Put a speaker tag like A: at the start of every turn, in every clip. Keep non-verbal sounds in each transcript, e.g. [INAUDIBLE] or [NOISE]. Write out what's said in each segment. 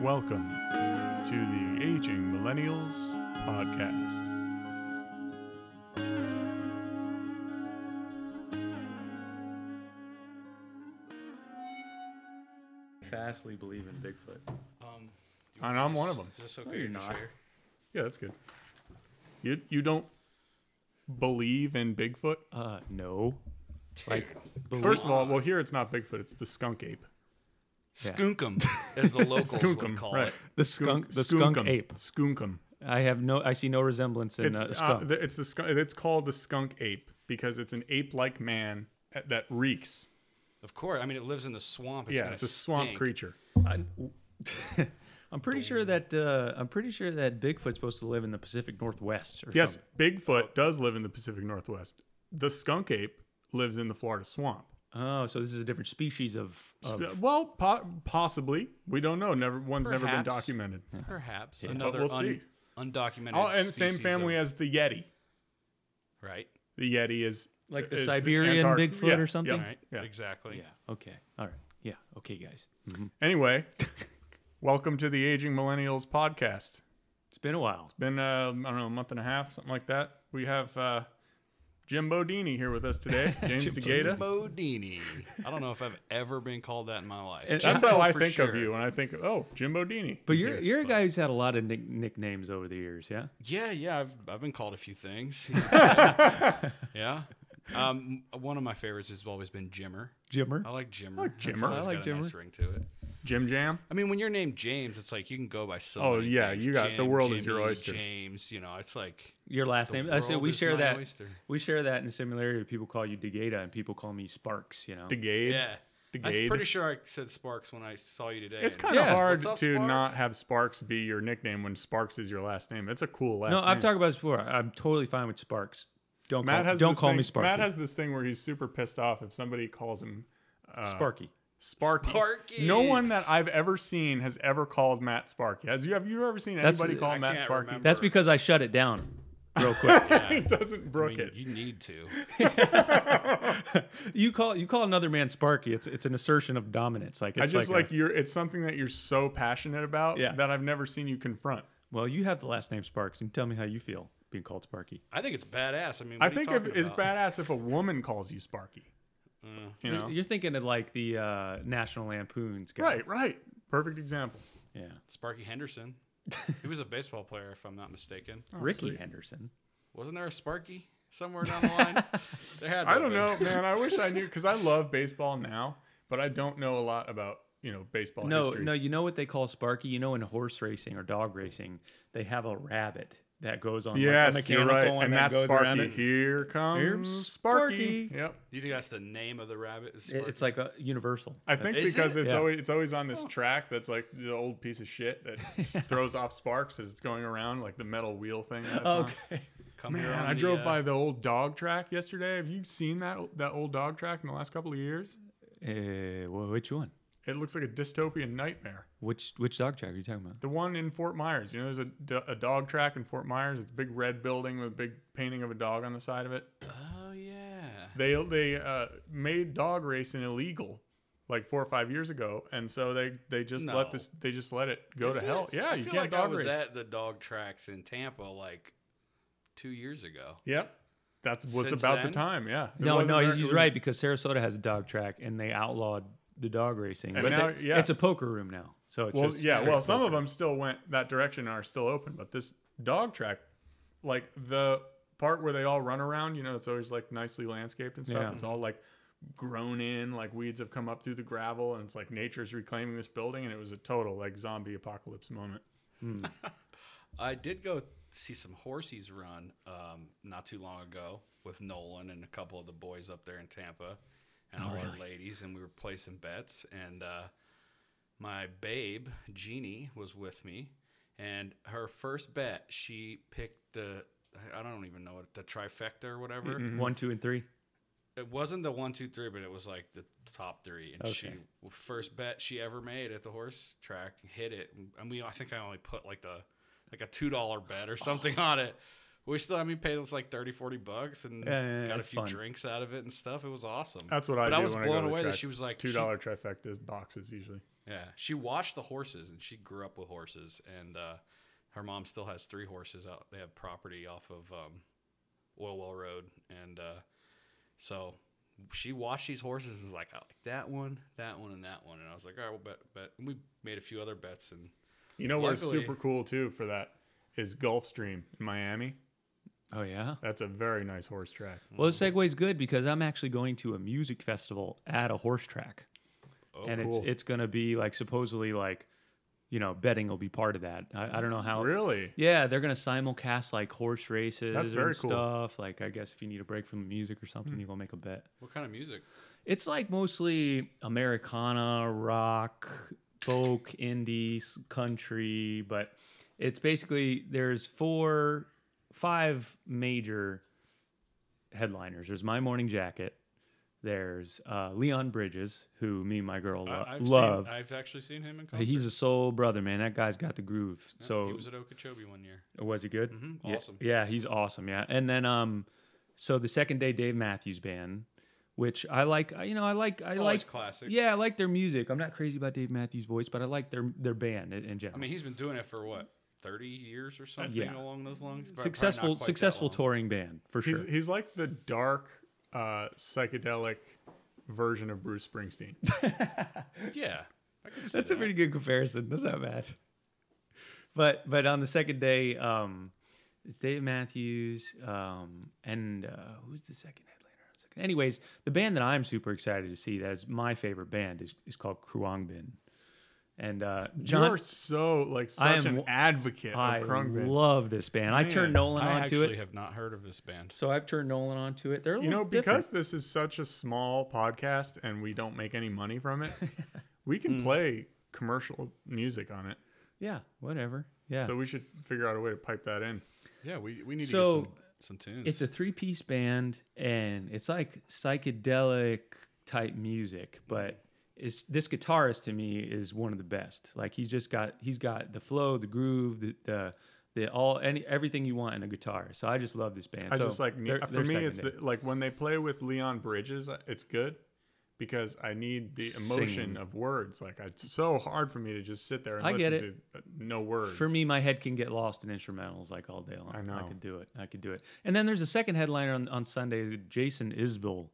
A: Welcome to the Aging Millennials Podcast.
B: fastly believe in Bigfoot.
C: Um, do
A: And
C: you want
A: I'm
C: this-
A: one of 'em.
C: Is this
B: you're
C: okay to
B: not.
C: share?
A: Yeah, that's good. You you don't believe in Bigfoot?
B: Uh, no. Like,
A: First of all, well here it's not Bigfoot, it's the skunk ape.
B: Yeah.
A: [LAUGHS]
C: Skunkum, as the locals
A: Skunkum,
C: would call
A: right.
C: it.
B: the skunk, the skunk
A: skunkum,
B: ape.
A: Skunkum.
B: I have no, I see no resemblance in
A: It's
B: uh,
A: uh,
B: skunk.
A: the, it's the skunk, it's called the skunk ape because it's an ape-like man that reeks.
C: Of course. I mean, it lives in the swamp. It's
A: yeah,
C: gonna
A: it's a swamp
C: stink.
A: creature.
B: I, [LAUGHS] am pretty sure that uh, I'm pretty sure that Bigfoot's supposed to live in the Pacific Northwest. Or
A: Yes,
B: something.
A: Bigfoot does live in the Pacific Northwest. The skunk ape lives in the Florida swamp.
B: Oh, so this is a different species of. of
A: Sp- well, po- possibly. We don't know. Never one's never been
C: Perhaps.
A: documented.
C: Perhaps another
A: we'll
C: un-
A: see.
C: undocumented.
A: Oh, and same
C: species
A: family
C: of,
A: as the Yeti.
C: right?
A: The Yeti is
B: Like the
A: is
B: Siberian
A: Antarctic-
B: Bigfoot or something?
C: All
A: Yeah,
C: right.
A: yeah.
C: Exactly.
B: yeah. Okay. All right. Yeah. Okay, guys.
A: Anyway, welcome to the Aging Millennials podcast.
B: It's been a while.
A: Been uh, I don't know a month and a half, something like that. We have uh, Jim Bodini here with us
C: [LAUGHS]
A: today. James
B: Jim
A: DeGata.
C: Bodini. I don't know if I've ever been called that in my life.
B: And
A: That's
C: Jimbo
A: how I
C: for
A: think
C: sure.
A: of you when I think of oh Jim Bodini.
B: But
A: is
B: you're
A: here.
B: you're a guy who's had a lot of nick- nicknames over the years. Yeah.
C: Yeah, yeah. I've I've been called a
A: [LAUGHS]
C: few things. [LAUGHS] yeah. Um, one of my favorites has always been Jimmer.
B: Jimmer.
C: I like Jimmer.
A: like
C: That's
A: Jimmer.
C: always
B: I like
C: got a nice
B: Jimmer.
C: ring to it.
A: Jim Jam.
C: I mean, when you're named James, it's like you can go by so.
A: Oh,
C: many
A: yeah,
C: things.
A: you got- the
C: Jim,
A: world is your
C: Jimmy,
A: oyster.
C: James, you know, it's like
B: Your last
C: The
B: name. I said
C: world
B: we
C: is
B: share
C: my
B: that.
C: oyster.
B: We share that in similarity. People call you Degata, and people call me Sparks. You know.
A: DeGade.
C: yeah.
A: DeGade.
C: I'm pretty sure I said Sparks when I saw you today.
A: It's
C: and-
A: kind of
B: Yeah.
A: hard
C: What's up,
A: to not
C: Sparks?
A: have Sparks be your nickname when Sparks is your last name. It's a cool last
B: no,
A: name.
B: I've talked about this before. I'm totally fine with Sparks. Don't
A: Matt
B: call,
A: has
B: don't
A: this
B: call
A: thing,
B: me Sparky.
A: Matt has this thing where he's super pissed off if somebody calls him uh,
B: Sparky.
A: Sparky.
C: Sparky.
A: No one that I've ever seen has ever called Matt Sparky. Has you have you ever seen
B: That's-
A: anybody call
C: I
A: Matt
C: can't
A: Sparky?
C: remember.
B: That's because I shut it down real quick.
A: [LAUGHS] he doesn't
C: I
A: brook
C: mean,
A: it.
C: you need to.
B: you call you call another man Sparky. It's it's an assertion of dominance. Like it's
A: I just like,
B: a-
A: you're. It's something that you're so passionate about
B: Yeah.
A: that I've never seen you confront.
B: well, you have the last name Sparks, and tell me how you feel being called Sparky.
C: I think it's badass. I mean,
A: I
C: what are you
A: think if,
C: talking
A: it's
C: about?
A: badass if a woman calls you Sparky.
C: Uh,
A: You know,
B: You're thinking of like the uh, National Lampoon's guy.
A: right, right. Perfect example.
B: Yeah.
C: Sparky Henderson. he was a baseball player, if I'm not mistaken.
B: Ricky
A: Oh, sweet.
B: Henderson.
C: Wasn't there a Sparky somewhere down the
A: [LAUGHS]
C: line? there had. to
A: I
C: have
A: don't
C: been.
A: know, man. I wish I knew because I love baseball now, but I don't know a lot about you know baseball
B: No,
A: Oh, history.
B: no, you know what they call Sparky? You know, in horse racing or dog racing, they have a rabbit that goes on. like, a
A: Yes, you're
B: mechanical
A: right,
B: one
A: and
B: that
A: that's
B: goes around
A: Sparky.
B: it.
A: Here comes
B: Here's
A: Sparky.
B: Sparky.
A: Yep.
C: Do you think that's the name of the rabbit? Is
B: It- It's
C: Sparky?
B: like a universal.
A: I think
C: Is
A: because
C: it?
A: it's
B: Yeah.
A: always it's always on this track that's like the old piece of shit
B: [LAUGHS]
A: that s- throws off sparks as it's going around, like the metal wheel thing. that it's on.
B: Okay. [LAUGHS]
C: Come here
A: Man,
C: on
A: I
C: the,
A: drove
C: uh,
A: by the old dog track yesterday. Have you seen that o- that old dog track in the last couple of years?
B: Uh, wh- which one?
A: It looks like a dystopian nightmare.
B: Which which dog track are you talking about?
A: The one in Fort Myers. You know, there's a, do- a dog track in Fort Myers. It's a big red building with a big painting of a dog on the side of it.
C: Oh yeah.
A: They they uh, made dog racing illegal like four or five years ago, and so they they just let
C: No.
A: this they just let it go
C: Is
A: to
C: it?
A: hell. Yeah,
C: I
A: you
C: feel
A: can't
C: like
A: dog
C: I was
A: race.
C: at the dog tracks in Tampa like two years ago.
A: Yep, that was
C: Since
A: about the
C: then?
A: time. Yeah, It
B: No,
A: wasn't
B: no,
A: very-
B: he's,
A: it
B: he's
A: was-
B: right because Sarasota has a dog track and they outlawed the dog racing.
A: And
B: But
A: now-
B: they-
A: yeah.
B: it's a poker room now. So it's
A: Well,
B: just
A: yeah,
B: straight
A: well, some
B: poker.
A: of them still went that direction and are still open, but this dog track, like the part where they all run around, you know, it's always like nicely landscaped and stuff.
B: Yeah.
A: It's all like grown in, like weeds have come up through the gravel, and it's like nature's reclaiming this building, and it was a total like zombie apocalypse moment.
C: I did go see some horses run um, not too long ago with Nolan and a couple of the boys up there in Tampa and
A: Oh,
C: all our ladies, and we were placing bets. And uh, my babe Jeannie was with me, and her first bet she picked the I- I don't even know what the trifecta or whatever.
B: Mm-hmm. One, two, and three.
C: It wasn't the one, two, three, but it was like the top three. And she
B: Okay.
C: first bet she ever made at the horse track hit it. And we, I think I only put like the like a two dollar bet or
A: [SIGHS]
C: something on it. We still, I mean, paid us like 30, 40 bucks and
B: Yeah, yeah, yeah,
C: got a
B: it's
C: few
B: fun.
C: drinks out of it and stuff. It was awesome.
A: That's what I
C: But I
A: do
C: was
A: when I go
C: blown
A: to the
C: away
A: track.
C: that she was like
A: Two dollar trifecta boxes usually.
C: she- Yeah, she watched the horses, and she grew up with horses. And uh, her mom still has three horses out. They have property off of um, Oil Well Road, and uh, so she watched these horses and was like, "I like that one, that one, and that one." And I was like, "All right, well, bet, bet." And we made a few other bets, and
A: You know where's
C: Luckily-
A: super cool too for that is Gulfstream in Miami.
B: Oh yeah.
A: That's a very nice horse track.
B: Well, this segue's good because I'm actually going to a music festival at a horse track,
C: oh,
B: and
A: cool.
B: it's it's gonna be like supposedly like, you know, betting will be part of that. I, I don't know how.
A: Really?
B: Yeah, they're gonna simulcast like horse races
A: That's very
B: and
A: cool. Hmm.
B: stuff. Like, I guess if you need a break from the music or something, you go make a bet.
C: what kind of music?
B: It's like mostly Americana, rock, folk, indie, s- country, but it's basically there's four, five major headliners. There's My Morning Jacket. There's uh, Leon Bridges, who me and my girl lo-
C: I, I've
B: love.
C: Seen, I've actually seen him in concert.
B: He's a soul brother, man. That guy's got the groove.
C: Yeah,
B: so
C: he was at Okeechobee one year.
B: Oh, Was he good?
C: Mhm,
B: Yeah-
C: awesome.
B: Yeah, he's awesome. Yeah, and then um, so the second day, Dave Matthews Band, which I like. You know, I like. I
C: Always
B: like.
C: classic.
B: Yeah, I like their music. I'm not crazy about Dave Matthews' voice, but I like their their band in, in
C: I
B: general.
C: mean, he's been doing it for what, 30 years or something
B: Yeah.
C: along those lines? Prob- probably not
B: successful
C: quite that
B: successful
C: long.
B: touring band for
A: He's
B: sure.
A: he's like the dark uh, psychedelic version of Bruce Springsteen.
C: Yeah. I could see
B: That's a
C: that.
B: pretty good comparison. That's not bad. But but on the second day, um, it's Dave Matthews, um, and uh, who's the second headliner? Second- Anyways, the band that I'm super excited to see that is my favorite band is, is called Kruangbin. And uh,
A: you
B: [LAUGHS] John,
A: are so like
B: I
A: such
B: am-
A: an advocate
B: I
A: of Krungbin.
B: love this band. I turned
A: Man,
B: Nolan
C: I
B: onto
C: actually
B: it,
C: have not heard of this band.
B: so I've turned Nolan onto it. They're a
A: you know
B: little different.
A: because this is such a small podcast and we don't make any money from
B: [LAUGHS]
A: it, we
B: Mm.
A: can play commercial music on it.
B: yeah, whatever. Yeah,
A: So we should figure out a way to pipe that in.
C: Yeah, we, we need
B: So,
C: to get some, some tunes.
B: it's a three piece band and it's like psychedelic type music but is this guitarist to me is one of the best like he's just got he's got the flow the groove the the, the all any everything you want in a guitar so i just love this band
A: I
B: so
A: just like need,
B: they're-
A: for
B: they're
A: me,
B: second
A: it's
B: to-
A: the, like when they play with Leon Bridges, uh, it's good because I need the emotion
B: Singing.
A: of words. Like it's so hard for me to just sit there and
B: I
A: listen
B: get
A: to uh, no words.
B: for me my head can get lost in instrumentals like all day long
A: I
B: i
A: know.
B: could do it i could do it and then there's a second headliner on, on sunday jason isbell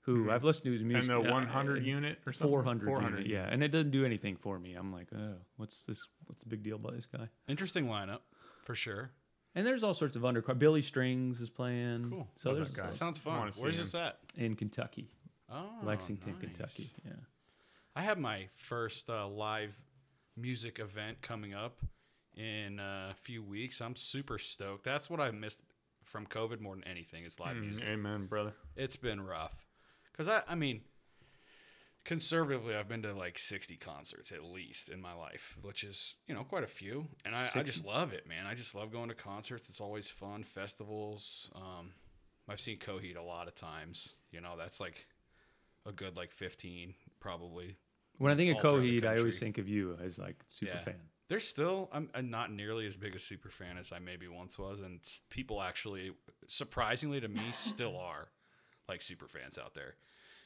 B: who i've listened to his
A: Mm-hmm. and
B: music
A: the
B: uh,
A: 100
B: and-
A: unit or something.
B: 400, unit, yeah, and it doesn't do anything for me. I'm like, oh, what's this? What's the big deal about this guy?
C: Interesting lineup, for sure.
B: And there's all sorts of undercard. Billy Strings is playing.
C: Cool.
B: So
A: Love
B: there's
A: that guy.
B: lots-
C: Sounds fun.
A: wanna see
C: Where's
A: him.
C: this at?
B: in Kentucky,
C: Oh,
B: Lexington,
C: nice.
B: Kentucky. Yeah.
C: I have my first uh, live music event coming up in uh, a few weeks. I'm super stoked. That's what I missed from COVID more than anything. It's live music.
A: Mm, amen, brother.
C: It's been rough. Cause I, I mean, conservatively, I've been to like 60 concerts at least in my life, which is you know quite a few, and I, I just love it, man. I just love going to concerts. It's always fun. Festivals. Um, I've seen Coheed a lot of times. You know, that's like a good like 15 probably.
B: When I think of
C: All throughout the
B: Coheed, I always
C: country.
B: think of you as like super
C: Yeah.
B: fan.
C: They're still I'm, I'm not nearly as big a super fan as I maybe once was, and s- people actually,
B: [LAUGHS]
C: surprisingly to me, still are like super fans out there.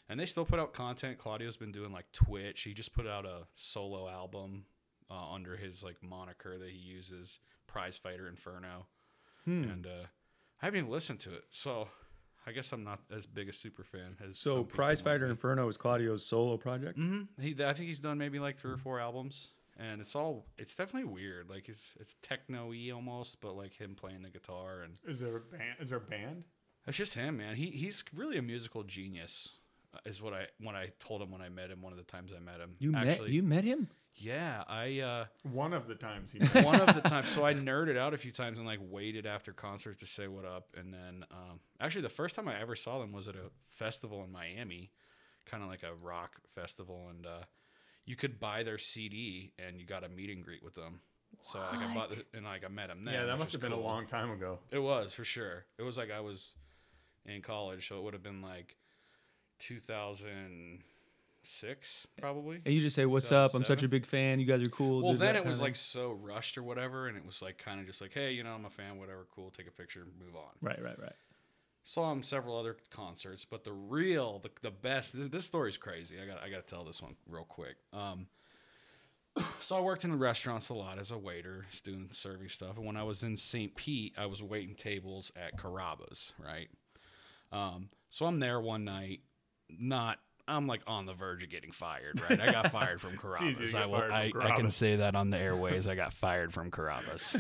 C: And they still put out content. Claudio's been doing like Twitch. He just put out a solo album uh, under his like moniker that he uses, Prize Fighter Inferno.
B: Hmm.
C: And uh, I haven't even listened to it, so I guess I'm not as big a super fan as
B: So, Prize Fighter Inferno is Claudio's solo project.
C: hmm He, I think he's done maybe like three or four albums, and it's all it's definitely weird. Like it's it's techno y almost, but like him playing the guitar and
A: Is there a band? Is there a band?
C: it's just him, man. He he's really a musical genius, uh, is what I when I told him when I met him one of the times I met him.
B: You met you met him.
C: yeah. I uh,
A: One of the times he.
C: one of the times. So I nerded out a few times and like waited after concerts to say what up. And then um, actually, the first time I ever saw them was at a festival in Miami, kind of like a rock festival. And uh, you could buy their CD and you got a meet and greet with them. So like I bought the, and like I met them. Then,
A: yeah, that
C: which
A: must have
C: was
A: been a
C: cool.
A: long time ago.
C: It was for sure. It was like I was in college, so it would have been like 2006 probably.
B: And you just say, "What's up? I'm such
C: 2007?
B: a big fan. You guys are cool."
C: Well,
B: do
C: then
B: that
C: it was
B: kinda
C: like so rushed or whatever, and it was like kind of just like, hey, you know, I'm a fan, whatever, cool, take a picture, move on.
B: thing. right, right, right.
C: Saw him several other concerts, but the real, the, the best. This, this story's crazy. I got I got to tell this one real quick. Um, [COUGHS] So I worked in restaurants a lot as a waiter, doing serving stuff. And when I was in St. Pete, I was waiting tables at Carrabba's, right? Um, so I'm there one night, not I'm like on the verge of getting fired, right? I got
A: [LAUGHS]
C: fired from
A: easy to
C: Carrabba's.
A: get
C: I, will,
A: fired from
C: I, I can
A: Carrabba's.
C: say that
A: [LAUGHS]
C: on the airways. I got fired from Carrabba's.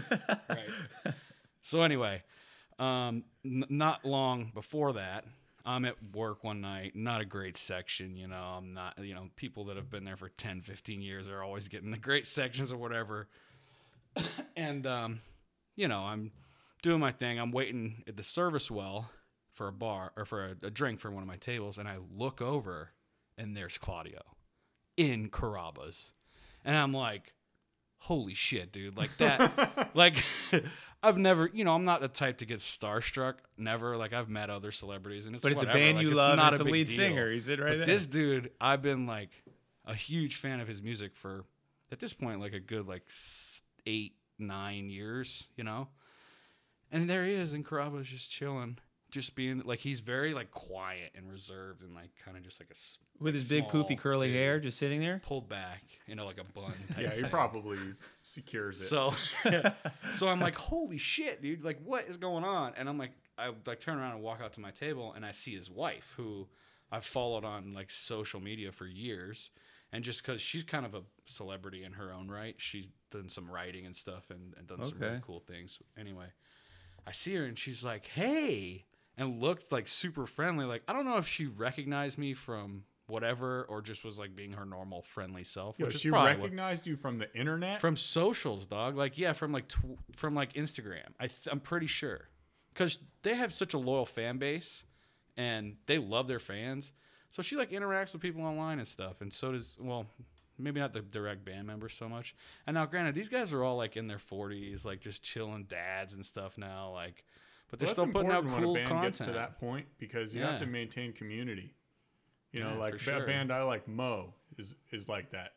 C: right. So anyway, um, n- not long before that, I'm at work one night, not a great section, you know, I'm not, you know, people that have been there for 10, 15 years are always getting the great sections or whatever. [COUGHS] and, um, you know, I'm doing my thing. I'm waiting at the service well for a bar or for a, a drink for one of my tables. And I look over and there's Claudio in Carrabba's. And I'm like, holy shit, dude. Like
B: [LAUGHS]
C: that, like [LAUGHS] I've never, you know, I'm not the type to get starstruck. Never. Like I've met other celebrities and it's
B: But it's
C: whatever.
B: a band
C: Like,
B: you
C: it's
B: love.
C: Not
B: and It's a,
C: big
B: lead
C: deal.
B: singer. He's it right
C: But
B: there.
C: this dude, I've been like a huge fan of his music for at this point like a good like s- eight nine years, you know. And there he is, and Carava's just chilling, just being like he's very like quiet and reserved and like kind of just like a s-
B: with his big poofy
C: small
B: curly
C: dude.
B: hair, just sitting there.
C: pulled back, you know, like a bun. type
A: [LAUGHS] [LAUGHS]
C: [LAUGHS]
A: Yeah, he
C: thing.
A: probably secures it.
C: So, [LAUGHS]
B: [LAUGHS]
C: so
A: [LAUGHS]
C: I'm like, holy shit, dude! Like, what is going on? And I'm like, I like turn around and walk out to my table, and I see his wife, who I've followed on like social media for years, and just because she's kind of a celebrity in her own right, she's done some writing and stuff, and, and done some really
B: Okay.
C: cool things. Anyway, I see her, and she's like, hey, and looked like super friendly. Like, I don't know if she recognized me from whatever, or just was like being her normal friendly self.
A: Yo,
C: which is
A: she
C: probably what-
A: recognized you from the internet.
C: from socials, dog. Like yeah, from like tw- from like Instagram. I th- I'm pretty sure because they have such a loyal fan base, and they love their fans. So she like interacts with people online and stuff, and so does well, maybe not the direct band members so much. And now, granted, these guys are all like in their 40s, like just chilling dads and stuff now, like. But they're
A: Well,
C: still putting out
A: when a
C: cool
A: band
C: content.
A: gets to that point because you
C: Yeah.
A: have to maintain community. You know,
C: Yeah,
A: like
C: for
A: ba-
C: sure. Mm-hmm.
A: a band I like, Mo is is like that.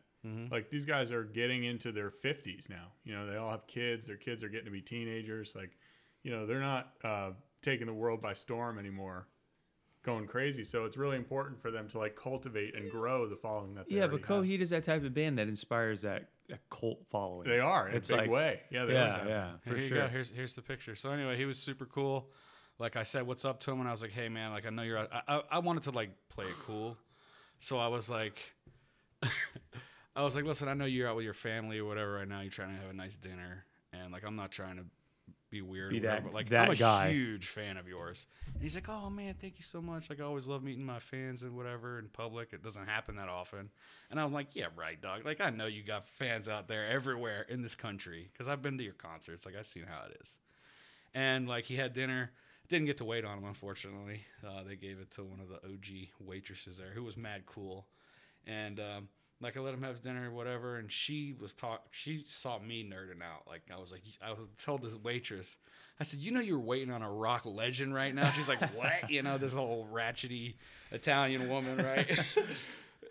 A: Like these guys are getting into their fifties now. You know, they all have kids. Their kids are getting to be teenagers. Like, you know, they're not uh, taking the world by storm anymore, going crazy. So it's really important for them to like cultivate and grow the following that. They
B: Yeah, but
A: already have.
B: Coheed is that type of band that inspires that, that cult following.
A: They are in
B: It's
A: a big
B: like-
A: way. Yeah, they always
B: Yeah,
A: have.
B: yeah,
C: Here
B: for
C: you
A: [LAUGHS]
B: sure.
C: go. Here's here's the picture. So anyway, he was super cool. Like I said, what's up to him? And I was like, hey man, like I know you're. Out. I, I I wanted to like play it cool, so I was like, I was like, listen, I know you're out with your family or whatever right now. You're trying to have a nice dinner, and like I'm not trying to be weird,
B: Be
C: or whatever,
B: that-
C: but like
B: that
C: I'm a
B: guy.
C: huge fan of yours. And he's like, oh man, thank you so much. Like I always love meeting my fans and whatever in public. It doesn't happen that often. And I'm like, yeah, right, dog. Like I know you got fans out there everywhere in this country because I've been to your concerts. Like I've seen how it is. And like he had dinner. Didn't get to wait on him, unfortunately. Uh, they gave it to one of the OG waitresses there, who was mad cool. And um, like I let him have his dinner or whatever, and she was talk. She saw me nerding out. Like I was like, I was told this waitress, I said, you know, you're waiting on a rock legend right now. She's like, what? You know, this whole ratchety Italian woman, right?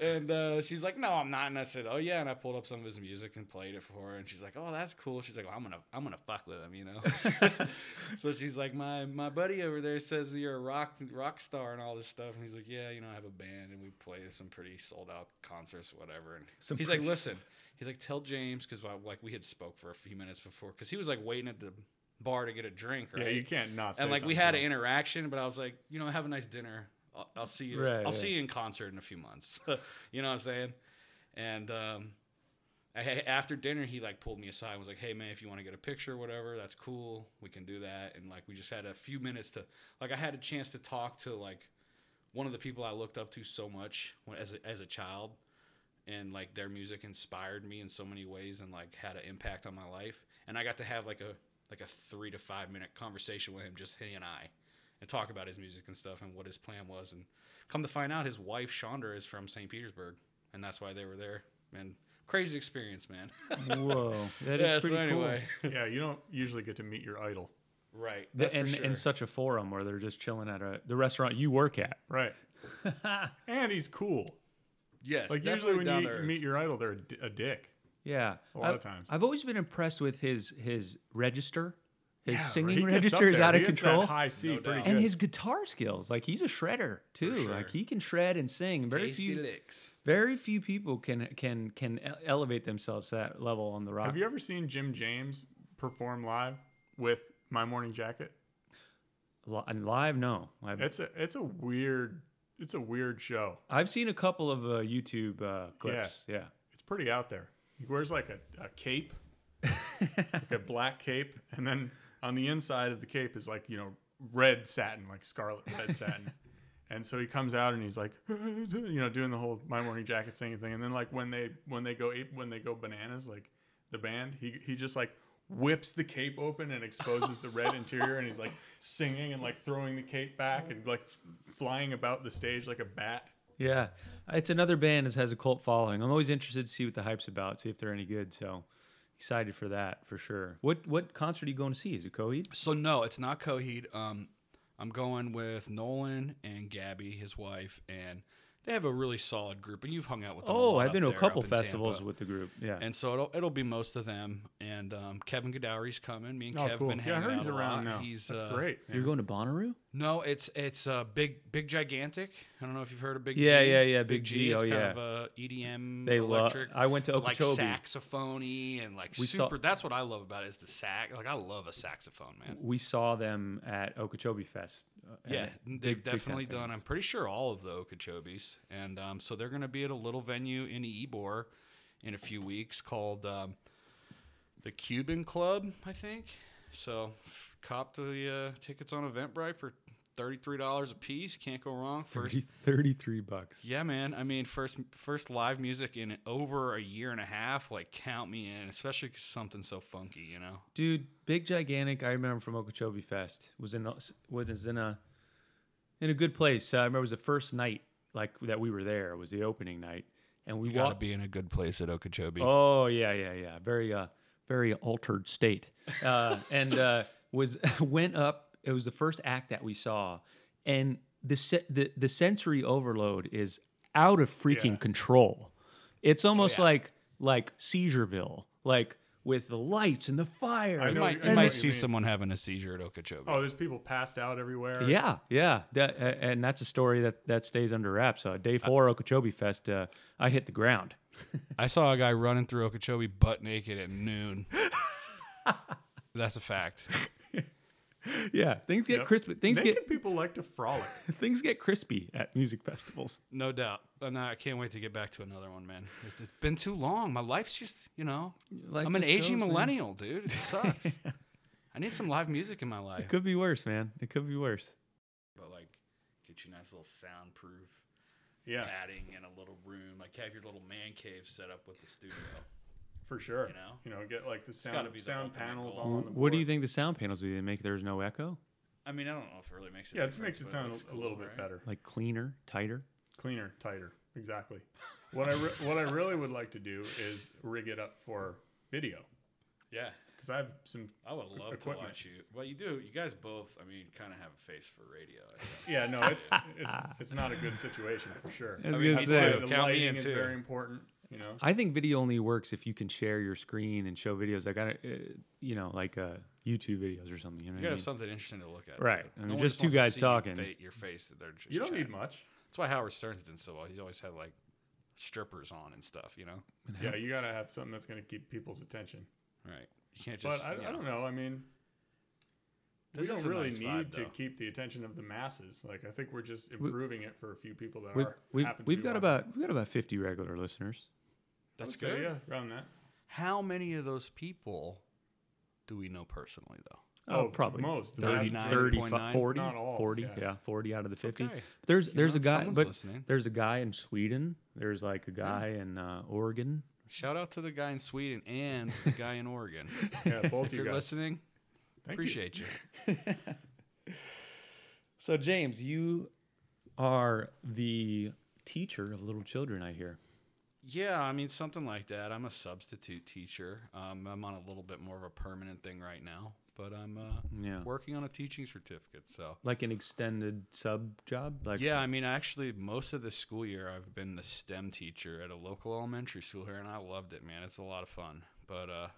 C: and uh, she's like, no, I'm not. And I said, oh yeah. And I pulled up some of his music and played it for her, and she's like, oh, that's cool. She's like, well, I'm gonna, I'm gonna fuck with him, you
A: [LAUGHS]
C: know. [LAUGHS] so she's like, my my buddy over there says you're a rock rock star and all this stuff, and he's like, yeah, you know, I have a band and we play some pretty sold out concerts, whatever. And
B: Some
C: he's like,
B: pretty
C: listen, he's like, tell James because like we had spoke for a few minutes before because he was like waiting at the bar to get a drink, right?
A: Yeah, you can't not. Say
C: and like we
A: something
C: had
A: to
C: an
A: them.
C: interaction, but I was like, you know, have a nice dinner. I'll, I'll see you.
B: Right,
C: I'll
B: right.
C: see you in concert in a few months. [LAUGHS] you know what I'm saying? And um, I, ha- after dinner, he like pulled me aside and was like, "Hey man, if you want to get a picture or whatever, that's cool. We can do that." And like we just had a few minutes to like I had a chance to talk to like one of the people I looked up to so much when, as a, as a child, and like their music inspired me in so many ways and like had an impact on my life. And I got to have like a like a three to five minute conversation with him, just he and I, and talk about his music and stuff and what his plan was. And come to find out, his wife Chandra is from St. Petersburg, and that's why they were there. And crazy experience,
B: [LAUGHS]
C: man.
B: Whoa, that is
C: yeah. So
B: pretty
C: anyway, [LAUGHS]
A: yeah, you don't usually get to meet your idol,
C: right.
B: cool.
C: That's
B: The, and
C: for sure.
B: in such a forum where they're just chilling at a the restaurant you
A: [LAUGHS]
B: work at.
A: right? and he's cool.
C: yes,
A: Like usually when you
C: meet
A: meet your idol, they're a d- a dick.
B: Yeah, a
A: lot of times.
B: I've always been impressed with his his register His
A: Yeah,
B: singing
A: he gets up
B: register is
A: there.
B: out of
A: He hits that
B: control.
A: high C,
C: No
A: pretty
C: doubt.
A: good.
B: and his guitar skills, like he's a shredder too.
C: sure.
B: Like he can shred and sing. Very
C: Tasty
B: few,
C: licks.
B: very few people can can can ele- elevate themselves to that level on the rock.
A: Have you ever seen Jim James perform live with My Morning Jacket?
B: Li- and live? No, I've,
A: It's a it's a weird it's a weird show.
B: I've seen a couple of uh, YouTube uh, clips. Yeah.
A: It's pretty out there. He wears like a, a cape, like a black cape, and then on the inside of the cape is like you know red satin, like scarlet
C: [LAUGHS]
A: red satin. And so he comes out and he's like, you know, doing the whole my morning jacket singing thing. And then like when they when they go ape when they go bananas, like the band, he he just like whips the cape open and exposes the red interior, and he's like singing and like throwing the cape back and like f- flying about the stage like a bat.
B: [LAUGHS] Yeah, it's another band that has a cult following. I'm always interested to see what the hype's about, see if they're any good. So excited for that for sure. What what concert are you going to see? Is it Coheed?
C: So no, it's not Coheed. Um, I'm going with Nolan and Gabby, his wife, and they have a really solid group. And you've hung out with them. a
B: Oh,
C: lot
B: I've
C: up
B: been to a
C: there,
B: couple
C: up in Tampa.
B: festivals with the group. Yeah,
C: and so it'll it'll be most of them. And um, Kevin Godowry's coming. Me and
A: Oh,
C: Kevin
A: cool!
C: been hanging
A: Yeah, I heard
C: out
A: he's
C: a
A: around
C: lot.
A: now.
C: He's
A: That's
C: uh,
A: great.
B: you're going to Bonnaroo?
C: No, it's it's uh, big big gigantic. I don't know if you've heard of Big
B: Yeah,
C: G.
B: yeah, yeah, Big G,
C: It's
B: oh,
C: kind
B: yeah.
C: of uh, a EDM.
B: They lo-
C: electric.
B: I went to
C: but, like
B: Okeechobee.
C: saxophony and like
B: We saw-
C: super. That's what I love about it is the sax. Like I love a saxophone, man.
B: We saw them at Okeechobee Fest. uh, and
C: Yeah,
B: big-
C: they've
B: big time
C: definitely done.
B: fans.
C: I'm pretty sure all of the Okeechobees, and um, so they're going to be at a little venue in Ybor in a few weeks called um, the Cuban Club, I think. So, cop the uh, tickets on Eventbrite for thirty three dollars a piece. Can't
B: [LAUGHS]
C: go wrong. First,
B: 33 bucks.
C: yeah, man. I mean, first first live music in over a year and a half. Like, count me in, especially 'cause something so funky, you know.
B: Dude, Big Gigantic, I remember from Okeechobee Fest was in was in a in a good place. Uh, I remember it was the first night like that we were there was the opening night, and we
C: Got to
B: walked.
C: be in a good place at Okeechobee.
B: Oh yeah, yeah, yeah. Very uh, very altered state. Uh, and uh, was [LAUGHS] went up. It was the first act that we saw, and the se- the the sensory overload is out of freaking
A: Yeah.
B: control. It's almost
C: yeah.
B: like like Seizureville, like with the lights and the fire.
A: I
B: and-
A: know
C: might,
A: what
C: you
B: and
A: know
C: might
A: what
B: the-
C: see
A: mean.
C: someone having a seizure at Okeechobee.
A: Oh, there's people passed out everywhere.
B: Yeah, yeah, that, a- and that's a story that that stays under wraps. Uh, day four, Okeechobee Fest, uh, I hit the ground.
C: I saw a guy running through Okeechobee butt naked
A: [LAUGHS]
C: at noon. That's a fact.
B: [LAUGHS] yeah, things get
A: Yep.
B: crispy. Things
A: Naked
B: get
A: people like to frolic.
B: things get crispy at music festivals.
C: No doubt. But no, I can't wait to get back to another one, man. It's, it's been too long. My life's just, you know,
B: Life
C: I'm an
B: just
C: aging
B: goes, man.
C: millennial, dude.
A: [LAUGHS]
C: It sucks. I need some live music in my life.
B: It could be worse, man. It could be worse.
C: But like, get you a nice little soundproof
A: Yeah,
C: padding and a little room. Like, have your little man cave set up with
A: [LAUGHS]
C: the studio.
A: for sure.
C: You know?
A: you know, get like the
C: gotta
A: sound
C: be the
A: sound
C: ultimate
A: panels
C: goal.
A: all on the board.
B: What do you think the sound panels do? They make there's no echo,
C: I mean, I don't know if it really makes it.
A: Yeah, it makes it sound a little bit better,
B: like cleaner, tighter.
A: cleaner, tighter. Exactly. What I re- [LAUGHS] what I really would like to do is rig it up for video
C: Yeah.
A: because I have some.
C: I would love to
A: equipment.
C: watch you. Well, you do. You guys both, I mean, kind of have a face for radio. I guess.
A: Yeah, no, it's it's it's not a good situation for sure.
B: I was
A: mean,
B: gonna
A: that's
B: say.
A: why the
C: Count me in
A: lighting is
C: too.
A: very important. You know,
B: I think video only works if you can share your screen and show videos. Like I, uh, you know, like uh, YouTube videos or something. You know what I
C: You gotta
B: mean?
C: have something interesting to look at.
B: Right.
C: too.
B: I mean,
C: one
B: just two
C: wants to
B: guys
C: see your
B: talking.
C: fa- Your face that they're just.
A: you don't need
C: chatting.
A: much.
C: That's why Howard Stern's done so well. He's always had like strippers on and stuff. You know.
A: Yeah, you gotta have something that's gonna keep people's attention.
C: Right. You can't
A: But
C: just.
A: I,
C: you
A: I don't know. I mean,
C: This
A: we
C: is
A: don't
C: a
A: really
C: nice
A: need
C: vibe,
A: to
C: though.
A: keep the attention of the masses. Like I think we're just improving it for a few people that
B: We've
A: are.
B: we've,
A: happen to
B: we've
A: be
B: got
A: watching.
B: about we've got about 50 regular listeners.
A: I would
C: That's
A: say,
C: good.
A: yeah, around
C: [LAUGHS]
A: that.
C: How many of those people do we know personally, though?
A: Oh, most. The
B: 30,
C: vast
B: 35,
C: majority.
B: 40,
A: Not all,
B: 40,
A: yeah.
B: yeah, 40 out of the 50.
C: okay.
B: There's there's
C: know,
B: a guy
C: someone's
B: but
C: listening.
B: there's a guy in Sweden. There's like a guy in uh, Oregon.
C: Shout out to the guy in Sweden and the guy in Oregon.
A: Yeah, both
C: if
A: you
C: you're
A: guys.
C: listening,
A: Thank you.
C: appreciate you.
B: So James, you are the teacher of little children, I hear.
C: Yeah, I mean something like that. I'm a substitute teacher. Um, I'm on a little bit more of a permanent thing right now, but I'm uh,
B: Yeah.
C: working on a teaching certificate. So
B: Like an extended sub job? Like
C: yeah, I mean actually most of this school year I've been the STEM teacher at a local elementary school here, and I loved it, man. It's a lot of fun. But uh,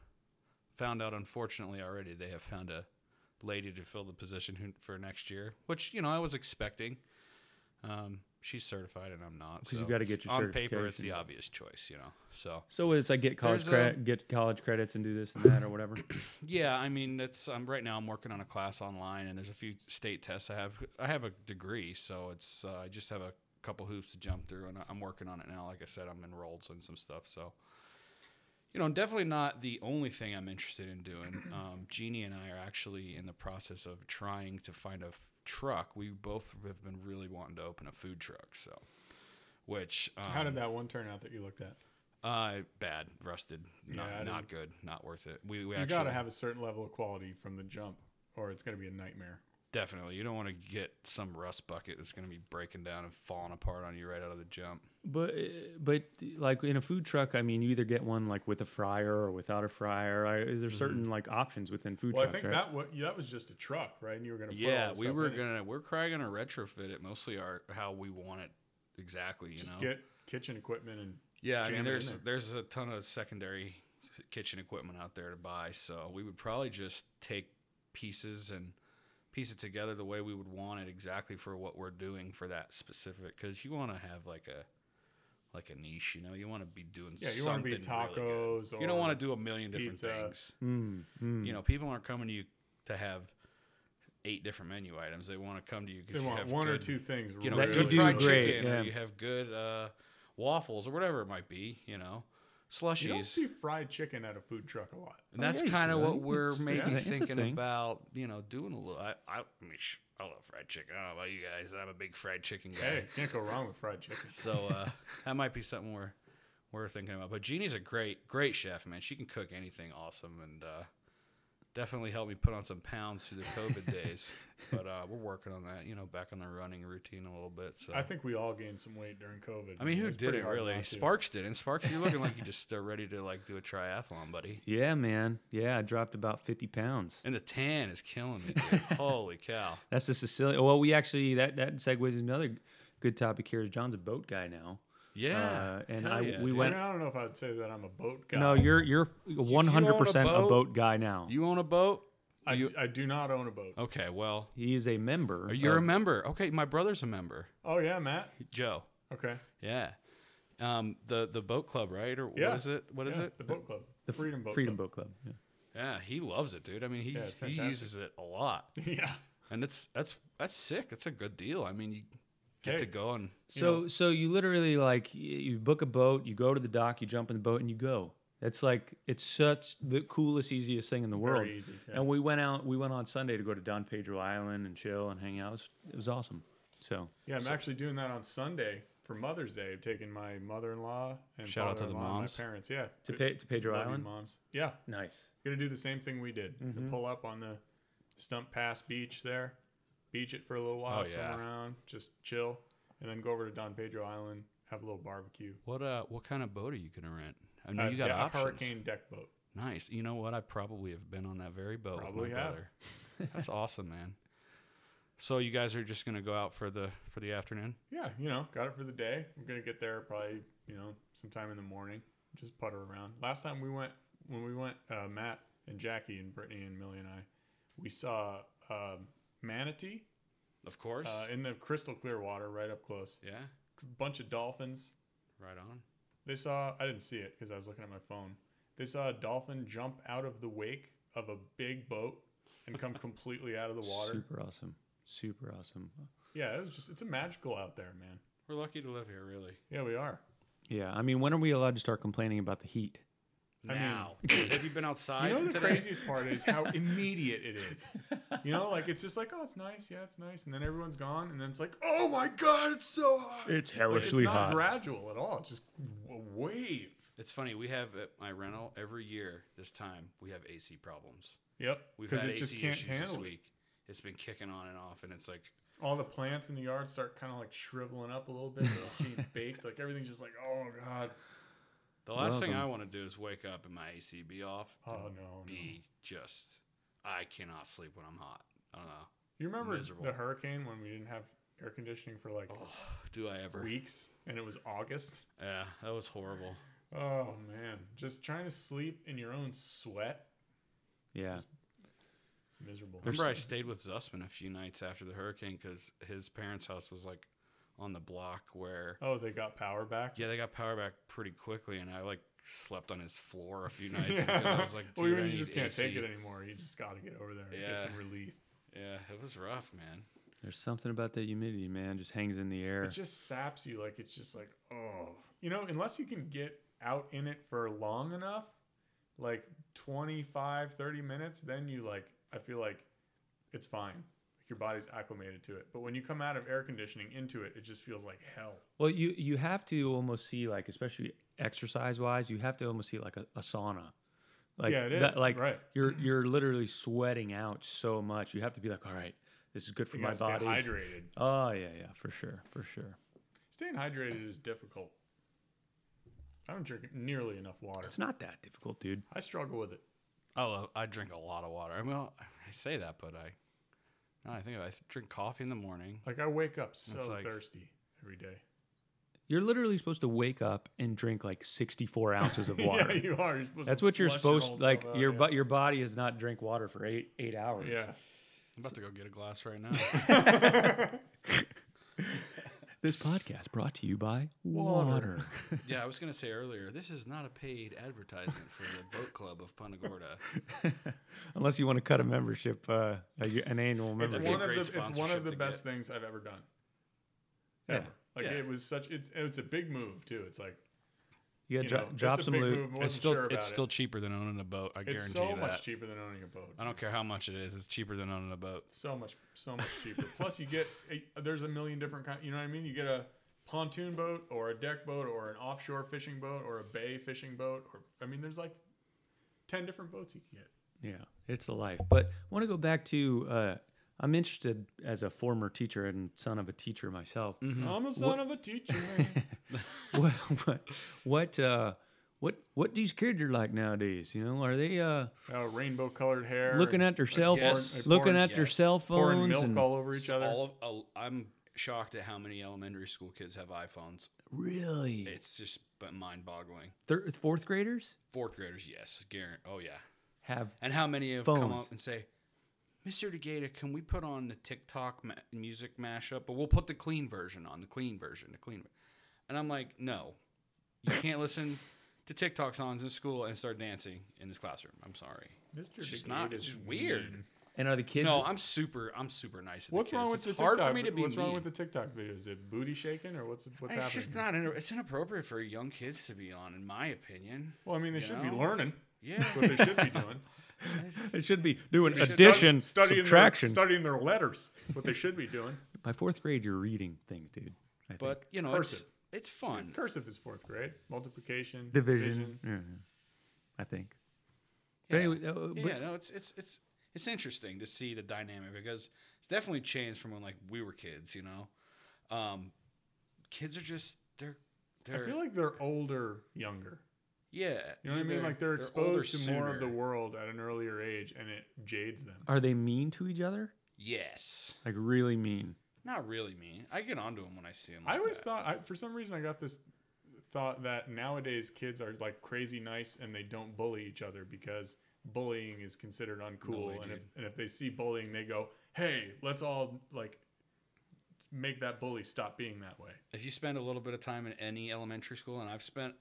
C: found out unfortunately already they have found a lady to fill the position who- for next year, which you know I was expecting. Um, she's certified and I'm not.
B: 'Cause you
C: so
B: gotta
C: it's-
B: get your
C: on paper. It's
B: certification.
C: the obvious choice, you know. So
B: So it's like get college
C: There's a-
B: credit, get college credits, and do this and that or whatever.
C: yeah, I mean that's I'm right now I'm working on a class online and there's a few state tests I have. I have a degree, so it's uh, I just have a couple hoops to jump through and I'm working on it now. Like I said, I'm enrolled in some stuff, so. you know, definitely not the only thing I'm interested in doing.
A: [CLEARS THROAT]
C: Um, Jeannie and I are actually in the process of trying to find a f- truck. We both have been really wanting to open a food truck. So, which um,
A: How did that one turn out that you looked at?
C: Uh, bad, rusted, not,
A: Yeah, I
C: not good, not worth it. We, we
A: you
C: actually
A: got to have a certain level of quality from the jump, or it's going to be a nightmare.
C: definitely. You don't want to get some rust bucket that's going to be breaking down and falling apart on you right out of the jump.
B: But eh, but like in a food truck, I mean, you either get one like with a fryer or without a fryer. I, is there certain like options within food
A: Well, I
B: trucks?
A: think
B: right?
A: that was, that was just a truck, right? And you were going to
C: Yeah,
A: put all
C: we were
A: going to
C: gonna we're probably gonna retrofit it mostly our how we want it exactly. You
A: just
C: know,
A: get kitchen equipment and
C: Yeah,
A: jam
C: I
A: it
C: mean,
A: in
C: there's
A: there.
C: there's a ton of secondary kitchen equipment out there to buy, so we would probably just take pieces and piece it together the way we would want it exactly for what we're doing for that specific. Because you want to have like a like a niche, you know, you want to be doing
A: Yeah, you wanna
C: something
A: be
C: really good.
A: tacos
C: you don't
A: or
C: want to do a million different
A: pizza.
C: things.
B: Mm, mm.
C: You know, people aren't coming to you to have eight different menu items. They want to come to you
A: they
C: because you
A: want
C: have
A: one or
C: good-
A: two things.
C: you know,
B: That
A: really
C: good
B: do
C: fried
B: great,
C: chicken,
B: yeah.
C: or you have good uh, waffles, or whatever it might be. You know,
A: You don't
C: slushies,
A: see fried chicken at a food truck a lot.
C: and
B: Oh,
C: that's
B: yeah, you
C: kind of
B: can.
C: what we're
B: It's-
C: maybe
B: yeah, it's a
C: thinking
B: thing.
C: about. You know, doing a little. I, I, I mean, sh- I love fried chicken. I don't know about you guys. I'm a big fried chicken guy,
A: Hey, can't go wrong with fried chicken.
C: so uh, [LAUGHS] that might be something we're we're thinking about. But Jeannie's a great, great chef, man. She can cook anything awesome, and uh, definitely helped me put on some pounds through the
A: [LAUGHS]
C: COVID days. But uh, we're working on that. You know, back on the running routine a little bit. So
A: I think we all gained some weight during COVID.
C: I mean, who
A: It's pretty
C: did it
A: hard
C: really?
A: not to.
C: Sparks did, and Sparks, you're
A: [LAUGHS]
C: looking like you just are ready to like do a triathlon, buddy.
B: yeah, man. Yeah, I dropped about fifty pounds.
C: And the tan is killing me.
A: [LAUGHS]
C: dude. Holy cow!
B: That's the Sicilian. Well, we actually that that segues into another g- good topic here. Is John's a boat guy now?
C: Yeah,
B: Uh, and
C: Hell
B: I
C: yeah,
B: we
C: dude.
A: I,
B: went.
A: mean, I don't know if I'd say that I'm a boat guy.
B: No, you're you're one hundred percent a
C: boat?
B: boat guy now.
C: You own a boat?
A: I,
C: you- Oh.
A: I do not own a boat.
C: Okay, well,
B: he is a member.
C: you're a
A: Uh,
B: of-
C: member. Okay, my brother's a member.
A: Oh yeah, Matt.
C: Joe.
A: Okay.
C: Yeah. Um, the the boat club, right? Or
A: Yeah.
C: what is it? What is
A: Yeah,
C: it?
A: The boat club.
B: the
A: The
B: F-
A: Freedom Boat.
B: Freedom
A: Club.
B: Boat Club. yeah.
C: Yeah, he loves it, dude. I mean, he
A: Yeah, it's
C: he
A: fantastic.
C: uses it a lot,
A: [LAUGHS] yeah.
C: and it's that's that's sick. It's a good deal. I mean, you get
A: Hey.
C: to go and
B: So so you literally like y- you book a boat, you go to the dock, you jump in the boat, and you go. It's like it's such the coolest, easiest thing in the world.
A: Very easy. yeah.
B: And we went out. We went on Sunday to go to Don Pedro Island and chill and hang out. It was, it was awesome. So
A: Yeah, I'm actually doing that on Sunday for Mother's Day. I'm taking my mother-in-law and
C: Shout out to the
A: father-in-law and
C: moms.
A: my parents. Yeah,
B: to, Pe- to Pedro
A: love you,
B: Island,
A: moms. Yeah,
B: nice.
A: gonna do the same thing we did. The pull up on the Stump Pass Beach there, beach it for a little while,
C: Oh,
A: swim
C: yeah.
A: around, just chill, and then go over to Don Pedro Island, have a little barbecue.
C: What uh, what kind of boat are you gonna rent? I know
A: Uh,
C: you got
A: de- a
C: options.
A: hurricane deck boat.
C: Nice. You know what? I probably have been on that very boat
A: Probably
C: with my
A: have.
C: brother.
A: [LAUGHS]
C: That's awesome, man. So you guys are just gonna go out for the for the afternoon?
A: Yeah, you know, got it for the day. I'm gonna get there probably, you know, sometime in the morning. Just putter around. Last time we went, when we went, uh, Matt and Jackie and Brittany and Millie and I, we saw um, manatee
C: Of course.
A: uh, in the crystal clear water right up close.
C: yeah.
A: Bunch of dolphins.
C: Right on.
A: They saw. I didn't see it because I was looking at my phone. They saw a dolphin jump out of the wake of a big boat and come completely out of the water.
B: Super awesome. Super awesome.
A: Yeah, it was just. It's a magical out there, man.
C: We're lucky to live here, really.
A: Yeah, we are.
B: Yeah, I mean, when are we allowed to start complaining about the heat?
A: mean-
C: Now, have
A: [LAUGHS]
C: you been outside?
A: You know the
C: today?
A: craziest part is
C: [LAUGHS]
A: how immediate it is. You know, like it's just like, oh, it's nice, yeah, it's nice, and then everyone's gone, and then it's like, oh my god, it's so hot.
B: It's
A: Like,
B: hellishly
A: it's not gradual at all. It's just a wave.
C: It's funny. We have at my rental every year. This time we have AC problems.
A: Yep,
C: We've
A: because
C: had
A: it
C: AC
A: just can't
C: issues this
A: handle it.
C: week. It's been kicking on and off, and it's like
A: All the plants in the yard start kind of like shriveling up a little bit, they're all
C: [LAUGHS]
A: getting baked. Like everything's just like, oh god,
C: the last thing
B: Welcome.
C: I want to do is wake up and my AC be off. and
A: oh no. no.
C: be just I cannot sleep when I'm hot. I don't know.
A: You remember
C: miserable.
A: the hurricane when we didn't have air conditioning for like
C: Oh, do I ever?
A: weeks, and it was August.
C: Yeah, that was horrible.
A: Oh man, just trying to sleep in your own sweat.
B: Yeah.
A: It's miserable.
C: Remember, I stayed with Zussman a few nights after the hurricane because his parents' house was like on the block where
A: Oh, they got power back.
C: yeah they got power back pretty quickly, and I like slept on his floor
A: [LAUGHS]
C: a few nights because I was like,
A: well,
C: dude,
A: you
C: I
A: you
C: need
A: just can't
C: AC.
A: take it anymore. You just got to get over there and
C: Yeah.
A: get some relief.
C: Yeah, it was rough, man.
B: There's something about that humidity, man. Just hangs in the air.
A: It just saps you. Like it's just like oh, you know, unless you can get out in it for long enough, like 25, 30 minutes, then you like. I feel like it's fine. Like your body's acclimated to it. But when you come out of air conditioning into it, it just feels like hell.
B: Well, you you have to almost see like, especially exercise wise, you have to almost see like a, a sauna. Like
A: Yeah, it is,
B: like
A: right.
B: you're you're literally sweating out so much. You have to be like, all right, this is good for
A: You
B: my
A: gotta stay
B: body.
A: hydrated.
B: Oh yeah, yeah, for sure, for sure.
A: Staying hydrated is difficult. I don't drink nearly enough water.
B: It's not that difficult, dude.
A: I struggle with it.
C: I love. I drink a lot of water. I mean, well, I say that, but I. No, I think I drink coffee in the morning.
A: Like I wake up so
C: like-
A: thirsty every day.
B: You're literally supposed to wake up and drink like 64 ounces of
A: [LAUGHS]
B: water.
A: yeah, you are. You're supposed
B: That's
A: to
B: what you're
A: flush it all
B: supposed like.
A: somehow,
B: your
A: yeah.
B: bo- your body has not drank water for eight eight hours.
A: Yeah.
C: I'm about to go get a glass [LAUGHS] right now.
A: [LAUGHS]
B: This podcast brought to you by
A: Water.
B: water.
C: yeah, I was gonna say earlier. This is not a paid advertisement for the boat club of Punta
A: [LAUGHS]
C: Gorda.
B: [LAUGHS] Unless you want to cut a membership, uh, a y- an annual
A: It's
B: membership.
A: one of
C: great
A: the it's one
C: sponsorship
A: of the
C: to
A: best things I've ever done.
B: Yeah.
A: Ever. Like
C: Yeah.
A: it was such it's it's a big move too. It's like
B: You
A: you
B: gotta dro-
A: know,
B: drop
A: it's a
B: some
A: big
B: loot.
A: move. I wasn't
C: It's still
A: sure about
C: it's
A: it.
C: still cheaper than owning a boat. I
A: it's
C: guarantee
A: so
C: you that.
A: much cheaper than owning a boat.
C: I don't care how much it is. It's cheaper than owning a boat.
A: So much so much cheaper. Plus you get a, there's a million different kind. You know what I mean? You get a pontoon boat or a deck boat or an offshore fishing boat or a bay fishing boat or I mean there's like ten different boats you can get.
B: Yeah, it's the life. But I want to go back to. Uh, I'm interested as a former teacher and son of a teacher myself.
C: Hmm.
A: I'm the son of a teacher.
B: [LAUGHS]
C: [LAUGHS]
B: what what what uh, what what these kids are like nowadays? You know, are they uh,
A: uh, rainbow colored hair.
B: looking
A: and
B: at their cell
C: yes.
B: phones,
C: Like
B: looking
A: pouring-
B: at their
C: yes.
B: cell
A: pouring
B: phones,
A: milk
B: and
A: all over each
C: So
A: other.
C: All of, all- I'm shocked at how many elementary school kids have iPhones.
B: really
C: It's just mind boggling.
B: Thir- fourth graders
C: Fourth graders, yes, guarantee. Oh yeah.
B: have
C: And how many have come
B: Phones.
C: up and say, Mr. DeGata, can we put on the TikTok ma- music mashup? But we'll put the clean version on, the clean version, the clean. ver-" And I'm like, no, you can't listen to TikTok songs in school and start dancing in this classroom. I'm sorry.
A: Mr.
C: It's
A: Decade
C: just not.
A: is
C: It's just weird.
A: mean.
B: and are the kids?
C: No, I'm super. I'm super nice. To the
A: What's wrong
C: kids.
A: with the
C: it's
A: TikTok?
C: hard for me to be
A: what's wrong
C: mean.
A: with the TikTok video? Is it booty shaking or what's what's
C: it's
A: happening?
C: just not. Inter- it's inappropriate for young kids to be on, in my opinion.
A: well, I mean, they
C: you
A: should be
C: know?
A: learning.
C: Yeah.
A: That's what they
C: [LAUGHS]
A: should be doing.
B: [LAUGHS] it should be doing
A: They should
B: addition,
A: study- studying
B: subtraction.
A: Their, studying their letters. That's what they should be doing.
B: By fourth grade, you're reading things, dude. I think.
C: But you know, it's,
A: Cursive.
C: it's [LAUGHS] fun.
A: Cursive is fourth grade. Multiplication.
B: division. Yeah, yeah. I think. But
C: Yeah.
B: anyway, uh, but-
C: yeah, no, it's it's it's it's interesting to see the dynamic because it's definitely changed from when like we were kids, you know. Um, kids are just they're
A: I
C: they're
A: feel like they're older, younger.
C: yeah,
A: You know what I mean?
C: they're-
A: Like they're
C: they're older
A: exposed to more of the
C: sooner.
A: world at an earlier age, and it jades them.
B: are they mean to each other?
C: yes,
B: Like really mean?
C: not really me. I get onto them when I see them.
A: I always thought, I, for some reason, I got this thought that nowadays kids are like crazy nice and they don't bully each other because bullying is considered uncool.
C: way,
A: and if
C: dude.
A: and if they see bullying, they go, "Hey, let's all like make that bully stop being that way."
C: if you spend a little bit of time in any elementary school, and I've spent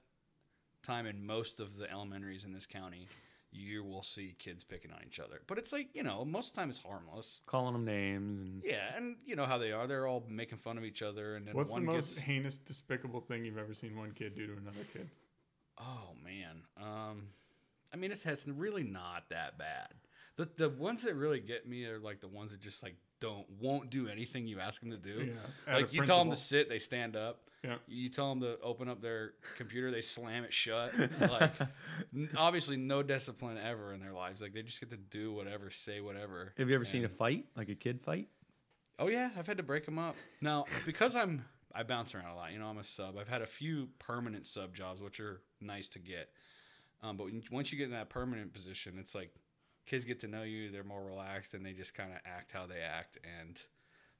C: time in most of the elementaries in this county, you will see kids picking on each other. But it's like you know, most of the time it's harmless.
B: Calling them names and
C: Yeah, and you know how they are. They're all making fun of each other, and then
A: What's the
C: one
A: most
C: gets
A: [LAUGHS] heinous, despicable thing you've ever seen one kid do to another kid?
C: Oh man, um, I mean, it's, it's really not that bad. The the ones that really get me are like the ones that just like don't won't do anything you ask them to do.
A: Yeah, out
C: like
A: of
C: you tell them
A: principle.
C: to sit, they stand up.
A: Yeah.
C: You tell them to open up their computer, they slam it shut.
A: [LAUGHS]
B: [LAUGHS]
C: Like n- obviously, no discipline ever in their lives. Like they just get to do whatever, say whatever.
B: Have you ever seen a
C: and-
B: fight, like a kid fight?
C: Oh yeah, I've had to break them up. Now because I'm I bounce around a lot. You know, I'm a sub. I've had a few permanent sub jobs, which are nice to get. Um, but when, once you get in that permanent position, it's like kids get to know you. They're more relaxed, and they just kind of act how they act. And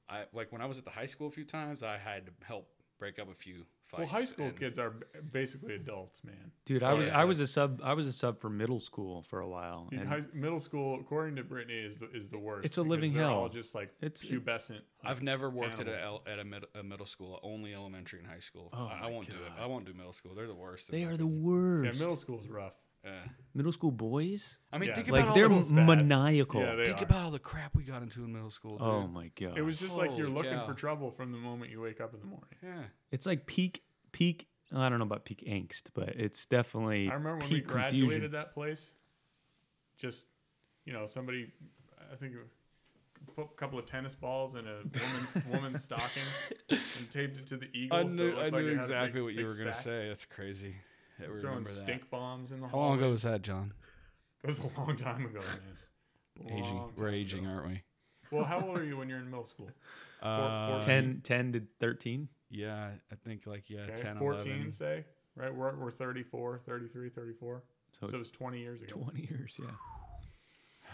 C: I like when I was at the high school a few times, I had to help break up a few fights.
A: Well, high school
C: and-
A: kids are b- basically adults, man.
B: Dude, I was
C: Yeah.
B: I was a sub I was a sub for middle school for a while.
A: Dude,
B: and
A: high, middle school, according to Brittany, is the, is the worst.
B: It's a
A: because
B: living
A: they're All
B: hell.
A: just like
B: It's- it-
A: pubescent.
C: I've never worked at a,
A: animals.
C: el- at a, mid- a middle school, only elementary and high school.
B: Oh
C: I, I
B: my
C: won't do it.
B: God.
C: I won't do middle school. They're the worst. in
B: they
C: my
B: are the
C: opinion.
A: yeah,
B: worst.
A: middle school's rough.
C: Yeah.
B: middle school boys?
C: I mean,
A: Yeah.
C: think about
B: Like
C: all
B: they're
C: the,
A: school's bad.
B: maniacal.
A: Yeah, they
C: think
A: are.
C: about all the crap we got into in middle school. Dude.
B: oh my god.
A: it was just like you're
C: Holy
A: looking
C: cow.
A: for trouble from the moment you wake up in the morning.
C: yeah.
B: it's like peak peak I don't know about peak angst, but it's definitely
A: I remember when we
B: peak
A: graduated
B: confusion.
A: that place. Just, you know, somebody, I think, it- put a couple of tennis balls in a
C: [LAUGHS]
A: woman's woman's stocking and taped it to the eagle.
C: I
A: so it
C: knew,
A: looked
C: I
A: like
C: knew
A: it had a
C: exactly
A: big-
C: what you
A: big
C: were gonna
A: sack.
C: say. That's crazy. I
A: Throwing
C: remember that.
A: stink bombs in the
C: How
A: hallway.
C: long ago was that, John?
A: It was a long time ago, man.
C: [LAUGHS] Aging.
A: Long
C: We're
A: time
C: aging,
A: ago.
C: aren't we?
A: Well, how old are you when you're in middle
C: [LAUGHS]
A: school?
C: Uh,
B: 10, 10 to [LAUGHS] 13
C: Yeah, I think like yeah,
A: Okay,
C: 10,
A: 14,
C: 11.
A: say, right? We're, we're 34, 33, 34. So,
B: So
A: it
B: it's
A: was 20 years ago.
B: 20 years yeah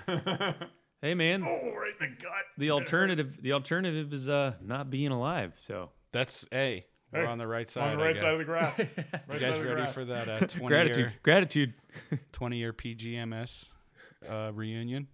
A: oh, right
B: hey
A: Oh,
B: man
A: in the gut. It
B: the
A: hurts.
B: alternative the alternative is uh not being alive so
C: That's hey,
A: Hey,
C: we're on the right
A: [LAUGHS]
C: side.
A: On the right
C: I
A: side
C: guess.
A: of the
C: [LAUGHS]
A: grass. Right
C: You
A: side
C: guys
A: of the
C: ready
A: grass.
C: for that uh,
A: [LAUGHS]
C: 20
B: gratitude
C: year
B: gratitude [LAUGHS]
C: 20 year PGMS uh, reunion?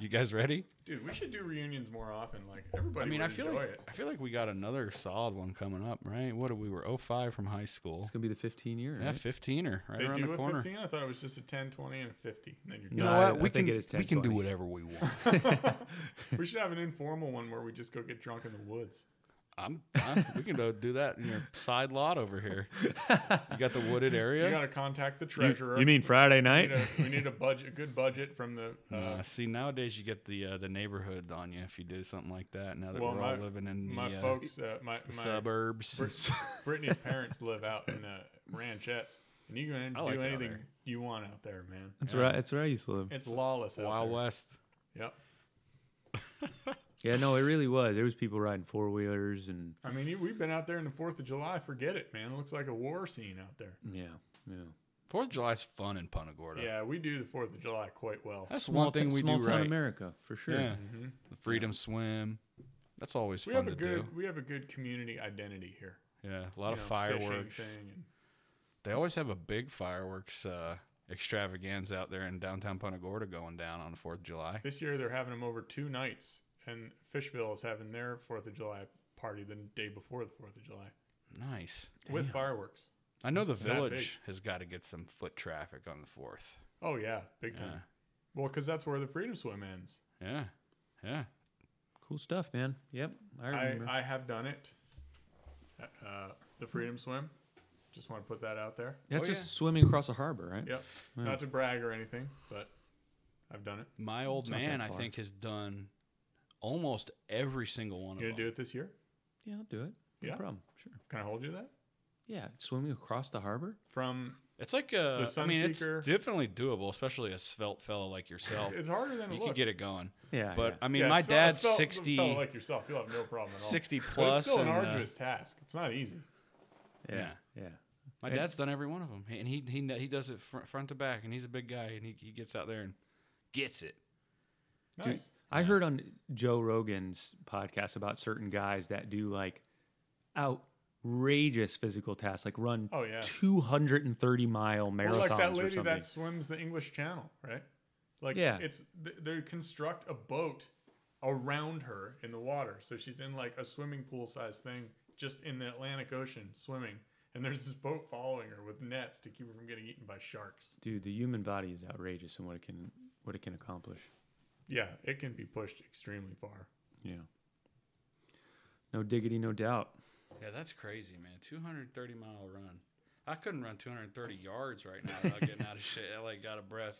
C: You
A: [LAUGHS]
C: guys ready?
A: Dude, we should do reunions more often. Like everybody
C: I mean, I
A: would
C: feel
A: enjoy
C: like
A: it.
C: I feel like we got another solid one coming up, right? What do we were 05 from high school.
B: it's gonna be the 15 year
C: Yeah,
B: right?
C: 15er right
A: They
C: around
A: do
C: the
A: a
C: corner.
A: 15. I thought it was just a 10, 20, and a 50. And then you're
C: You
A: done.
C: know
B: No, I-
C: what?
B: I
C: we
B: think
C: can
B: it is
C: we can do
B: 10,
C: whatever we want.
A: we should have an informal one where we just go get drunk in the woods.
C: [LAUGHS] I'm, i we can go do that in your side lot over here. You got the wooded area.
A: [LAUGHS] You got to contact the treasurer.
B: mean friday
A: we
B: night
A: need, a,
C: [LAUGHS]
A: we need a budget, a good budget from the. Uh,
C: Uh, see, nowadays you get the uh, the neighborhood on you if you do something like that. Now that
A: Well,
C: we're
A: my-
C: all living in the,
A: my
C: uh,
A: folks, uh, my,
C: the
A: my
C: [LAUGHS] suburbs,
A: Brittany's parents live out in uh, ranchettes, and you can
C: I like
A: do
C: it out
A: anything
C: there.
A: you want out there,
C: [LAUGHS]
A: man.
B: that's where I, that's where i used to live
A: It's lawless out
C: Wild
A: there.
C: West.
A: Yep.
B: yeah no it really was there was people riding four-wheelers and
A: I mean, you- we've been out there in the Fourth of July. Forget it, man. It looks like a war scene out there.
B: yeah yeah
C: Fourth of July's fun in Punta Gorda.
A: Yeah, we do the Fourth of July quite well.
C: that's
B: Small
C: one thing
B: t-
C: we
B: small
C: do
B: town
C: right.
B: america for sure
C: Yeah,
A: hmm
C: the freedom swim. That's always
A: We
C: fun
A: have a
C: to
A: good
C: do.
A: we have a good community identity here.
C: Yeah, a lot
A: You
C: of
A: know, fishing
C: fireworks.
A: thing and-
C: They always have a big fireworks uh, extravaganza out there in downtown Punta Gorda going down on Fourth of July.
A: This year they're having them over two nights, and Fishville is having their Fourth of July party the day before the Fourth of July
C: Nice.
A: with fireworks.
C: I know the
A: that big.
C: village has got to get some foot traffic on the fourth.
A: Oh yeah, big time.
C: Yeah.
A: Well, because that's where the Freedom Swim ends.
C: Yeah. Yeah.
B: cool stuff man yep i
A: I,
B: remember
A: I have done it. Uh, the Freedom Swim. Just want to put that out there.
B: that's
C: Oh,
B: just
C: yeah.
B: swimming across a harbor right
A: Yep. Not to brag or anything, but I've done it.
C: My old
B: not that
C: man, I
B: far.
C: think, has done almost every single one
A: You
C: of
A: gonna
C: them.
A: do it this year?
B: yeah i'll do it no
A: Yeah.
B: problem sure
A: Can I hold you to that?
B: yeah swimming across the harbor
A: From
C: It's like a.
A: The
C: I mean, it's
A: Sunseeker.
C: definitely doable, especially a svelte fellow like
A: [LAUGHS]
C: yourself.
A: it's harder than
C: you
A: it looks.
C: could get it going.
B: yeah
C: But
B: yeah.
C: I mean,
A: Yeah,
C: my
A: so- a
C: dad's
A: fel- a
C: 60,
A: Fellow like yourself, you'll have no problem at all.
C: 60 plus.
A: But it's still an
C: and, uh,
A: arduous task. It's not easy.
B: yeah
C: yeah.
B: yeah
C: my
B: and-
C: dad's done every one of them, and he he kn- he does it fr- front to back, and he's a big guy, and he, he gets out there and gets it.
B: Dude,
A: Nice.
B: I heard on Joe Rogan's podcast about certain guys that do like outrageous physical tasks, like run
A: Oh, yeah.
B: 230 mile
A: Or
B: marathons
A: like that
B: or
A: lady
B: something.
A: that swims the English Channel, right? Like
B: Yeah.
A: it's th- they construct a boat around her in the water, so she's in like a swimming pool sized thing just in the Atlantic Ocean swimming, and there's this boat following her with nets to keep her from getting eaten by sharks.
B: Dude, the human body is outrageous and what it can what it can accomplish.
A: Yeah, it can be pushed extremely far.
B: Yeah. No diggity, no doubt.
C: Yeah, that's crazy, man. 230 mile run. I couldn't run 230 yards right now without getting [LAUGHS] out of shit. I like got a breath.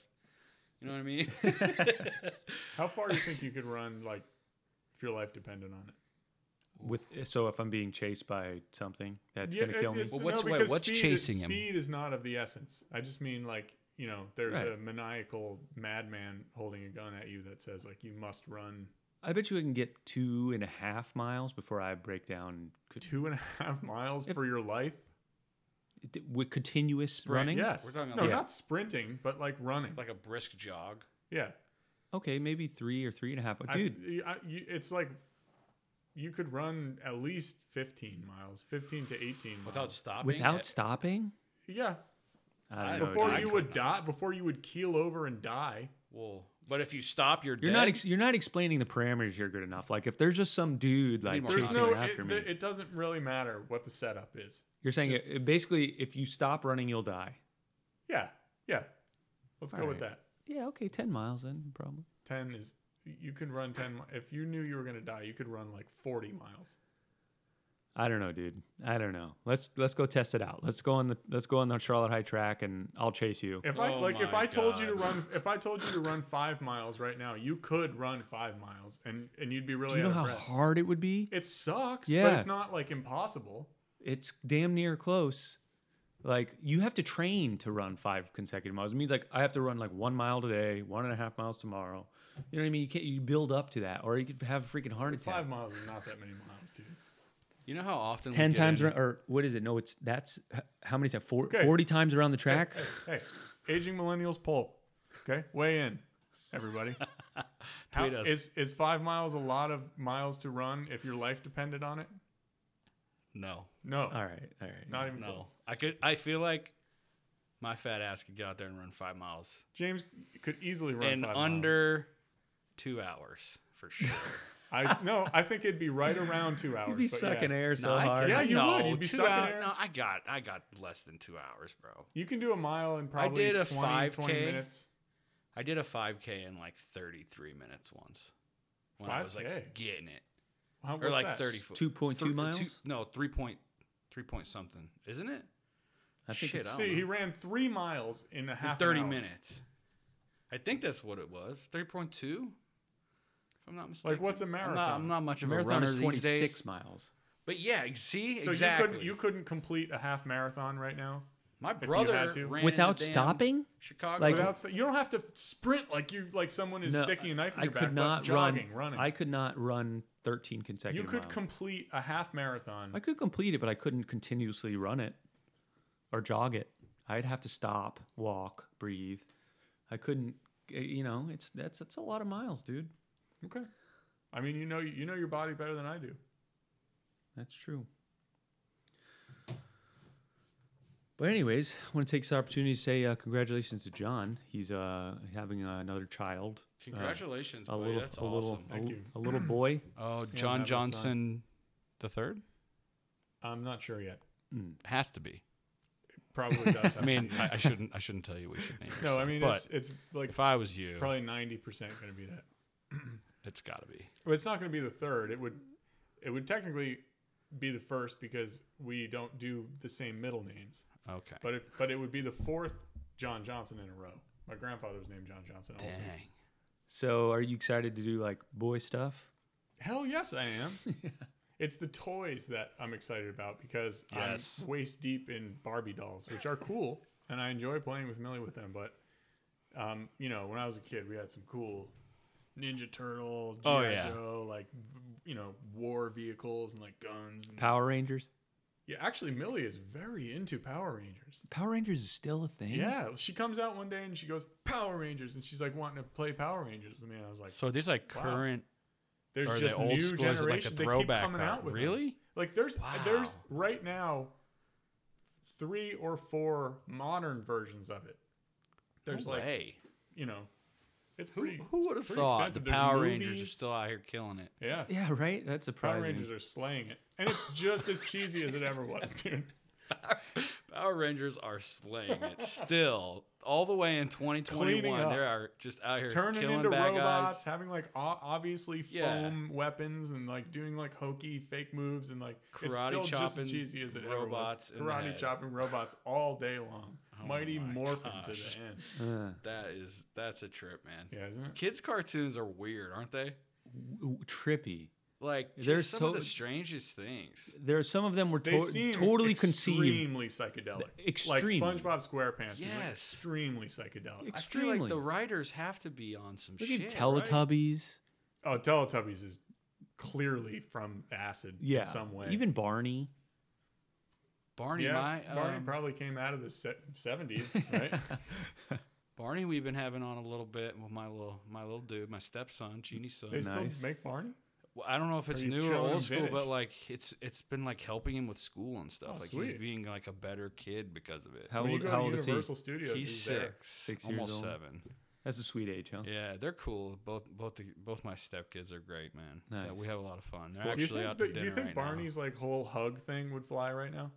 C: You know what I [LAUGHS] mean?
A: How far do you think you could run, like if your life depended on it?
B: With so if I'm being chased by something that's gonna
A: it-
B: kill me.
A: it's-
C: Well, what's- wait,
A: because
C: what's
A: speed is-
C: chasing him?
A: Speed is not of the essence. I just mean like you know, there's
B: Right.
A: a maniacal madman holding a gun at you that says like you must run
B: I bet you I can get two and a half miles before I break down and could,
A: two and a [LAUGHS] half miles for your life.
B: d- with continuous running.
A: Yes,
C: We're talking
A: no,
C: about-
A: not sprinting, but like running.
C: like a brisk jog.
A: yeah,
B: Okay, maybe three or three and a half.
A: I-
B: Dude,
A: I- you- it's like you could run at least 15 miles, 15 to 18 miles.
C: without stopping. Eh,
B: without
C: it-
B: stopping.
A: yeah,
B: I don't
C: I
B: know.
C: don't
A: before
C: I
A: you
C: could
A: would
C: not.
A: die, before you would keel over and die.
C: Well, but if you stop, you're
B: You're
C: dead.
B: not ex- you're not explaining the parameters. You're good enough. Like if there's just some dude like
C: more
B: chasing
A: There's no,
B: after
A: it,
B: me,
A: it doesn't really matter what the setup is.
B: you're saying
A: just-
B: it- it basically if you stop running, you'll die.
A: Yeah, yeah. Let's go
B: All
A: with
B: right.
A: that.
B: Yeah, okay, ten miles then probably.
A: 10 is you can run 10 mi- if you knew you were going to die you could run like 40 miles
B: I don't know, dude. I don't know. Let's let's go test it out. Let's go on the let's go on the Charlotte High track and I'll chase you.
A: if i
C: Oh
A: like if
C: my
A: i told you to
B: [LAUGHS]
C: God.
A: run if i told you to run five miles right now you could run five miles and and you'd be really
B: Do you know
A: out
B: how
A: of breath
B: hard it would be?
A: it sucks but
B: Yeah.
A: it's not like impossible
B: It's damn near close. Like you have to train to run five consecutive miles. It means like I have to run like one mile today, one and a half miles tomorrow. You know what I mean? You can't you build up to that, or you could have a freaking heart attack.
A: five miles is not that many miles dude
C: You know how often
B: Ten
C: we get
B: times
C: in-
B: around, or what is it? No, it's that's h- how many times? Four,
A: Okay.
B: Forty times around the track.
A: hey aging millennials poll okay weigh in
B: [LAUGHS]
A: everybody How-
C: Tweet us.
A: is is five miles a lot of miles to run if your life depended on it
C: No,
A: no
B: All right, all right.
A: not even
C: no.
A: close
C: I could. I feel like my fat ass could get out there and run five miles
A: james could easily run
C: in
A: five miles.
C: under two hours for sure.
A: I no, I think it'd be right around
B: [LAUGHS]
A: two hours.
B: You'd be
A: but
B: sucking
A: yeah.
B: air so
C: I
B: hard.
C: could-
A: Yeah, you
C: no,
A: would. You'd be
C: two
A: sucking
C: hour-
A: air.
C: No, I got. I got less than two hours, bro.
A: You can do a mile in probably
C: did a
A: 20, 20
C: 5K.
A: minutes.
C: I did a 5K in like 33 minutes once when I was like
A: 5K?
C: getting it,
A: How,
C: or
A: what's
C: like
A: that?
C: 30
B: Two point two
C: Three-
B: miles.
C: no, three point three point something, isn't it?
B: I think
C: Shit,
B: it's-
C: I don't
A: See,
C: know.
A: he ran three miles in a half. an
C: thirty
A: hour.
C: minutes. I think that's what it was. Three point two. If I'm not mistaken.
A: Like, what's a
C: I'm not-
A: marathon?
C: I'm not, much
B: a
C: of a
B: marathon
C: runner
B: is
C: these
B: twenty
C: days.
B: six miles.
C: But yeah, ex- see,
A: So
C: exactly.
A: you couldn't you couldn't complete a half marathon right now
C: My
A: had
C: brother
A: to.
C: ran
B: Without
C: in the damn
B: stopping?
C: Chicago.
B: Like-
A: without. st- You don't have to sprint like you like someone is sticking a knife in
B: I
A: your
B: could
A: back. but
B: not
A: jogging,
B: run.
A: running.
B: I could not run thirteen
A: you
B: consecutive.
A: could
B: miles.
A: complete a half marathon.
B: I could complete it, but I couldn't continuously run it or jog it. I'd have to stop, walk, breathe. I couldn't. eh, You know, it's that's that's a lot of miles, dude.
A: okay. I mean, you know you know your body better than I do.
B: That's true. But anyways, I want to take this opportunity to say uh, congratulations to John. He's uh, having uh, another child. Uh,
C: Congratulations,
B: a
C: buddy.
B: little,
C: that's
B: a
C: awesome.
B: little, a,
A: Thank
B: l-
A: you.
B: a little boy.
C: oh,
A: John I have a son. Johnson
C: the third
A: I'm not sure
B: [LAUGHS]
A: yet.
C: has to be.
A: Probably does. [LAUGHS]
C: I mean, I, I shouldn't. I shouldn't tell you we should name. your
A: no. I
C: son,
A: mean,
C: but
A: it's it's like
C: if I was you,
A: probably ninety percent going to be that.
C: it's got to be.
A: Well, it's not going to be the third. It would, it would technically be the first because we don't do the same middle names.
C: Okay.
A: But it, but it would be the fourth John Johnson in a row. My grandfather was named John Johnson. Also.
C: Dang.
B: So, are you excited to do like boy stuff?
A: Hell yes, I
C: [LAUGHS]
A: am. It's the toys that I'm excited about because
C: Yes.
A: I'm waist deep in Barbie dolls, which are
C: [LAUGHS]
A: cool, and I enjoy playing with Millie with them. But, um, you know, when I was a kid, we had some cool Ninja Turtle, G.I.
C: Oh, yeah.
A: Joe, like, v- you know, war vehicles and like guns. And,
B: Power Rangers.
A: yeah, actually, Millie is very into Power Rangers.
B: Power Rangers is still a thing.
A: Yeah, she comes out one day and she goes Power Rangers, and she's like wanting to play Power Rangers with me. And I was like,
C: So there's like
A: Wow.
C: current
A: there's
C: or
A: just
C: the old
A: new
C: school is
A: generation.
C: it like a
A: they keep
C: throwback.
A: coming
C: back?
A: out with them.
C: really?
A: Like there's there's
C: Wow.
A: right now three or four modern versions of it. There's
C: no
A: like
C: way.
A: you know, it's
C: Who,
A: pretty.
C: who would
A: it's
C: have
A: pretty
C: thought the
A: extensive. There's
C: Power Rangers are
A: movies.
C: still out here killing it?
A: Yeah,
B: Yeah, right. That's surprising.
A: Power Rangers are slaying it, and it's just as cheesy as it
C: [LAUGHS]
A: ever was, dude.
C: Power Rangers are slaying it still, all the way in 2021.
A: Cleaning up.
C: They are just out here
A: Turning
C: killing
A: into
C: bad
A: robots,
C: guys.
A: having like o- obviously
C: Yeah.
A: foam weapons and like doing like hokey fake moves and like it's
C: Karate
A: still just
C: chopping
A: as cheesy as it
C: robots in
A: ever
C: the
A: was. Karate
C: head.
A: chopping robots all day long.
C: Oh
A: Mighty
C: my
A: Morphin to
C: gosh.
A: the end.
B: Uh,
C: That is that's a trip, man.
A: Yeah, isn't it?
C: Kids cartoons are weird, aren't they?
B: w- w- trippy.
C: Like just
B: They're
C: some
B: so-
C: of the strangest things.
B: There are some of them were
A: They
B: to-
A: seem
B: totally conceived.
A: extremely psychedelic.
B: Extremely.
A: Like SpongeBob SquarePants is like
C: Yes.
A: extremely psychedelic.
B: Ex-
C: I feel like
B: Extremely.
C: the writers have to be on some
B: Look
C: shit.
B: at
C: right?
B: Teletubbies.
A: oh, Teletubbies is clearly from acid
B: Yeah.
A: in some way.
B: Even Barney.
C: Barney,
A: yeah,
C: my
A: Barney
C: um,
A: probably came out of the se- 70s, [LAUGHS]
B: [LAUGHS]
A: right?
C: Barney, we've been having on a little bit with my little my little dude, my stepson, Genie son.
A: they still
B: Nice.
A: make Barney?
C: Well, I don't know if it's
A: you
C: new or
A: showing him
C: old school,
A: vintage?
C: but like it's it's been like helping him with school and stuff.
A: Oh,
C: like he's
A: sweet.
C: being like a better kid because of it.
B: How
A: when you
B: old?
A: go
B: How
A: to
B: old is he?
A: Universal Studios,
C: he's
A: he's
C: six,
A: there.
B: Six years
C: almost
B: old. Oh.
C: seven.
B: That's a sweet age, huh?
C: Yeah, they're cool. Both both the, both my stepkids are great, man. Yeah,
B: Nice.
C: we have a lot of fun. They're
A: do you
C: actually
A: think,
C: out
A: that-
C: to dinner
A: do you think
C: right now.
A: Barney's like whole hug thing would fly right
B: [LAUGHS]
A: now?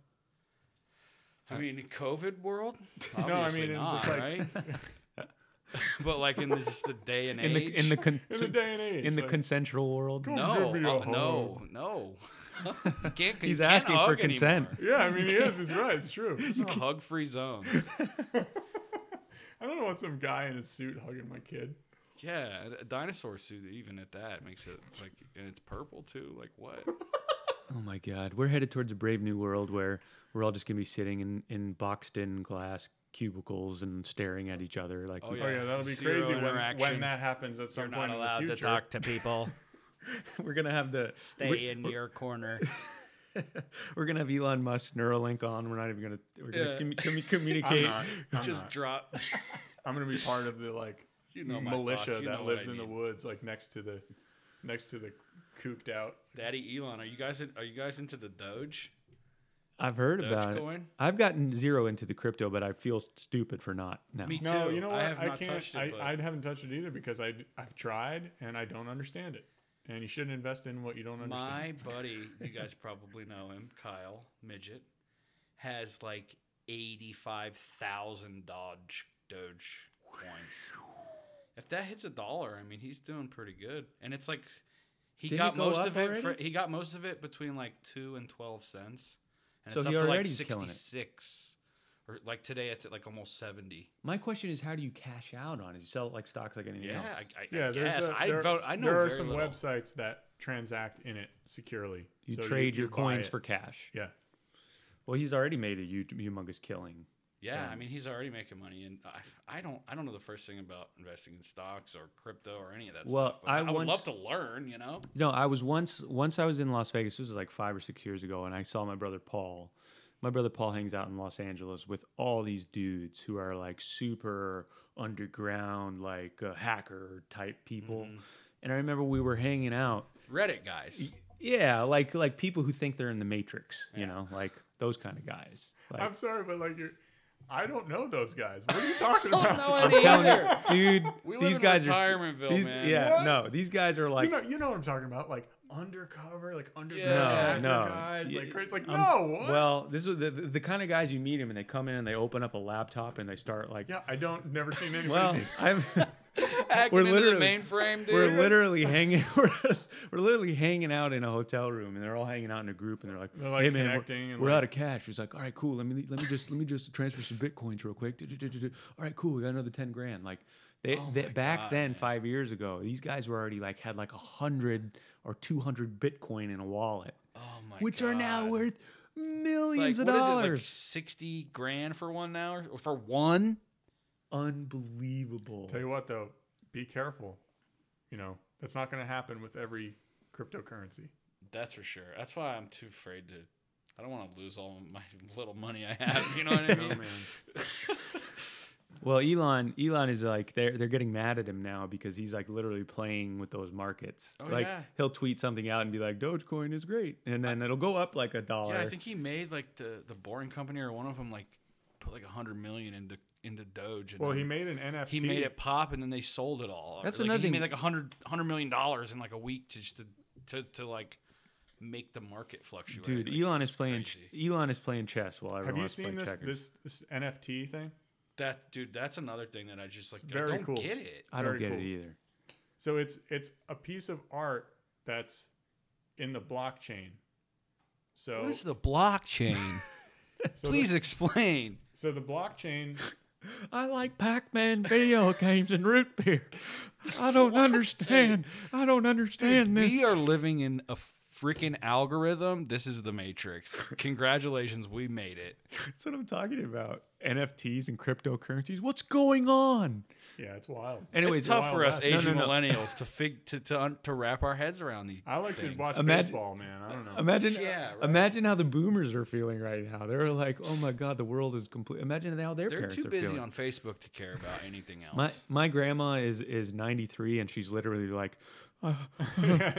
C: I mean, in COVID world,
A: I mean,
C: obviously
A: in
C: not,
A: just, [LAUGHS]
C: right?
B: [LAUGHS]
C: but like in this, the day and
B: In
C: age,
B: the in the con-
A: [LAUGHS] In the day and age,
B: in the
A: like,
B: consensual world.
A: Cool.
C: no,
A: Give me a
C: uh,
A: hug.
C: no, [LAUGHS] no, You can't. you
B: He's
C: can't
B: asking for
C: hug
B: consent.
C: [LAUGHS] anymore.
A: yeah, I mean he
B: [LAUGHS]
A: is. It's right. It's true.
C: It's a hug-free zone.
A: I don't want some guy in a suit hugging my kid.
C: Yeah, a- a dinosaur suit even at that makes it like, and it's purple too. Like what?
B: Oh my God, we're headed towards a brave new world where we're all just gonna be sitting in in boxed in glass cubicles and staring at each other like.
C: Oh,
B: we-
A: Oh yeah, that'll be
C: Zero
A: crazy when,
C: interaction.
A: when that happens at some point in the future.
C: to people.
B: [LAUGHS] We're gonna have the we-
C: in your corner.
B: [LAUGHS] we're gonna have Elon Musk Neuralink on. We're not even gonna we're gonna
C: Yeah.
B: commu- commu-
A: I'm
B: communicate.
C: [LAUGHS]
A: not. I'm
C: Just
A: not.
C: drop.
A: I'm gonna be part of the like
C: You know my
A: militia
C: thoughts. You
A: that
C: know what
A: lives
C: I
A: in the
C: mean.
A: woods, like next to the next to the cooped out.
C: Daddy Elon, are you guys in, are you guys into the Doge?
B: I've heard about it.
C: Dogecoin?
B: I've gotten zero into the crypto, but I feel stupid for not now.
C: Me
A: No,
C: too.
A: you know
C: I
A: what? I,
C: have not
A: can't.
C: touched it,
A: I,
C: but-
A: I haven't touched it either because I have tried and I don't understand it. And you shouldn't invest in what you don't understand.
C: My buddy, you guys probably know him, Kyle Midget, has like eighty-five thousand Dodge Doge coins. If that hits a dollar, I mean, he's doing pretty good. And it's like he
B: Did it
C: got
B: go
C: most
B: up
C: of it. For,
B: already?
C: he got most of it between like two and twelve cents, and
B: So
C: it's
B: he
C: up to like
B: already's killing it.
C: sixty-six, or like today it's at like almost seventy.
B: My question is, how do you cash out on it? You sell it like stocks, like anything
C: Yeah,
B: else.
C: I, I,
A: yeah,
C: I
A: there's.
C: guess.
A: a-
C: I
A: there,
C: vote. I know
A: there are
C: very
A: some
C: little.
A: websites that transact in it securely.
B: You
A: So
B: trade your
A: buy
B: coins
A: it.
B: for cash.
C: [LAUGHS]
A: Yeah,
B: Well, he's already made a huge, humongous killing.
C: Yeah, I
B: Um,
C: mean he's already making money, and I, I don't I don't know the first thing about investing in stocks or crypto or any of that
B: Well,
C: stuff. but
B: I
C: would
B: once-
C: love to learn, you know.
B: No, I was once once I was in Las Vegas. This was like five or six years ago, and I saw my brother Paul. My brother Paul hangs out in Los Angeles with all these dudes who are like super underground, like uh, hacker type people.
C: Mm-hmm.
B: And I remember we were hanging out.
C: Reddit guys.
B: Yeah, like like people who think they're in the Matrix.
C: Yeah.
B: You know, like those kind of guys. Like,
A: I'm sorry, but like you're. I don't know those guys. What are you talking about?
B: I'm telling you, dude,
C: We live
B: these
C: in
B: guys
C: Retirementville,
B: are these,
C: man.
B: Yeah,
A: What?
B: no, these guys are like
A: you know, you know what I'm talking about, like undercover, like underground
C: No,
A: hacker
B: no.
A: guys,
B: Y-
A: like crazy, like
B: I'm-
A: no, what?
B: Well, this is the, the the kind of guys you meet them and they come in and they open up a laptop and they start like,
A: yeah, I don't never seen anybody.
B: well,
A: do-
B: [LAUGHS]
C: [LAUGHS]
B: I'm,
C: Hacking
B: We're
C: into
B: literally-
C: the mainframe, dude.
B: we're literally hanging, [LAUGHS] we're, we're literally hanging out in a hotel room and they're all hanging out in a group and they're like,
A: [LAUGHS] They're, like,
B: hey man,
A: connecting
B: we're,
A: and,
B: we're
A: like-
B: out of cash. He's like, all right, cool. Let me let me just let me just transfer some bitcoins real quick. Do-do-do-do-do. All right, cool. We got another ten grand. Like. They,
C: Oh
B: they,
C: my
B: back
C: God,
B: then,
C: man.
B: five years ago, these guys were already like had like a hundred or two hundred Bitcoin in a wallet,
C: oh my
B: which are now
C: God.
B: worth
C: like,
B: millions of
C: what is it, like
B: dollars.
C: sixty grand for one now, or for one?
B: unbelievable.
A: tell you what though, be careful. You know that's not going to happen with every cryptocurrency.
C: That's for sure. That's why I'm too afraid to. I don't want to lose all my [LAUGHS] little money I have. You know what
B: [LAUGHS]
C: I mean?
B: Well, Elon, Elon is like they're they're getting mad at him now because he's like literally playing with those markets.
C: Oh,
B: like
C: yeah.
B: he'll tweet something out and be like, "Dogecoin is great," and then it'll go up like a dollar.
C: Yeah, I think he made like the the Boring Company or one of them like put like a hundred million into into Doge. And
A: Well,
C: then
A: he made an NFT.
C: he made it pop, and then they sold it all.
B: That's
C: Like,
B: another
C: He
B: thing.
C: made like a hundred hundred million dollars in like a week to just to to, to like make the market fluctuate.
B: Dude,
C: Like,
B: Elon is
C: it's
B: playing. ch-
C: crazy.
B: Elon is playing chess while everyone
A: Have you
B: else is
A: seen
B: playing
A: this,
B: checkers.
A: this this NFT thing?
C: that dude. That's another thing that I just like.
A: very
C: I don't
A: cool.
C: get it.
B: I don't
A: Very
B: get
A: cool.
B: it either.
A: So it's it's a piece of art that's in the blockchain. So
C: What is
B: [LAUGHS]
C: the blockchain?
A: so
C: Please
A: The,
C: explain.
A: so the blockchain.
B: I like Pac-Man [LAUGHS] video games and root beer. [LAUGHS] I don't understand. I don't understand this.
C: We are living in a freaking algorithm. This is the Matrix. Congratulations, we made it.
B: That's what I'm talking about. NFTs and cryptocurrencies. What's going on?
A: Yeah, it's wild.
B: Anyways,
C: it's tough
A: Wild
C: for us
A: West.
B: No,
C: Asian
B: no, no.
C: millennials to fig to, to un- to wrap our heads around these.
A: I like
C: things.
A: to watch
B: Imagine-
A: baseball, man. I don't know. [LAUGHS]
B: Imagine,
C: Yeah, right.
B: imagine how the boomers are feeling right now. They're like, "Oh my God, the world is complete." Imagine how their
C: They're
B: parents
C: too
B: are
C: busy
B: feeling.
C: on Facebook to care about anything else.
B: my my grandma is is 93 and she's literally like,
D: I, I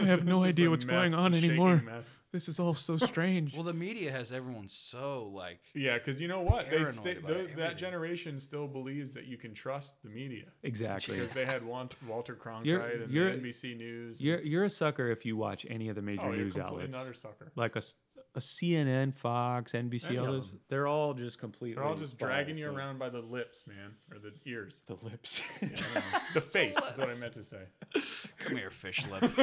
D: have no
A: Just
D: idea
A: a
D: what's
A: mess,
D: going on
A: a shaking
D: anymore.
A: mess.
D: This is all so strange.
C: Well, the media has everyone so like
A: Yeah, because you know what? They,
C: Paranoid
A: they,
C: about
A: tho-
C: everything.
A: that generation still believes that you can trust the media
B: Exactly.
A: because they had Want, Walter Cronkite
B: You're-
A: and
B: you're-
A: the NBC News. and-
B: You're you're a sucker if you watch any of the major
A: oh, you're
B: news
A: complete-
B: outlets,
A: another sucker.
B: like a, s- a CNN, Fox,
A: Any
B: NBC,
A: of
B: others. They're all just completely.
A: They're all just dragging you
B: biased.
A: around by the lips, man, or the ears.
B: The lips.
A: the face is what I meant to say.
C: come here,
A: [LAUGHS]
C: fish lips.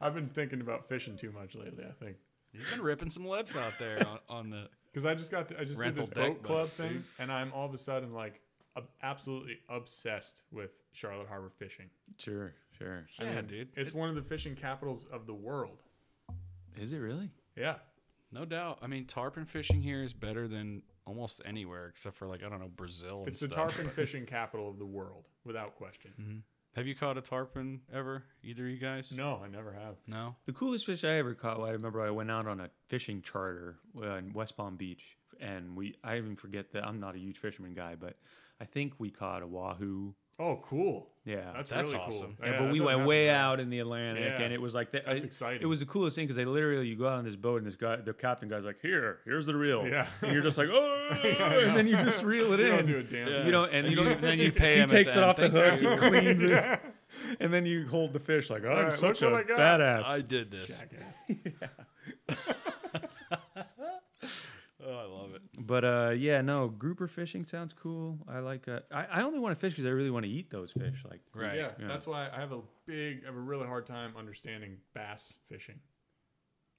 A: I've been thinking about fishing too much lately. I think
C: You've been ripping some lips out there on, on the.
A: because I just got to, I just
C: Rental
A: did this
C: deck
A: boat club
C: boat,
A: thing, and I'm all of a sudden like ab- absolutely obsessed with Charlotte Harbor fishing.
B: [LAUGHS] sure, sure.
C: Yeah,
A: And
C: dude.
A: it's one of the fishing capitals of the world.
B: Is it really?
A: Yeah,
C: No doubt. I mean, tarpon fishing here is better than almost anywhere except for like I don't know Brazil. And
A: it's the
C: stuff,
A: tarpon
C: but-
A: fishing capital of the world, without question.
C: [LAUGHS] Mm-hmm. Have you caught a tarpon ever? Either of you guys?
A: No, I never have.
C: No.
B: The coolest fish I ever caught. well, I remember I went out on a fishing charter uh, in West Palm Beach, and we. I even forget that I'm not a huge fisherman guy, but I think we caught a wahoo.
A: Oh, cool.
B: Yeah,
A: That's,
C: That's
A: really cool.
C: awesome.
B: Yeah, but
A: that
B: we
A: doesn't
B: went
A: happen [LAUGHS]
B: way
A: here.
B: out in the Atlantic,
A: Yeah.
B: and it was like that.
A: That's
B: it,
A: exciting.
B: It was the coolest thing because they literally you go out on this boat and this guy, the captain guy's like, "Here, here's the reel,"
A: Yeah.
B: and
A: [LAUGHS]
B: you're just like, "Oh,"
A: I
B: and then you
A: know. [LAUGHS]
B: just reel it
A: You
B: in.
A: don't do a damn
B: You
A: thing.
B: don't, and you
A: [LAUGHS]
B: don't. Then you
C: pay
B: He
C: him at
B: takes
C: the
B: it
C: end,
B: off the hook,
C: "Thank
B: he
C: you."
B: cleans it, and then you hold the fish like, "Oh,
A: right,
B: I'm
A: look
B: such a
A: what I got."
B: badass."
C: I did this.
A: Jackass.
C: Oh, I love it.
B: But uh, yeah, no, grouper fishing sounds cool. I like. Uh, I, I only want to fish because I really want to eat those fish. Like,
C: Right.
A: Yeah,
B: Yeah.
A: that's why I have a big, I have a really hard time understanding bass fishing.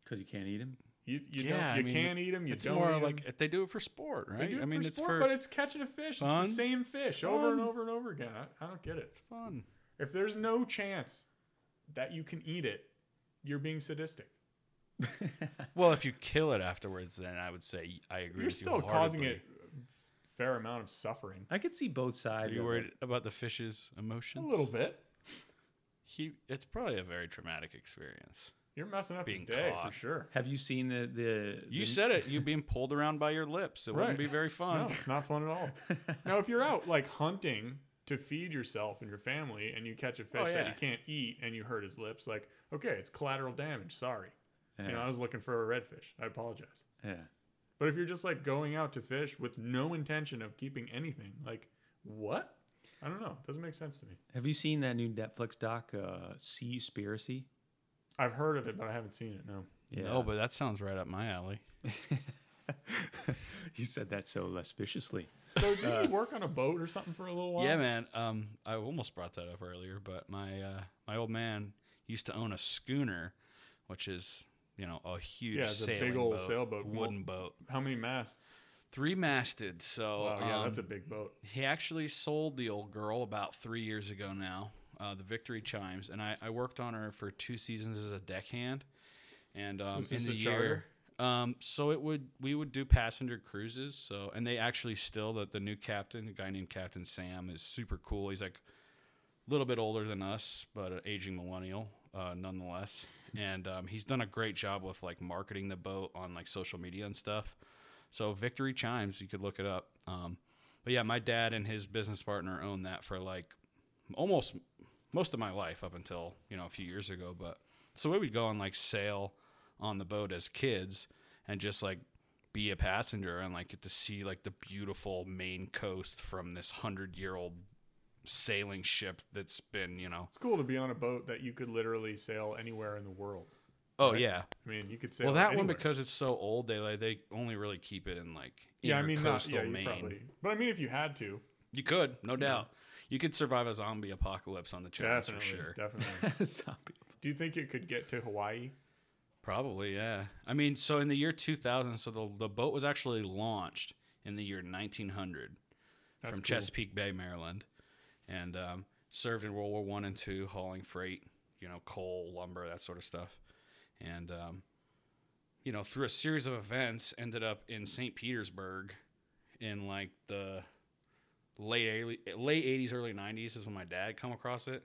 B: because you can't eat them.
A: You, you
C: Yeah, I
A: don't, you
C: mean,
A: can't eat them. You
C: it's
A: don't
C: more
A: eat
C: like
A: 'em.
C: if they do it for sport, right?
A: They do it
C: I mean,
A: for
C: it's
A: sport,
C: for
A: but it's catching a fish.
C: fun.
A: It's the same fish over and
C: fun.
A: over and over again. I, I don't get it.
C: fun.
A: If there's no chance that you can eat it, you're being sadistic.
C: Well, if you kill it afterwards, then I would say I agree.
A: You're
C: with
A: still
C: you
A: causing
C: wholeheartedly.
A: it a fair amount of suffering.
B: [LAUGHS] I could see both
C: Are
B: sides.
C: you
B: of
C: worried
B: it.
C: about the fish's emotions?
A: A little bit.
C: He, it's probably a very traumatic experience.
A: You're messing up
C: Being
A: his day
C: caught.
A: for sure.
B: Have you seen the the?
C: You
B: the- [LAUGHS]
C: said it. You being pulled around by your lips. It wouldn't
A: Right. [LAUGHS]
C: be very fun.
A: No, it's not fun at
C: [LAUGHS]
A: all. now, if you're out like hunting to feed yourself and your family, and you catch a fish
C: Oh,
A: that
C: yeah.
A: you can't eat, and you hurt his lips, like okay, it's collateral damage. Sorry,
B: Yeah.
A: you know, I was looking for a redfish. I apologize.
B: yeah.
A: But if you're just like going out to fish with no intention of keeping anything, like what? I don't know. doesn't make sense to me.
B: Have you seen that new Netflix doc, uh, Sea Spiracy?
A: I've heard of it, but I haven't seen it. No.
C: No, but that sounds right up my alley.
B: [LAUGHS] you said that so less
C: [LAUGHS]
B: viciously.
A: So did you work on a boat or something for a little while?
C: Uh, Yeah, man. Um, I almost brought that up earlier, but my uh, my old man used to own a schooner, which is you know a huge
A: Yeah, it's a big
C: sailing
A: old
C: boat,
A: sailboat.
C: wooden boat,
A: How many masts?
C: three masted. So
A: Oh yeah, that's a
C: um,
A: big boat.
C: he actually sold the old girl about three years ago now, uh, the Victory Chimes, and I, I worked on her for two seasons as a deckhand, and um,
A: Was
C: in
A: this
C: the
A: a
C: year. Um, so it would we would do passenger cruises. So and they actually still the, the new captain, a guy named Captain Sam, is super cool. He's like a little bit older than us, but an aging millennial uh, nonetheless. And um, he's done a great job with like marketing the boat on like social media and stuff. So Victory Chimes, you could look it up. Um, but yeah, my dad and his business partner owned that for like almost most of my life up until you know a few years ago. But so we would go and like sail on the boat as kids and just like be a passenger and like get to see like the beautiful Maine coast from this hundred year old sailing ship that's been you know
A: It's cool to be on a boat that you could literally sail anywhere in the world.
C: oh yeah
A: I mean, you could sail.
C: well that one
A: anywhere.
C: because it's so old they like they only really keep it in like
A: yeah, I mean, not,
C: intercoastal
A: yeah, you
C: Maine.
A: probably. But I mean, if you had to,
C: You could, no doubt. You could survive a zombie apocalypse on the Chimes for
A: definitely,
C: sure. [LAUGHS]
A: definitely.
B: Zombie.
A: Do you think it could get to Hawaii?
C: Probably, yeah. I mean, so in the year 2000, so the, the boat was actually launched in the year 1900
A: That's
C: from
A: cool.
C: Chesapeake Bay, Maryland, and um, served in World War One and Two, hauling freight, you know, coal, lumber, that sort of stuff, and um, you know, through a series of events, ended up in St. Petersburg in like the late early, late 80s, early 90s is when my dad come across it,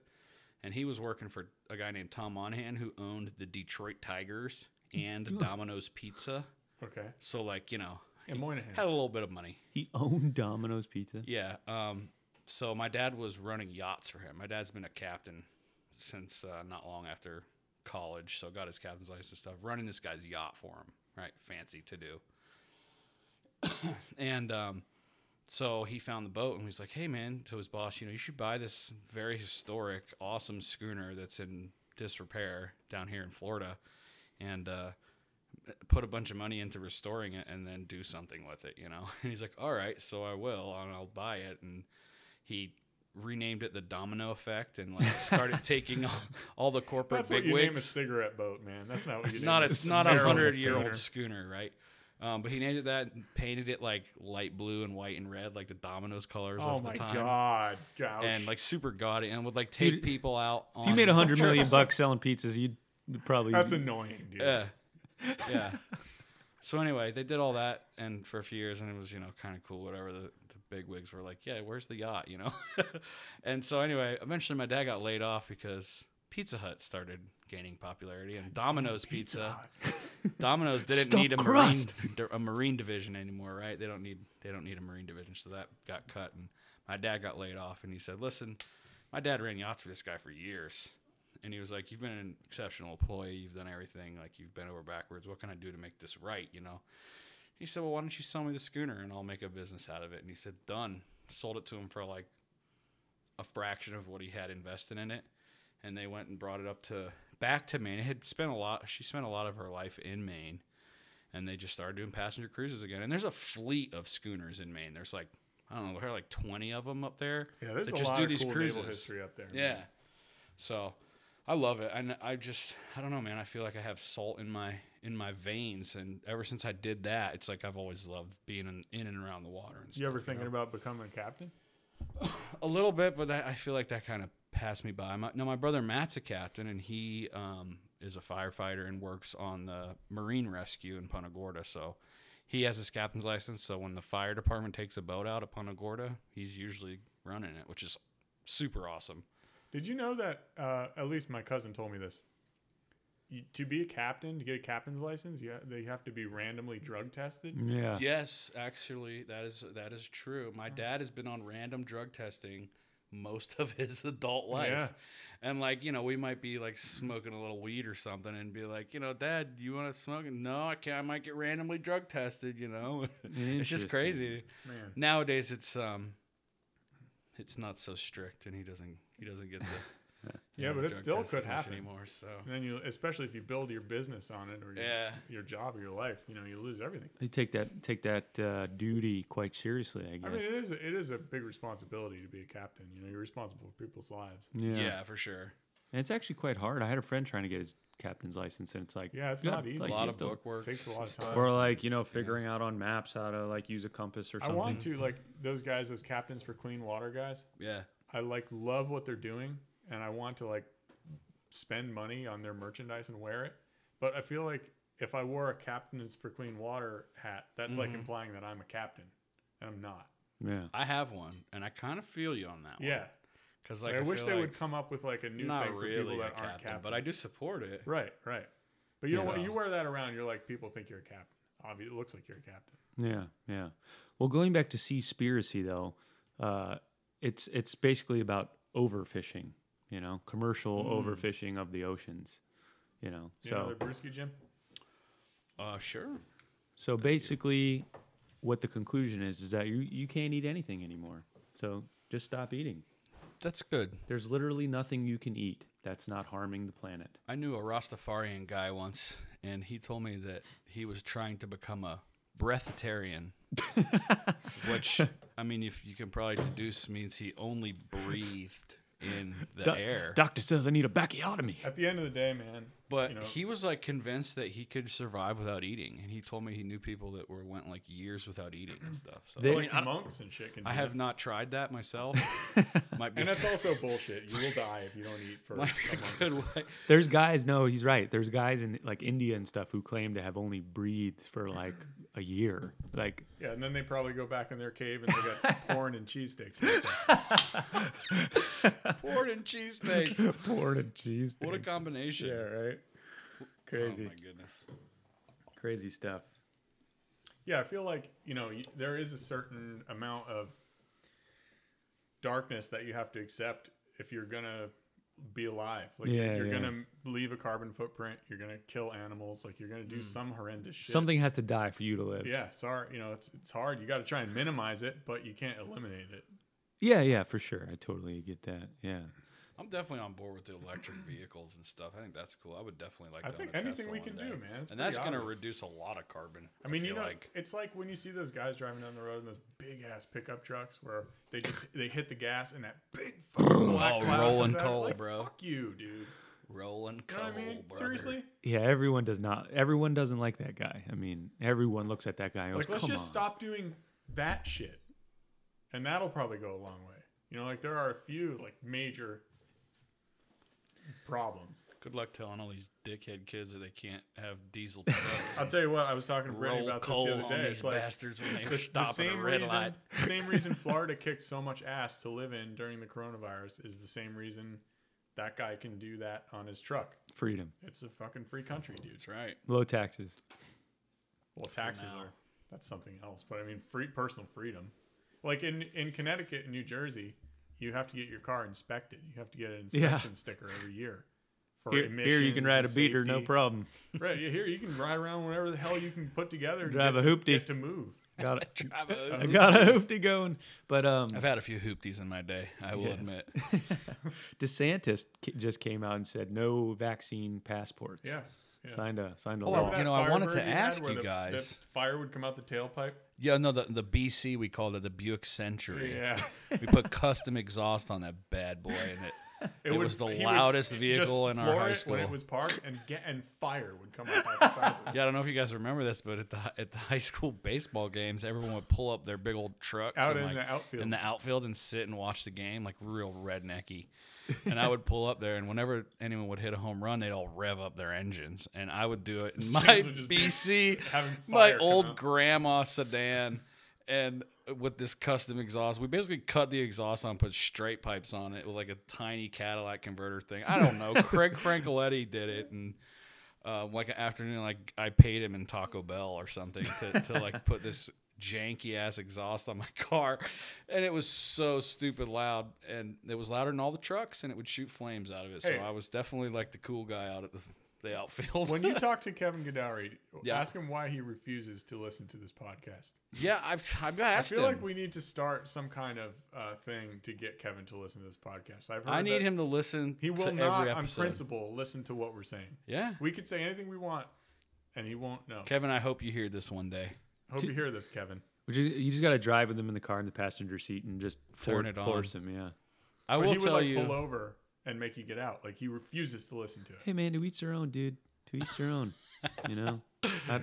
C: and he was working for a guy named Tom Monahan who owned the Detroit Tigers and Domino's Pizza,
A: Okay,
C: so like you know,
A: in Moynihan.
C: had a little bit of money.
B: He owned Domino's Pizza.
C: Yeah. Um, so my dad was running yachts for him. My dad's been a captain since uh, not long after college, so got his captain's license and stuff. Running this guy's yacht for him, right? Fancy to do. [COUGHS] and um, so he found the boat and he's like, "Hey, man," to his boss, you know, you should buy this very historic, awesome schooner that's in disrepair down here in Florida, and uh, put a bunch of money into restoring it and then do something with it, you know? [LAUGHS] And he's like, all right, so I will, and I'll buy it. And he renamed it the domino effect and like
A: [LAUGHS]
C: started taking all, all the corporate
A: That's what you name a
C: bigwigs.
A: cigarette boat, man. That's not what you
C: It's
A: name
C: not,
A: a
C: it's not a
A: barrel on
C: hundred year old
A: schooner.
C: schooner, right? Um, but he named it that and painted it like light blue and white and red, like the domino's colors
A: Oh
C: of
A: my
C: the time.
A: god, gosh.
C: And like super gaudy and would like take
B: Dude,
C: people out on
B: If you made a hundred million bucks selling pizzas, you'd probably
A: that's annoying, dude.
C: Yeah. Yeah. so anyway, they did all that and for a few years and it was, you know, kind of cool, whatever. The, the big wigs were like, yeah, where's the yacht, you know? [LAUGHS] and so anyway, eventually my dad got laid off because Pizza Hut started gaining popularity and Domino's Pizza. [LAUGHS] Domino's didn't
D: Stuffed
C: need a
D: crust.
C: marine di- a marine division anymore, right? They don't need they don't need a marine division, so that got cut. And my dad got laid off, and he said, "Listen, my dad ran yachts for this guy for years, and he was like, "You've been an exceptional employee. You've done everything. Like you've bent over backwards. What can I do to make this right? You know?" He said, "Well, why don't you sell me the schooner, and I'll make a business out of it?" And he said, "Done." Sold it to him for like a fraction of what he had invested in it and they went and brought it up to back to Maine. It had spent a lot. She spent a lot of her life in Maine, and they just started doing passenger cruises again. And there's a fleet of schooners in Maine. There's like I don't know, there are like 20 of them up there.
A: Yeah, there's
C: that
A: a lot of cool naval history up there. man.
C: Yeah, so I love it, and I just I don't know, man. I feel like I have salt in my in my veins, and ever since I did that, it's like I've always loved being in, in and around the water. And stuff,
A: You ever
C: know?
A: thinking about becoming a captain?
C: a little bit, but that, I feel like that kind of passed me by. My, now my brother Matt's a captain, and he um, is a firefighter and works on the marine rescue in Punta Gorda. So he has his captain's license. So when the fire department takes a boat out at Punta Gorda, he's usually running it, which is super awesome.
A: Did you know that? Uh, at least my cousin told me this. You, to be a captain, to get a captain's license, you ha- they have to be randomly drug tested.
B: yeah.
C: Yes, actually, that is that is true. My dad has been on random drug testing most [LAUGHS] of his adult life.
A: Yeah.
C: And like, you know, we might be like smoking a little weed or something and be like, you know, dad, you want to smoke? No, I can't. I might get randomly drug tested, you know. [LAUGHS] it's just
B: Interesting.
C: crazy.
A: Man,
C: Nowadays it's um it's not so strict and he doesn't he
A: [LAUGHS]
C: doesn't get the you
A: Yeah,
C: know,
A: but it
C: drug
A: still
C: tests
A: could
C: as much
A: happen.
C: anymore, so.
A: and then you, especially if you build your business on it or your,
C: Yeah.
A: your job or your life, you know, you lose everything.
B: They take that take that uh, duty quite seriously, I
A: I
B: guess.
A: mean, it is it is a big responsibility to be a captain. You know, you're responsible for people's lives.
B: yeah.
C: yeah, for sure.
B: And it's actually quite hard. I had a friend trying to get his captain's license, and it's like
A: Yeah, it's
B: you
A: not
B: gotta,
A: easy.
B: like,
C: a lot
B: you
C: of
B: still-
C: book work
A: takes a
C: [LAUGHS]
A: lot of
C: and stuff.
A: time.
B: or like you know figuring out on maps how to like use a compass or
A: I
B: something.
A: want to like those guys, those captains for clean water guys.
C: Yeah.
A: I like love what they're doing, and I want to like spend money on their merchandise and wear it. But I feel like if I wore a captain's for clean water hat, that's like
C: Mm-hmm.
A: implying that I'm a captain, and I'm not.
B: yeah.
C: I have one, and I kind of feel you on that one.
A: Yeah,
C: because like
A: I, wish
C: feel
A: they
C: like
A: would come up with like a new
C: not
A: thing for
C: really
A: people
C: a
A: that
C: captain,
A: aren't captains.
C: but I do support it.
A: Right, right. But you know what?
C: So-
A: You wear that around, you're like people think you're a captain. Obviously, it looks like you're a captain.
B: Yeah, yeah. Well, going back to Seaspiracy though, uh, it's it's basically about overfishing, you know, commercial
A: Mm.
B: overfishing of the oceans, you know.
A: You
B: so
A: know the Brewski Jim?
C: Uh, sure.
B: so basically, what the conclusion is is that you you can't eat anything anymore. So just stop eating.
C: That's good.
B: There's literally nothing you can eat that's not harming the planet.
C: I knew a Rastafarian guy once, and he told me that he was trying to become a [LAUGHS] breatharian, which I mean, if you can probably deduce, means he only breathed in the air.
B: Doctor says I need a bacchiotomy.
A: At the end of the day, man.
C: But
A: you know-
C: he was like convinced that he could survive without eating, and he told me he knew people that were went like years without eating and stuff. So
B: They-
C: I, mean,
A: Like
C: I, don't-
A: monks and shit can. Do
C: I have
A: that.
C: not tried that
A: [LAUGHS]
C: myself. Might be
A: and that's also bullshit. You will die if you don't eat
C: [LAUGHS]
A: for a month.
C: good [LAUGHS] way.
B: There's guys, no, he's right. There's guys in like India and stuff who claim to have only breathed for like a year. Like [LAUGHS]
A: Yeah, and then they probably go back in their cave and they got porn and cheesesteaks.
C: Porn and cheesesteaks.
B: porn and cheese.
C: What a combination.
B: right.
C: Oh
A: Um,
B: Crazy,
C: my goodness.
B: crazy stuff.
A: Yeah, I feel like you know y- there is a certain amount of darkness that you have to accept if you're gonna be alive. Like
B: Yeah,
A: you're
B: yeah.
A: gonna leave a carbon footprint. You're gonna kill animals. Like you're gonna do some horrendous shit.
B: Something has to die for you to live.
A: Yeah, sorry. You know, it's it's hard. You got to try and minimize it, but you can't eliminate it.
B: yeah, yeah, for sure. I totally get that. Yeah.
C: I'm definitely on board with the electric vehicles and stuff. I think that's cool. I would definitely like.
A: I
C: to own
A: think
C: a
A: anything
C: Tesla
A: we
C: one
A: can
C: day.
A: do, man. It's
C: and that's
A: pretty
C: going to
A: obvious.
C: reduce a lot of carbon.
A: I mean, you know,
C: feel like
A: it's like when you see those guys driving down the road in those big ass pickup trucks where they just they hit the gas and that
C: [CLEARS THROAT]
A: big fucking black
C: Oh,
A: cloud comes
C: rolling
A: out.
C: coal,
A: Like,
C: bro.
A: Fuck you, dude. You
C: rolling
A: know
C: coal.
A: what I mean?
C: brother.
A: Seriously,
B: Yeah, everyone does not. Everyone doesn't like that guy. I mean, everyone looks at that guy and
A: like
B: goes,
A: let's
B: "Come
A: just
B: on."
A: stop doing that shit, and that'll probably go a long way. You know, like there are a few like major problems.
C: Good luck telling all these dickhead kids that they can't have diesel trucks.
A: I'll tell you what, [LAUGHS] I was talking to Brittany
C: roll
A: about this
C: coal
A: the other
C: on
A: day.
C: these
A: It's like,
C: bastards when
A: the-
C: they
A: the
C: stop at a
A: same
C: red
A: reason,
C: light.
A: the same
B: [LAUGHS]
A: reason Florida kicked so much ass to live in during the coronavirus is the same reason that guy can do that on his truck.
B: Freedom,
A: It's a fucking free country, dude. [LAUGHS]
C: That's right.
B: low taxes.
A: Well, taxes
C: now.
A: are that's something else, but I mean, free personal freedom. Like in in Connecticut and New Jersey, you have to get your car inspected. You have to get an
B: Yeah.
A: inspection sticker every year. For
B: Here, here you
A: emissions
B: can ride a
A: and
B: beater, no
A: safety.
B: problem.
A: Right yeah, here you can ride around whatever the hell you can put together. and
B: Drive
A: get
B: a
A: to-
B: hoopty.
A: get to move. [LAUGHS]
B: Got it.
C: I've,
B: I got a hoopty going. But
C: I've
B: um,
C: had a few hoopties in my day. I will admit.
B: [LAUGHS] DeSantis ca- just came out and said no vaccine passports.
A: Yeah. yeah.
B: Signed a signed a
C: Oh,
B: law.
A: Remember that
C: You know, I wanted
A: Firebird he
C: to
A: had
C: ask
A: where
C: you
A: the-
C: guys.
A: The fire would come out the tailpipe.
C: Yeah, no, the the BC we called it the Buick Century. [LAUGHS]
A: Yeah,
C: We put custom exhaust on that bad boy, and it it,
A: would-
C: was the
A: he would
C: loudest
A: s-
C: vehicle
A: just
C: in our
A: floor
C: high
A: it
C: school.
A: when it was parked, and get and fire would come out the side of it.
C: Yeah, I don't know if you guys remember this, but at the hi- at the high school baseball games, everyone would pull up their big old trucks
A: Out
C: and,
A: in
C: like,
A: the outfield.
C: in the outfield and sit and watch the game like real rednecky. And I would pull up there, and whenever anyone would hit a home run, they'd all rev up their engines, and I would do it in my
A: engines [LAUGHS] would just be
C: BC,
A: having fire
C: my
A: come
C: old
A: out.
C: grandma sedan, and with this custom exhaust, we basically cut the exhaust on, put straight pipes on it with like a tiny Cadillac converter thing. I don't know.
A: [LAUGHS]
C: Craig Francoletti did it, and uh, like an afternoon, like I paid him in Taco Bell or something to,
A: [LAUGHS]
C: to like put this janky ass exhaust on my car, and it was so stupid loud, and it was louder than all the trucks, and it would shoot flames out of it.
A: Hey.
C: So I was definitely like the cool guy out at the, the [LAUGHS] outfield.
A: When you talk to Kevin Godowry,
C: Yeah.
A: ask him why he refuses to listen to this podcast.
C: yeah, I've I've
A: I
C: asked
A: feel
C: him.
A: like we need to start some kind of uh, thing to get Kevin to listen to this podcast. I've heard
C: I need
A: that
C: him to listen.
A: He will
C: to
A: not,
C: every
A: on
C: episode.
A: principle, listen to what we're saying.
C: Yeah,
A: We could say anything we want, and he won't know.
C: Kevin, I hope you hear this one day.
A: Hope you hear this, Kevin.
B: Which is, you just got to drive with them in the car in the passenger seat and just for,
C: Turn it on.
B: force them. Yeah.
C: I
A: But
C: will
A: he would
C: tell
A: like
C: you.
A: pull over and make you get out. Like he refuses to listen to it.
B: Hey man, to each their own, dude. To each their own.
A: [LAUGHS]
B: You know. I,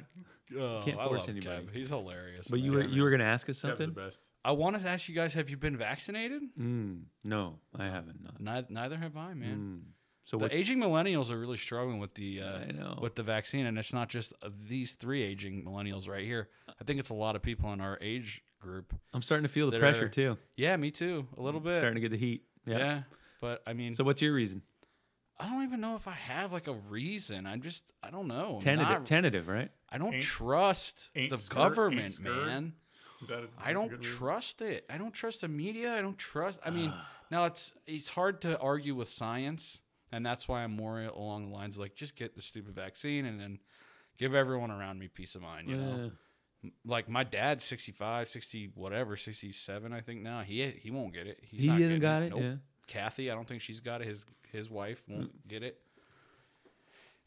C: Oh,
B: Can't
C: I
B: force
C: love
B: anybody.
C: Kev. He's hilarious.
B: but you
C: man.
B: were you were gonna ask us
A: Kevin's
B: something?
A: the best.
C: I wanted to ask you guys: Have you been vaccinated?
B: Mm, no, I haven't. Not.
C: Neither, neither have I, man.
B: Mm. So
C: The
B: what's,
C: aging millennials are really struggling with the uh,
B: I know.
C: with the vaccine, and it's not just uh, these three aging millennials right here. I think it's a lot of people in our age group.
B: I'm starting to feel the
C: that
B: pressure
C: are-
B: too.
C: Yeah, me too, a little bit.
B: Mm, Starting to get the heat.
C: yeah.
B: Yeah.
C: but I mean,
B: So what's your reason?
C: I don't even know if I have like a reason. I'm just, I don't know. I'm
B: Tentative,
C: not-
B: tentative, right?
C: I don't
A: Ain't-
C: trust
A: ain't
C: the
A: scared- ain't
C: government,
A: scared.
C: man.
A: Is that a,
C: I don't trust it. I don't trust the media. I don't trust.
B: [SIGHS]
C: I mean, now it's it's hard to argue with science, and that's why I'm more along the lines of like just get the stupid vaccine and then give everyone around me peace of mind. You know, like my dad's 65, 60, whatever, 67, I think now. He he won't get it. He's
B: he
C: not
B: hasn't
C: getting
B: got it.
C: Nope.
B: Yeah.
C: Kathy, I don't think she's got it. His his wife
B: Mm.
C: won't get it.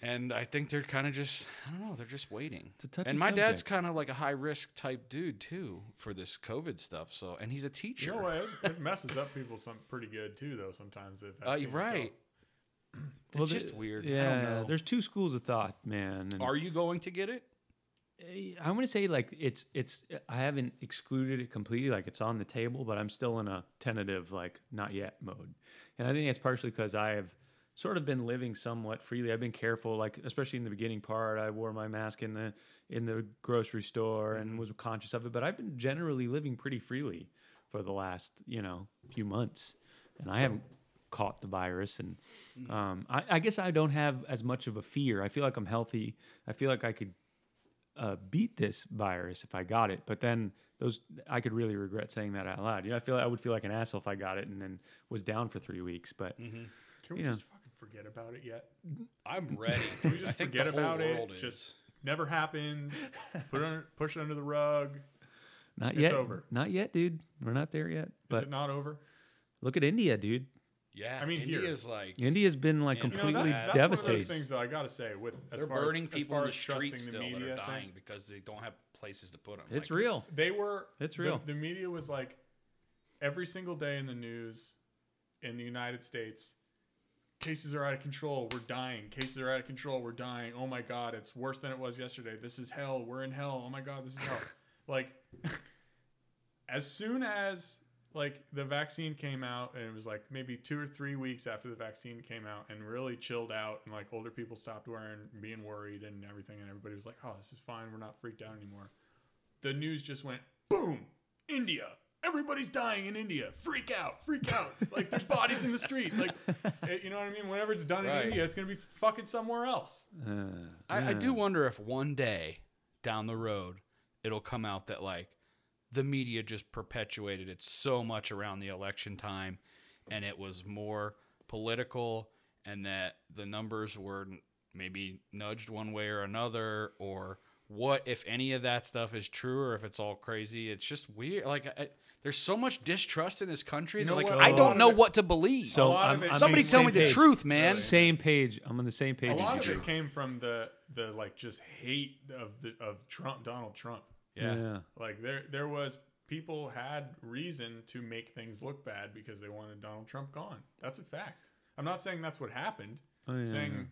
C: And I think they're kind of just I don't know, they're just waiting.
B: It's a touchy
C: and my dad's
B: subject.
C: kind of like a high risk type dude too for this COVID stuff. So and he's a teacher.
A: You know what?
C: [LAUGHS]
A: It, it messes up people some pretty good too, though. Sometimes the
C: uh,
A: vaccine
C: you're right.
A: itself.
B: Well,
C: it's
B: the-
C: just weird.
B: Yeah.
C: I don't know.
B: There's two schools of thought, man. and-
C: Are you going to get it?
B: I want to say like it's it's I haven't excluded it completely like it's on the table but I'm still in a tentative like not yet mode. And I think that's partially cuz I have sort of been living somewhat freely. I've been careful like especially in the beginning part I wore my mask in the in the grocery store and was conscious of it but I've been generally living pretty freely for the last, you know, few months. And I haven't caught the virus and um, I, I guess I don't have as much of a fear. I feel like I'm healthy. I feel like I could uh, beat this virus if I got it. But then those, I could really
A: Mm-hmm.
B: regret saying that out loud. You know, I feel I would feel like an asshole if I got it and then was down for three weeks. But
A: Can we
B: Yeah.
A: just fucking forget about it
C: [LAUGHS]
A: yet?
B: [LAUGHS]
C: I'm ready.
A: Can [LAUGHS] we just
C: I think
A: forget
C: the whole
A: about it?
C: world is.
A: Just never
B: [LAUGHS]
A: happened. Put it under, push it under the rug.
B: Not
A: It's
B: yet.
A: over.
B: Not yet, dude. We're not there yet.
A: is
B: But
A: it not over?
B: look at India, dude.
C: yeah.
A: I mean, here.
C: India's like
B: India's been like
C: You
A: You
C: know,
A: know,
B: completely
A: that's, that's one of
B: devastated.
A: those things that I gotta say. With as
C: they're
A: far
C: burning
A: as,
C: people
A: as far
C: on the
A: as trusting
C: street
A: the
C: still that
A: media
C: are dying
A: thing.
C: because they don't have places to put them.
B: it's real.
A: They were.
B: It's
A: the-
B: real.
A: The, media was like every single day in the news in the United States. Cases are out of control. We're dying. Cases are out of control. We're dying. Oh my god, it's worse than it was yesterday. This is hell. We're in hell. Oh my god, this is
B: [LAUGHS]
A: hell. like as soon as like the vaccine came out and it was like maybe two or three weeks after the vaccine came out and really chilled out and like older people stopped wearing being worried and everything and everybody was like oh this is fine we're not freaked out anymore the news just went boom india everybody's dying in india freak out freak out like there's bodies in the streets like [LAUGHS] it- you know what i mean whenever it's done
C: Right.
A: in india it's going to be fucking somewhere else
B: Uh,
C: I, I do
B: yeah.
C: wonder if one day down the road it'll come out that like the media just perpetuated it so much around the election time and it was more political and that the numbers were n- maybe nudged one way or another or what if any of that stuff is true or if it's all crazy it's just weird like I, I- there's so much distrust in this country
A: know
C: that, like
A: what?
C: I
A: A lot
C: don't know
A: of it-
C: what to believe
B: So
A: lot of
B: I'm,
A: it-
B: I'm
A: Somebody
B: on
A: tell
B: same
A: me
C: the
B: page.
C: truth, man.
B: Same page. I'm on the same page.
A: a
B: as
A: lot of
B: you.
A: it came from the the like just hate of the of Trump Donald Trump.
C: yeah.
A: Like there there was people had reason to make things look bad because they wanted Donald Trump gone. That's a fact. I'm not saying that's what happened.
B: Oh,
A: I'm
B: yeah, yeah.
A: saying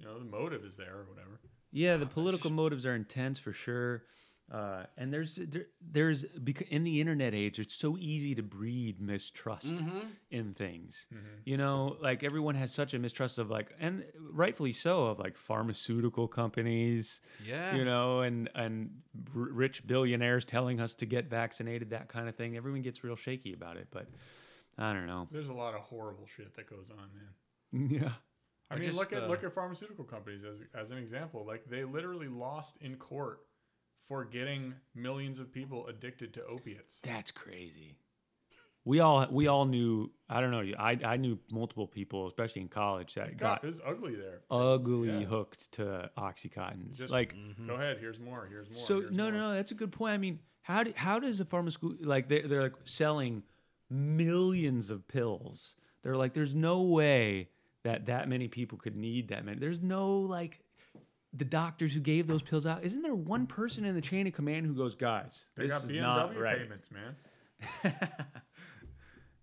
A: you know the motive is there or whatever.
B: Yeah, the political motives are intense for sure. Uh, and there's there, there's because in the internet age, it's so easy to breed mistrust
C: Mm-hmm.
B: in things. You know, like everyone has such a mistrust of like, and rightfully so, of like pharmaceutical companies.
C: Yeah.
B: you know, and and r- rich billionaires telling us to get vaccinated, that kind of thing. Everyone gets real shaky about it, but I don't know. [LAUGHS]
A: There's a lot of horrible shit that goes on, man.
B: Yeah,
A: I,
C: I
A: mean,
C: just,
A: look at
C: uh,
A: look at pharmaceutical companies as as an example. Like they literally lost in court for getting millions of people addicted to opiates.
B: that's crazy. We all we all knew. I don't know. I I knew multiple people, especially in college, that
A: God,
B: got
A: it was ugly there.
B: ugly
A: Yeah.
B: hooked to oxycontin.
A: Just-
B: like
A: Go ahead. Here's more. Here's more.
B: So
A: here's
B: no,
A: more.
B: no, no. That's a good point. I mean, how do, how does a pharmaceutical like they're, they're like selling millions of pills? They're like, there's no way that that many people could need that many. There's no like the doctors who gave those pills out. Isn't there one person in the chain of command who goes, guys,
A: They
B: this
A: got
B: is
A: BMW
B: not right?
A: payments, man.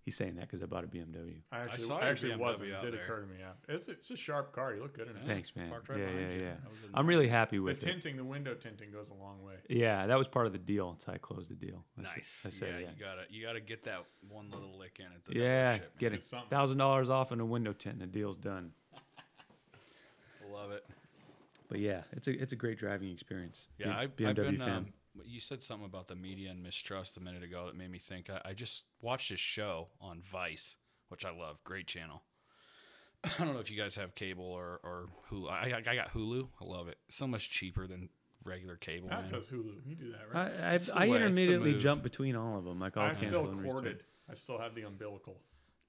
B: He's saying that because I bought a BMW.
A: I actually, I
C: saw your
A: actually
C: BMW
A: wasn't. It
C: out
A: did
C: there.
A: occur to me. Yeah. It's, it's a sharp car. You look good in it.
B: Thanks, man.
C: parked right
B: yeah,
C: behind
B: yeah,
C: you.
B: yeah.
C: That was a-
B: I'm really happy
A: The
B: with it.
A: tinting, the window tinting goes a long way.
B: Yeah, that was part of the deal. So I closed the deal. I s-
C: Nice.
B: I said,
C: yeah,
B: yeah.
C: you gotta you gotta get that one little lick in at the
B: Yeah,
C: dealership, man.
B: get a
A: It's something.
B: thousand dollars off and a window tint, and the deal's done.
C: Love it.
B: But yeah, it's a it's a great driving experience.
C: Yeah, I,
B: B-
C: I've
B: BMW
C: been.
B: fan.
C: Um, you said something about the media and mistrust a minute ago that made me think. I, I just watched a show on Vice, which I love. Great channel. [CLEARS THROAT] I don't know if you guys have cable or or Hulu. I, I, I got Hulu. I love it. So much cheaper than regular cable.
A: That
C: man.
A: does Hulu. You do that,
B: I
A: right?
B: I,
C: the
B: I
C: way- it's the
B: intermittently
C: move.
B: jump between all of them. Like I'll
A: I'm
B: cancel
A: still
B: and restart.
A: corded. I still have the umbilical.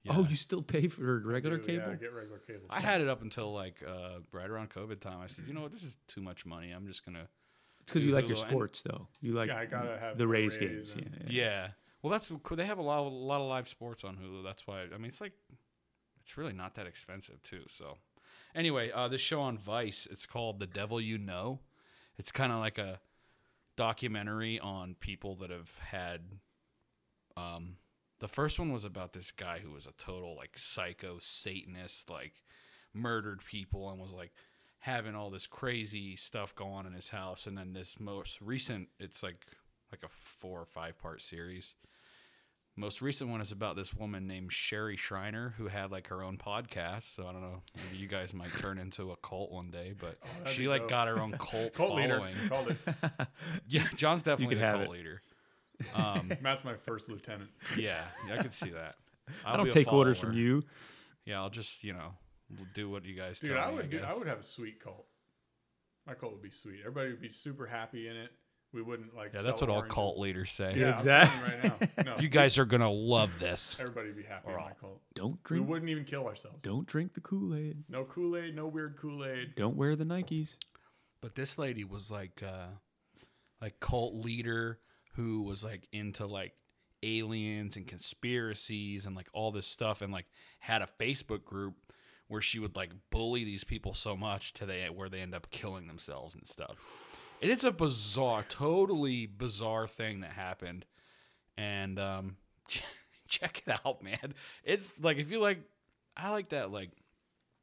B: Oh,
C: Yeah.
B: you still pay for regular
A: Dude,
B: cable?
A: Yeah, I get regular cable.
C: I
A: stuff.
C: had it up until like uh, right around COVID time. I said, you know what, this is too much money. I'm just gonna.
B: it's because you like your
C: Hulu and-
B: sports, though. You like
A: Yeah, I gotta have
B: the
A: the
B: Rays
A: Rays
B: games. Yeah,
A: and-
B: yeah.
C: Yeah. Well, that's cool. They have a lot, a lot of live sports on Hulu. That's why. I mean, it's like, it's really not that expensive too. So, anyway, uh, this show on Vice, it's called The Devil You Know. It's kind of like a documentary on people that have had. Um, the first one was about this guy who was a total like psycho Satanist, like murdered people and was like having all this crazy stuff go on in his house. And then this most recent, it's like like a four or five part series. Most recent one is about this woman named Sherry Schreiner who had like her own podcast. So I don't know, maybe you guys might turn into a cult one day, but
A: Oh, that'd
C: she
A: be
C: like
A: dope.
C: got her own
A: [LAUGHS]
C: cult,
A: Cult
C: following.
A: leader. Called it.
B: [LAUGHS]
C: Yeah, John's definitely
B: could
C: the
B: have
C: cult
B: it.
C: leader. Um, [LAUGHS]
A: Matt's my first lieutenant.
C: yeah, yeah, I could
B: [LAUGHS]
C: see that. I'll
B: I
C: be
B: don't
C: a
B: take orders from
C: follower.
B: you.
C: Yeah, I'll just you know do what you guys
A: Dude,
C: tell
A: I
C: me.
A: would. do-
C: guess.
A: I would have a sweet cult. My cult would be sweet. Everybody would be super happy in it. we wouldn't like.
C: Yeah, that's
A: sell
C: what all
A: oranges.
C: cult leaders say.
A: Yeah,
B: Exactly.
A: exactly. Right
B: [LAUGHS]
A: now, no,
C: You guys are gonna love
A: [LAUGHS]
C: this.
A: everybody'd be happy in my cult.
D: Don't
A: We
D: drink.
A: wouldn't even kill ourselves.
D: Don't drink the Kool Aid.
A: No Kool Aid, no weird Kool Aid.
D: Don't wear the Nikes.
C: But this lady was like, uh, like cult leader who was like into like aliens and conspiracies and like all this stuff, and like had a Facebook group where she would like bully these people so much to they where they end up killing themselves and stuff. And it's a bizarre, totally bizarre thing that happened. And um, [LAUGHS] check it out, man. It's like if you like, I like that like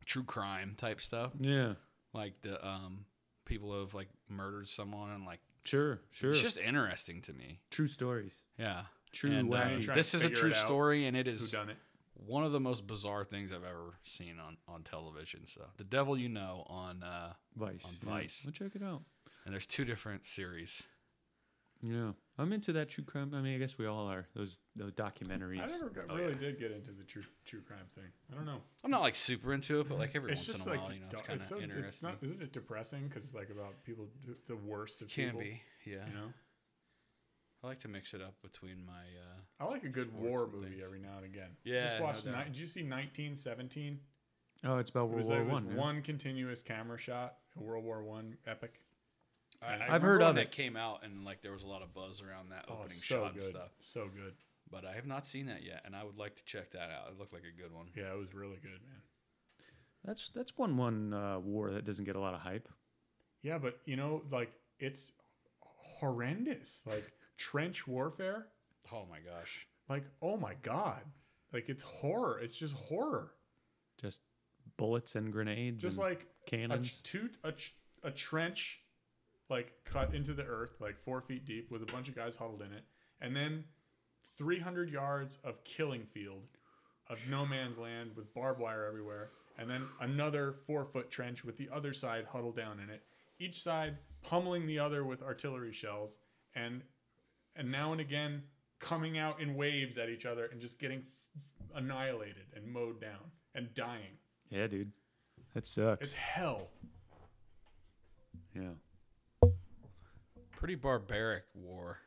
C: true crime type stuff
B: Yeah.
C: like the um people who have like murdered someone and like
B: Sure. Sure.
C: it's just interesting to me
B: true stories.
C: yeah
B: True
C: and, uh,
B: wacky.
A: Trying
C: this
A: to
C: is a
A: figure
C: true
A: it out.
C: story and it
A: Who
C: is
A: done it?
C: one of the most bizarre things i've ever seen on on television so the devil you know on uh
B: Vice.
C: on
B: yeah.
C: Vice.
B: Well, check it out.
C: and there's two different series
B: Yeah. I'm into that true crime. I mean, I guess we all are. Those those documentaries.
A: I never got,
C: Oh,
A: really
C: yeah.
A: did get into the true true crime thing. I don't know.
C: i'm not like super into it but like every
A: It's
C: once
A: just
C: in a
A: like
C: while
A: the
C: you know
A: du-
C: it's
A: it's,
C: kind of
A: so
C: interesting
A: it's not. Isn't it depressing? Because it's like about people, do- the worst of
C: can
A: people.
C: be yeah
A: You know,
C: i like to mix it up between my uh
A: I like a good
C: Sports
A: war
C: and
A: movie
C: things.
A: every now and again.
C: Yeah,
A: just
C: no
A: watch.
C: doubt.
A: ni- did you see 1917?
B: Oh, it's about
A: It
B: World
A: was,
B: War
A: like, it was
B: One. yeah.
A: one continuous camera shot, a World War One epic.
C: I, I
A: I've
C: remember
B: heard
C: when
B: of
C: that
B: it.
C: came out and like there was a lot of buzz around that
A: Oh,
C: opening
A: it's so
C: shot
A: good,
C: and stuff
A: so good.
C: but i have not seen that yet and i would like to check that out it looked like a good one
A: Yeah, it was really good, man.
B: That's that's one one uh, war that doesn't get a lot of hype.
A: Yeah, but you know, like it's horrendous. Like trench warfare.
C: Oh my gosh.
A: Like oh my god. Like it's horror. It's just horror.
B: Just bullets and grenades.
A: Just
B: and
A: like a
B: cannons.
A: ch- two a, ch- a trench like cut into the earth like four feet deep with a bunch of guys huddled in it and then 300 yards of killing field of no man's land with barbed wire everywhere and then another four foot trench with the other side huddled down in it each side pummeling the other with artillery shells and and now and again coming out in waves at each other and just getting f- f- annihilated and mowed down and dying
B: yeah, dude. That sucks.
A: it's hell
B: yeah.
C: Pretty barbaric war.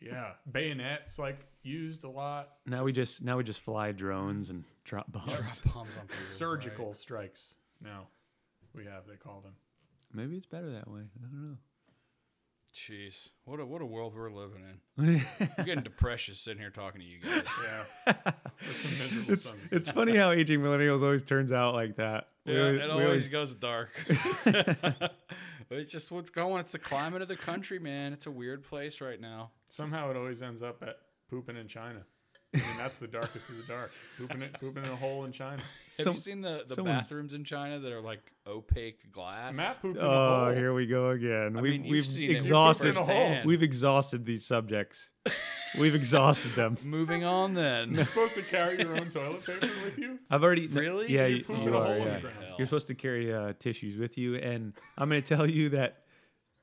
A: Yeah, bayonets like used a lot.
B: Now we just now we just fly drones and drop bombs.
C: Palms on people,
A: Surgical strikes. Now we have they call them.
B: [LAUGHS] Maybe it's better that way. I don't know. [LAUGHS]
C: Jeez. What a what a world we're living in.
B: [LAUGHS]
C: I'm getting depressed sitting here talking to you guys.
A: [LAUGHS] Yeah, We're some miserable
B: It's
A: sons of
B: it's funny how aging millennials always turns out like that. We
C: Yeah,
B: always-
C: it
B: we
C: always
B: [LAUGHS]
C: goes dark. [LAUGHS] it's just what's going. It's the climate of the country, man. It's a weird place right now.
A: Somehow it always ends up at pooping in China. I mean that's the darkest of the dark. Pooping it, pooping in a hole in China.
C: Have
B: Some-
C: you seen the, the
B: someone-
C: bathrooms in China that are like opaque glass?
A: Matt pooped in a
B: Oh,
A: hole.
B: here we go again. we've
C: mean, you've
B: we've
C: seen it
B: exhausted.
C: firsthand.
B: We've exhausted these subjects. we've exhausted them.
C: Moving on then.
B: [LAUGHS]
A: You're supposed to carry your own toilet paper with you.
B: I've already no,
C: Really?
B: Yeah,
A: You
B: you,
A: poop
B: you
A: in a
B: are.
A: hole in the
B: Yeah.
A: ground.
B: You're supposed to carry uh, tissues with you, and I'm going to tell you that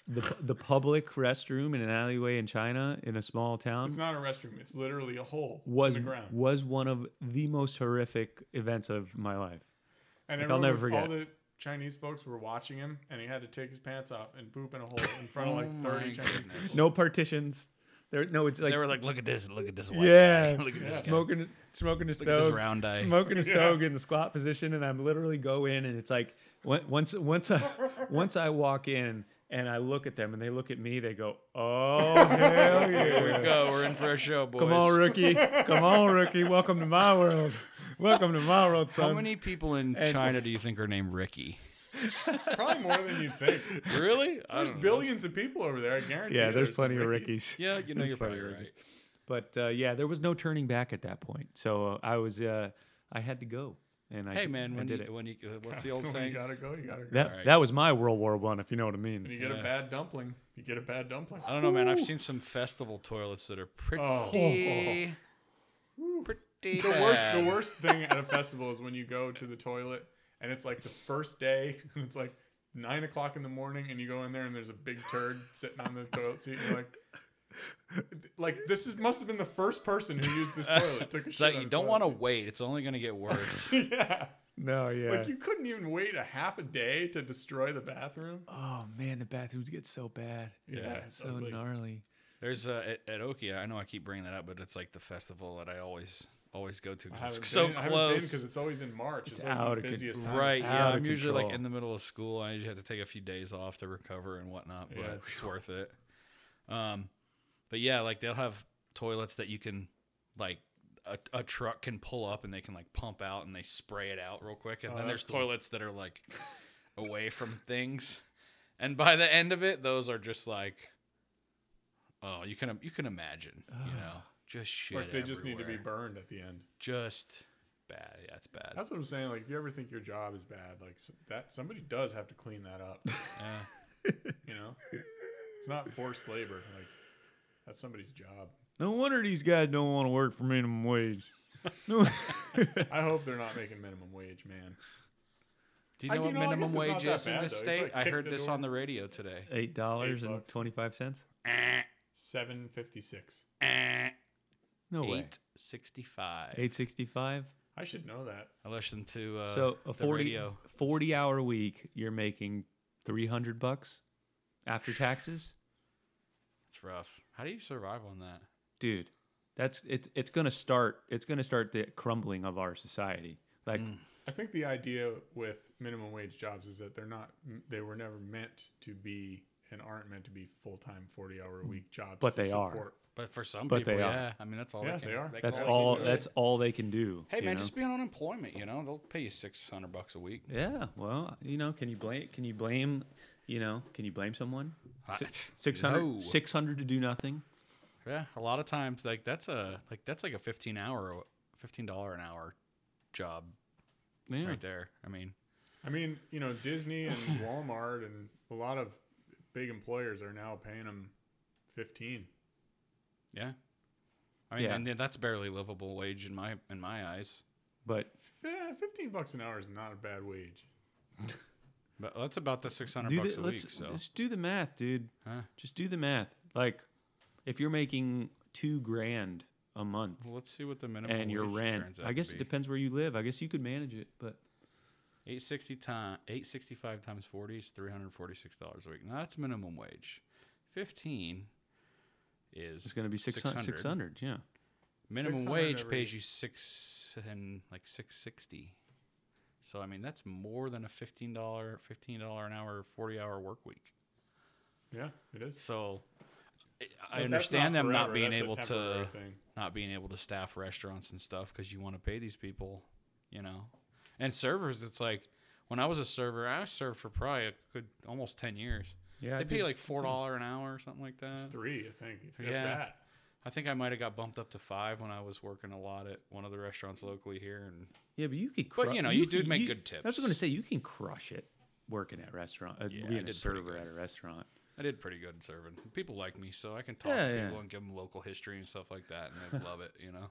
B: the the public restroom in an alleyway in China in a small town
A: It's not a restroom. It's literally a hole
B: was
A: in the ground.
B: was one of the most horrific events of my life.
A: And
B: Like, I'll
A: everyone
B: never
A: was-
B: forget.
A: All the Chinese folks were watching him, and he had to take his pants off and poop in a hole in front of
C: Oh
A: like
C: my
A: 30 Chinese people.
C: goodness.
B: No partitions. There, no, it's like
C: they were like, look at this, look at this white
B: yeah,
C: guy. [LAUGHS] Look at this guy.
B: smoking smoking a
C: Look at this
B: stove,
C: round eye.
B: smoking
C: [LAUGHS]
B: a stove in the squat position, and I'm literally go in, and it's like on- once once
C: [LAUGHS]
B: I once I walk in. And I look at them, and they look at me. They go, "Oh
C: [LAUGHS]
B: hell yeah!"
C: Here we go. We're in for a show, boys.
B: Come on, rookie. Come on,
C: [LAUGHS]
B: rookie. Welcome to my world. Welcome to my world, son.
C: How many people in
B: And-
C: China do you think are named Ricky?
A: Probably more than you think.
C: Really? [LAUGHS]
A: There's billions of people over there. I guarantee.
B: yeah,
A: you
B: there's
A: some
B: plenty of
A: Rickies.
B: Rickies.
C: Yeah, you know
B: There's
C: you're
B: plenty
C: probably
B: of
C: right.
B: Rickies. But uh, yeah, there was no turning back at that point. So uh, I was, uh, I had to go, and I
C: Hey man,
B: I
C: when
B: did
C: you,
B: it.
C: when you uh, [LAUGHS] what's the old
A: When
C: saying?
A: [LAUGHS] You gotta go. You gotta go.
B: that
C: Alright.
B: that was my World War One, if you know what I
A: When
B: mean.
A: you get
C: Yeah.
A: a bad dumpling, you get a bad dumpling.
C: I don't know, man. I've seen some festival toilets that are pretty,
A: Oh.
C: pretty.
A: [LAUGHS] The worst, the worst thing at a festival is when you go to the toilet and it's like the first day [LAUGHS] and it's like nine o'clock in the morning and you go in there and there's a big turd sitting on the toilet seat and you're like, like this is must have been the first person who used this toilet. Took a
C: [LAUGHS] It's
A: shit
C: like
A: on
C: you
A: the
C: don't
A: toilet
C: want to
A: seat. [LAUGHS]
C: wait. It's only going to get worse.
A: yeah.
B: No, yeah.
A: Like you couldn't even wait a half a day to destroy the bathroom.
D: Oh man, the bathrooms get so bad.
A: Yeah,
D: It's so
A: ugly.
D: gnarly.
C: There's uh, at, at Okia. I know I keep bringing that up, but it's like the festival that I always always go to. 'cause
A: I haven't
C: it's so
A: been- I haven't been
C: close.
A: 'cause it's always in March. It's,
B: It's
A: always
B: out
A: the
B: of con-
A: busiest time.
C: Right, yeah.
B: out of
C: I'm usually like
B: control.
C: in the middle of school. I usually have to take a few days off to recover and whatnot, but
A: Yeah.
C: it's worth it. Um, but yeah, like they'll have toilets that you can, like, a, a truck can pull up and they can like pump out and they spray it out real quick. And
A: Oh,
C: then
A: that's
C: there's
A: cool.
C: toilets that are like away from things. And by the end of it, those are just like, oh, you can you can imagine, you know, just shit.
A: Like they just need to be
C: everywhere.
A: burned at the end.
C: Just bad. Yeah, it's bad.
A: That's what I'm saying. Like if you ever think your job is bad, like s- that somebody does have to clean that up.
C: yeah.
A: You know, it's not forced labor. Like that's somebody's job.
B: no wonder these guys don't want to work for minimum wage.
A: [LAUGHS]
B: No.
A: I hope they're not making minimum wage, man.
C: Do you
A: I-
C: know
A: you
C: what
A: know, I guess
C: minimum
A: it's not
C: wage
A: that
C: is in
A: bad,
C: this
A: though. You
C: state?
A: probably
C: I
A: kick
C: heard
A: the
C: this
A: door.
C: on the radio today.
B: Eight dollars and
A: bucks.
B: twenty-five cents.
A: Seven fifty six.
B: No way.
C: Eh, Eight sixty-five.
B: Eight sixty-five.
A: I should know that.
C: I listened to uh,
B: so a
C: the
B: 40,
C: radio.
B: 40 hour week, you're making three hundred bucks after taxes,
C: It's rough. How do you survive on that?
B: dude. That's it's it's gonna start it's gonna start the crumbling of our society. Like
A: I think the idea with minimum wage jobs is that they're not, they were never meant to be and aren't meant to be full time, 40 hour a week jobs.
B: But
A: to
B: they are.
A: support.
C: But for some
B: But
C: people,
B: they are.
C: yeah. I mean, that's all.
A: Yeah,
C: they, can,
A: they are.
C: can
B: that's
A: Well,
B: all
A: do
C: can
A: it.
B: that's all they can do.
C: Hey
B: you
C: man,
B: know?
C: just be on unemployment. You know, they'll pay you six hundred bucks a week.
B: yeah. Well, you know, can you blame can you blame you know can you blame someone? Si-
C: I-
B: 600,
C: No.
B: 600 to do nothing.
C: Yeah, a lot of times, like that's a like that's like a fifteen hour, fifteen dollar an hour job
B: Yeah.
C: right there. I mean,
A: I mean, you know, Disney [LAUGHS] and Walmart and a lot of big employers are now paying them 15.
C: yeah. I mean,
B: Yeah.
C: and that's barely livable wage in my in my eyes.
B: But
A: Eh, 15 bucks an hour is not a bad wage.
C: But that's about the six hundred
B: do
C: bucks
B: the,
C: a
B: let's
C: week. So
B: let's do the math, dude.
C: Huh?
B: Just do the math. Like, if you're making two grand a month
C: Well, let's see what the minimum
B: and your
C: wage
B: rent,
C: turns out
B: I
C: to
B: guess
C: be.
B: it depends where you live. I guess you could manage it, but
C: Eight sixty times eight sixty five times forty is three hundred forty six dollars a week. Now that's minimum wage. Fifteen is
B: it's going to be 600, 600 yeah.
C: Minimum
A: 600
C: wage
A: every-
C: pays you six and like six sixty. So I mean that's more than a fifteen dollar fifteen dollar an hour forty hour work week.
A: Yeah, it is.
C: So I- I
A: But that's
C: understand them not
A: forever.
C: being
A: That's a
C: able to
A: temporary thing.
C: not being able to staff restaurants and stuff because you want to pay these people, you know. And servers, it's like when I was a server, I served for probably a good almost ten years.
B: Yeah,
C: they pay like four dollar an hour or something like that.
A: It's three, I think. If
C: Yeah.
A: that.
C: I think I might have got bumped up to five when I was working a lot at one of the restaurants locally here. And
B: yeah, but you could.
C: But, you know, you do
B: could-
C: make good tips.
B: That's what I'm going to say. You can crush it working at restaurant, uh,
C: Yeah, I
B: being
C: did
B: a
C: pretty
B: server
C: good.
B: at a restaurant.
C: I did pretty good serving. People like me, so I can talk
B: Yeah,
C: to
B: yeah.
C: people and give them local history and stuff like that, and they love it. You know,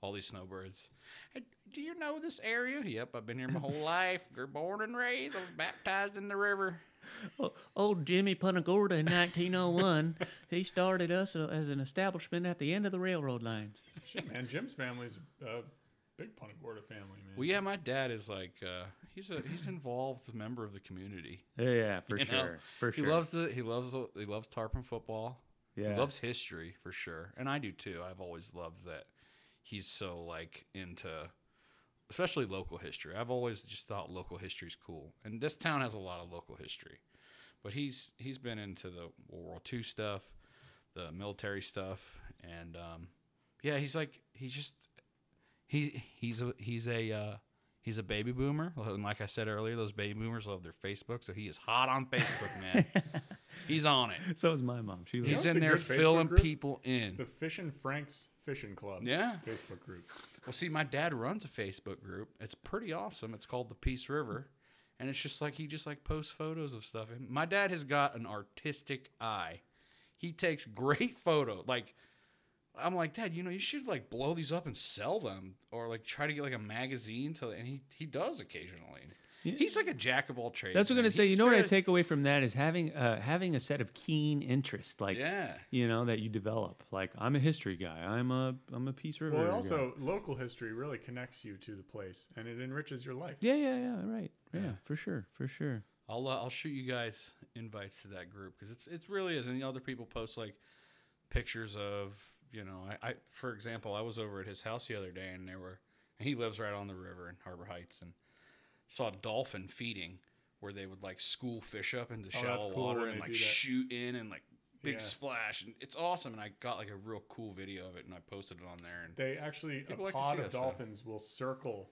C: all these snowbirds. "Hey, do you know this area? Yep, I've been
B: [LAUGHS]
C: here my whole life. You're born and raised. I was baptized in the river.
D: Oh, old Jimmy Punagorda in 1901,
B: [LAUGHS]
D: he started us uh, as an establishment at the end of the railroad lines.
A: Shit, man. Jim's family's a big Punta Gorda family, man.
C: Well, yeah, my dad is like uh, he's a he's involved member of the community.
B: Yeah, yeah for
C: [LAUGHS] you
B: sure.
C: know?
B: For sure.
C: He loves the he loves he loves tarpon football.
B: yeah.
C: He loves history for sure, and I do too. I've always loved that he's so like into, especially local history. I've always just thought local history's cool, and this town has a lot of local history. But he's he's been into the World War II stuff, the military stuff, and um, yeah, he's like he's just he he's a he's a uh, he's a baby boomer, and like I said earlier, those baby boomers love their Facebook, so he is hot on Facebook, man. he's on it.
B: So is my mom. She loves
C: He's
A: know what's
C: in
A: a
C: there
A: good Facebook
C: filling
A: group?
C: people in.
A: The Fish and Franks Fishing Club.
C: Yeah.
A: Facebook group.
C: Well, see, my dad runs a Facebook group. It's pretty awesome. It's called the Peace River, and it's just like he just like posts photos of stuff. And my dad has got an artistic eye. He takes great photo. Like I'm like, Dad, you know, you should like blow these up and sell them, or like try to get like a magazine to. And he he does occasionally. He's like a jack of all trades.
B: That's what I'm
C: man.
B: gonna say. You
C: He's
B: know what I
C: very-
B: take away from that is having uh, having a set of keen interests, like
C: Yeah.
B: you know that you develop. Like I'm a history guy. I'm a I'm a Peace River.
A: Well, it
B: guy.
A: also local history really connects you to the place, and it enriches your life.
B: yeah, yeah, yeah. Right. Yeah, for sure, for sure.
C: I'll uh, I'll shoot you guys invites to that group because it's it's really is. And other people post like pictures of you know I, I for example I was over at his house the other day and there were and he lives right on the river in Harbor Heights and saw a dolphin feeding where they would like school fish up into
A: Oh, that's
C: shallow
A: cool
C: water
A: when
C: and
A: they
C: like
A: do that.
C: shoot in and like big
A: Yeah.
C: splash and it's awesome and I got like a real cool video of it and I posted it on there and
A: They actually
C: People
A: a
C: like to
A: pod
C: see
A: of
C: that stuff.
A: dolphins will circle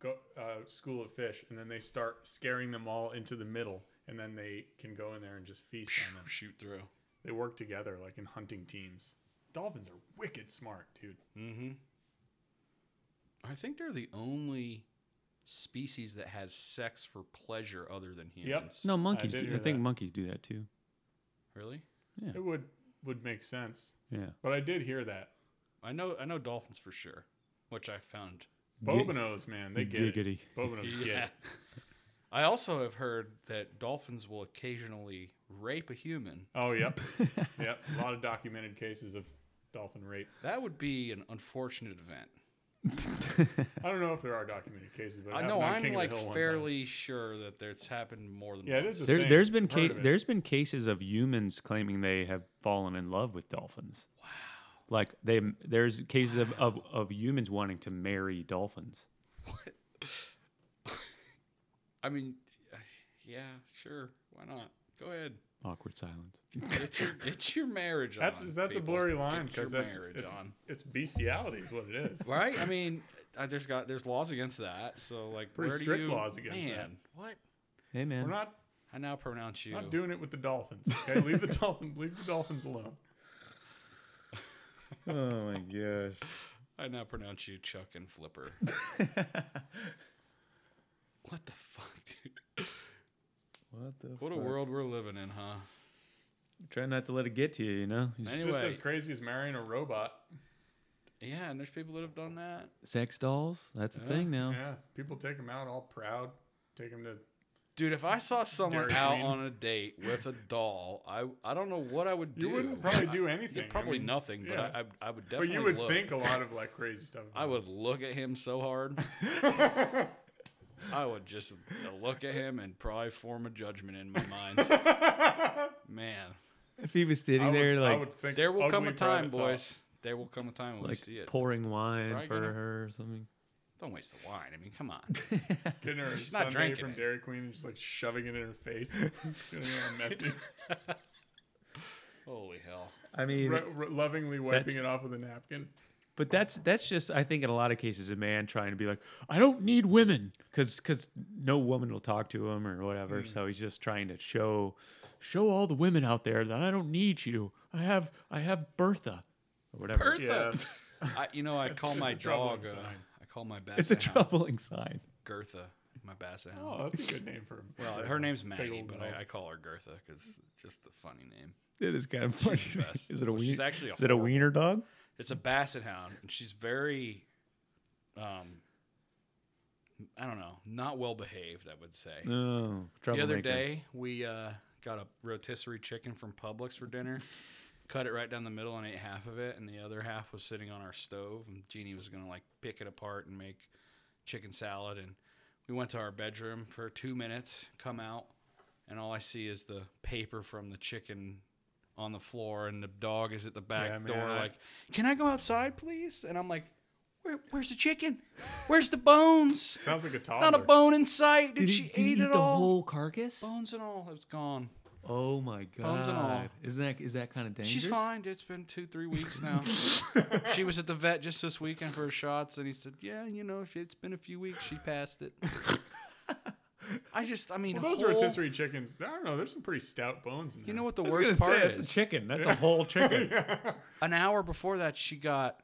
A: go uh, school of fish, and then they start scaring them all into the middle, and then they can go in there and just feast on them.
C: shoot through.
A: They work together like in hunting teams. Dolphins are wicked smart, dude.
C: Mm-hmm. I think they're the only species that has sex for pleasure other than humans.
B: No, monkeys.
A: did
B: do,
A: hear
B: I think
A: that.
B: monkeys do that too.
C: Really?
B: Yeah.
A: It would would make sense,
B: Yeah.
A: but I did hear that
C: I know I know dolphins for sure, which I found.
B: Gi-
A: bovinos, man, they get
B: Giggity.
A: it.
C: [LAUGHS]
A: Bovinos get it.
C: I also have heard that dolphins will occasionally rape a human.
A: Oh, yep, [LAUGHS] yep. A lot of documented cases of dolphin rape.
C: That would be an unfortunate event.
A: I don't know if there are documented cases, but it
C: I
A: happened
C: know
A: on
C: I'm
A: King of the
C: like
A: Hill one time.
C: fairly sure that there's happened more than
A: Yeah,
C: once.
A: this is
B: There, there's been
A: case.
B: ca- there's been cases of humans claiming they have fallen in love with dolphins. Wow. Like they there's cases of, of, of humans wanting to marry dolphins.
C: I mean, [SIGHS] yeah, sure, why not? Go ahead.
A: [LAUGHS]
B: Awkward silence.
C: Get your, get your marriage
A: That's
C: on.
A: that's a
C: people.
A: blurry line
C: Get your
A: because that's
C: marriage
A: it's,
C: on.
A: it's bestiality is what
C: [LAUGHS]
A: it is.
C: Right? I mean, I, there's got there's laws against that. So like,
A: Pretty
C: where do
A: strict
C: you-
A: laws against
C: man,
A: that.
C: What?
B: Hey man.
A: We're not
C: I now pronounce you.
A: not doing it with the dolphins. Okay, leave the dolphin leave the dolphins alone.
B: oh my gosh.
C: I now pronounce you Chuck and
A: [LAUGHS]
C: Flipper. what the fuck, dude?
B: What the
C: What a world we're living in, huh?
B: Try not to let it get to you, you know?
A: It's
C: Anyway,
A: Just as crazy as marrying a robot.
C: yeah, and there's people that have done that.
B: Sex dolls? That's the
C: Yeah.
B: thing now.
A: Yeah, people take them out all proud. Take them to
C: Dude, if I saw someone
A: Dairy
C: out
A: Queen.
C: on a date with a doll, I I don't know what I would do.
A: you wouldn't probably do
C: Yeah,
A: anything. I
C: probably
A: mean,
C: nothing, but
A: yeah.
C: I, I I would
A: but
C: definitely.
A: you would
C: look.
A: think a lot of like crazy stuff.
C: I
A: about
C: would look at him
A: [LAUGHS]
C: so hard. I would just look at him and probably form a judgment in my mind.
A: [LAUGHS] it.
C: Man,
B: If he was
A: I
B: sitting
A: would-
B: there
A: I
B: like
A: would think
C: there will come a
A: ugly
C: time,
A: private
C: boys.
A: thoughts.
C: There will come a time when we
B: like
C: see it.
B: pouring wine
C: Probably
B: for
C: gonna-
B: her or something.
C: Don't waste the wine. I mean,
B: [LAUGHS]
C: come on.
A: Getting
C: [LAUGHS]
A: her a
C: not
A: sundae
C: drinking
A: from
C: it.
A: Dairy Queen and just like shoving it in her
C: [LAUGHS]
A: face. Getting her messy. [LAUGHS]
C: Holy hell.
B: I mean
A: Ru- ru- lovingly wiping
B: That's-
A: it off with a napkin.
B: But that's that's just I think in a lot of cases a man trying to be like I don't need women because no woman will talk to him or whatever.
C: Mm.
B: So he's just trying to show show all the women out there that I don't need you. I have I have Bertha or whatever.
C: Bertha.
A: Yeah.
C: I, you know, I call
A: it's
C: my
A: a troubling
C: dog. Uh,
A: sign.
C: I call my basset
B: It's a
C: hound
B: troubling sign.
C: Gertha. My basset hound.
A: Oh, that's a good name for him.
C: well, her name's Maggie,
A: old
C: but
A: dog.
C: I, I call her Gertha because it's just a funny name.
B: It is kind of funny.
C: the best.
B: Is it a
C: Well,
B: wiener?
C: she's actually a
B: is it a
C: horrible-
B: wiener dog?
C: It's a basset hound, and she's very, um, I don't know, not well behaved. I would say.
B: No.
C: the other
B: troublemaker.
C: day we uh, got a rotisserie chicken from Publix for dinner. Cut it right down the middle and ate half of it, and the other half was sitting on our stove. And Jeannie was gonna like pick it apart and make chicken salad. And we went to our bedroom for two minutes. Come out, and all I see is the paper from the chicken on the floor, and the dog is at the back
A: Yeah, man,
C: door.
A: I-
C: like, can I go outside, please? And I'm like, Where, where's the chicken? Where's the bones?
A: Sounds like a toddler.
C: Not a bone in sight. Did,
B: Did
C: she
B: he, did he
C: eat
B: eat
C: it
B: the
C: all?
B: whole carcass?
C: Bones and all, it's gone.
B: Oh my god!
C: Bones and all.
B: Isn't that is that kind of dangerous?
C: She's fine. dude. It's been two, three weeks
B: [LAUGHS]
C: now. she was at the vet just this weekend for her shots, and he said, "Yeah, you know, she- it's been a few weeks. She passed it." I just, I mean,
A: Well, those
C: whole-
A: rotisserie chickens, I don't know, there's some pretty stout bones in there.
C: You
A: [LAUGHS]
C: know what the
B: I was
C: worst
B: gonna
C: part
B: say that's
C: is?
B: a chicken. That's a whole
C: [LAUGHS]
B: chicken.
C: An hour before that, she got,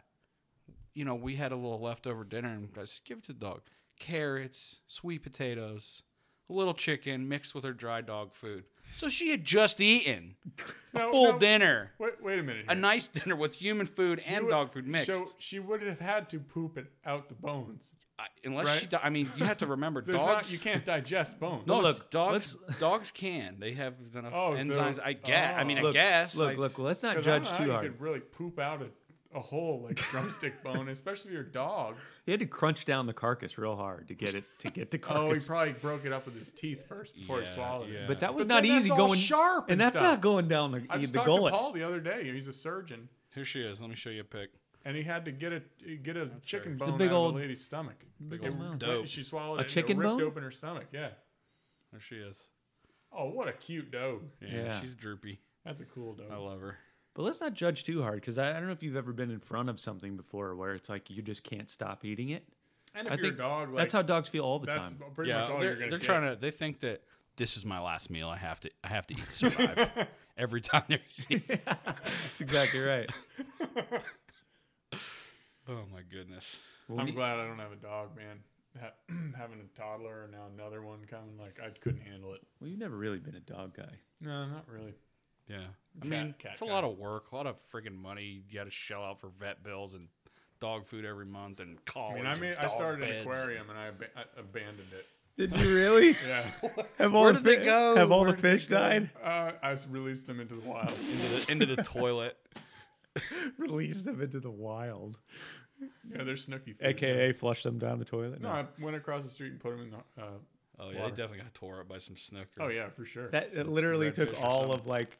C: you know, we had a little leftover dinner, and I said, "Give it to the dog." Carrots, sweet potatoes, a little chicken mixed with her dry dog food. So she had just eaten
A: No,
C: full
A: no,
C: dinner,
A: Wait, wait a minute.
C: a
A: here.
C: nice [LAUGHS] dinner with human food and
A: would-
C: dog food mixed.
A: So she would have had to poop it out the bones.
C: I, unless
A: right?
C: she, di- I mean, you have to remember
A: [LAUGHS] There's
C: dogs.
A: not, you can't digest bones.
C: No,
B: look,
C: dogs. Dogs can. They have enough
A: Oh, they're-
C: enzymes. I guess. I mean, I
B: Look,
C: guess.
B: Look,
C: like,
B: look. Let's not
A: 'Cause I don't know
B: judge
A: how
B: too
A: you
B: hard.
A: could really poop out a, a whole like [LAUGHS] drumstick bone, especially your dog.
B: He had to crunch down the carcass real hard to get it to get the
A: [LAUGHS] Oh, he
B: carcass.
A: probably broke it up with his teeth first before
C: Yeah,
A: he swallowed
C: yeah.
A: it.
B: but that was
A: But
B: not
A: then that's
B: easy
A: all
B: going
A: sharp
B: and
A: and
B: that's
A: stuff.
B: not going down the,
A: I just
B: the
A: talked to
B: gullet.
A: Paul the other day. He's a surgeon,
C: Here she is. Let me show you a pic.
A: and he had to get a get a chicken bone
B: big
A: out
B: old-
A: of a lady's stomach.
B: Big
A: It
B: old
A: went-
B: mouth.
C: Dope.
A: She swallowed
B: A
A: it. and it
B: chicken
A: ripped
B: bone?
A: open her stomach. Yeah.
C: There she is.
A: Oh, what a cute dog.
C: Yeah,
B: Yeah.
C: she's droopy.
A: That's a cool dog.
C: I love her.
B: But let's not judge too hard because I, I don't know if you've ever been in front of something before where it's like you just can't stop eating it.
A: And
B: I
A: if you're a
B: think
A: dog, like,
B: that's how dogs feel all the
A: that's
B: time.
A: [LAUGHS]
B: [LAUGHS]
A: pretty
C: yeah,
A: much all
C: they're,
A: you're gonna.
C: they're
A: get.
C: trying to. They think that this is my last meal. I have to. I have to eat
A: [LAUGHS]
C: to survive. Every time they're [LAUGHS] eating.
B: That's exactly right.
C: Oh my goodness.
A: I'm glad I don't have a dog, man. That, [CLEARS THROAT] having a toddler and now another one coming, like I couldn't handle it.
B: Well, you've never really been a dog guy.
A: No, not really.
C: Yeah. I
A: Cat-
C: mean,
A: cat
C: it's a
A: guy.
C: lot of work, a lot of freaking money. You got to shell out for vet bills and dog food every month and
A: I
C: collars.
A: mean, I
C: and
A: mean, I
C: dog
A: started an
C: beds.
A: aquarium and I, ab- I abandoned it. [LAUGHS]
B: Did you really?
A: Yeah,
B: [LAUGHS] have all
C: Where did they go? Where did they go?
A: [LAUGHS] uh, I s- released them into the [LAUGHS] wild.
C: into the, into the toilet.
B: Release them into the wild,
A: Yeah, they're snooky. Food,
B: aka flush them down the toilet.
A: No, I went across the street and put them in the. Uh,
C: Oh yeah,
A: Water.
C: they definitely got tore up by some snooker.
A: oh yeah, for sure.
B: that it
A: So,
B: literally
A: red
B: took
A: fish or
B: all
A: something.
B: of like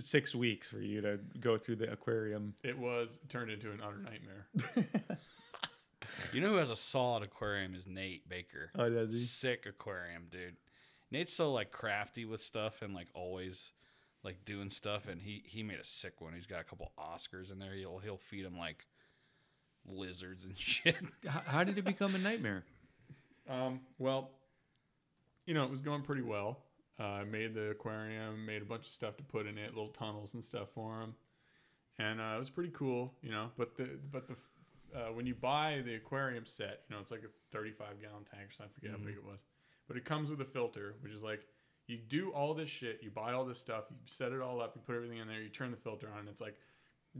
B: six weeks for you to go through the aquarium.
A: It was turned into an utter nightmare. [LAUGHS]
C: You know who has a solid aquarium is Nate Baker.
B: Oh, does he?
C: Sick aquarium, dude. Nate's so like crafty with stuff and like always like doing stuff and he he made a sick one. He's got a couple Oscars in there. He'll he'll feed them like lizards and [LAUGHS] shit.
B: How, how did it become
A: [LAUGHS]
B: a nightmare?
A: Um, well, you know, it was going pretty well. Uh, I made the aquarium, made a bunch of stuff to put in it, little tunnels and stuff for them, and uh, it was pretty cool, you know. But the but the uh, when you buy the aquarium set, you know, it's like a 35 gallon tank or something. I forget how
B: Mm-hmm.
A: big it was, but it comes with a filter, which is like you do all this shit, you buy all this stuff, you set it all up, you put everything in there, you turn the filter on, and it's like.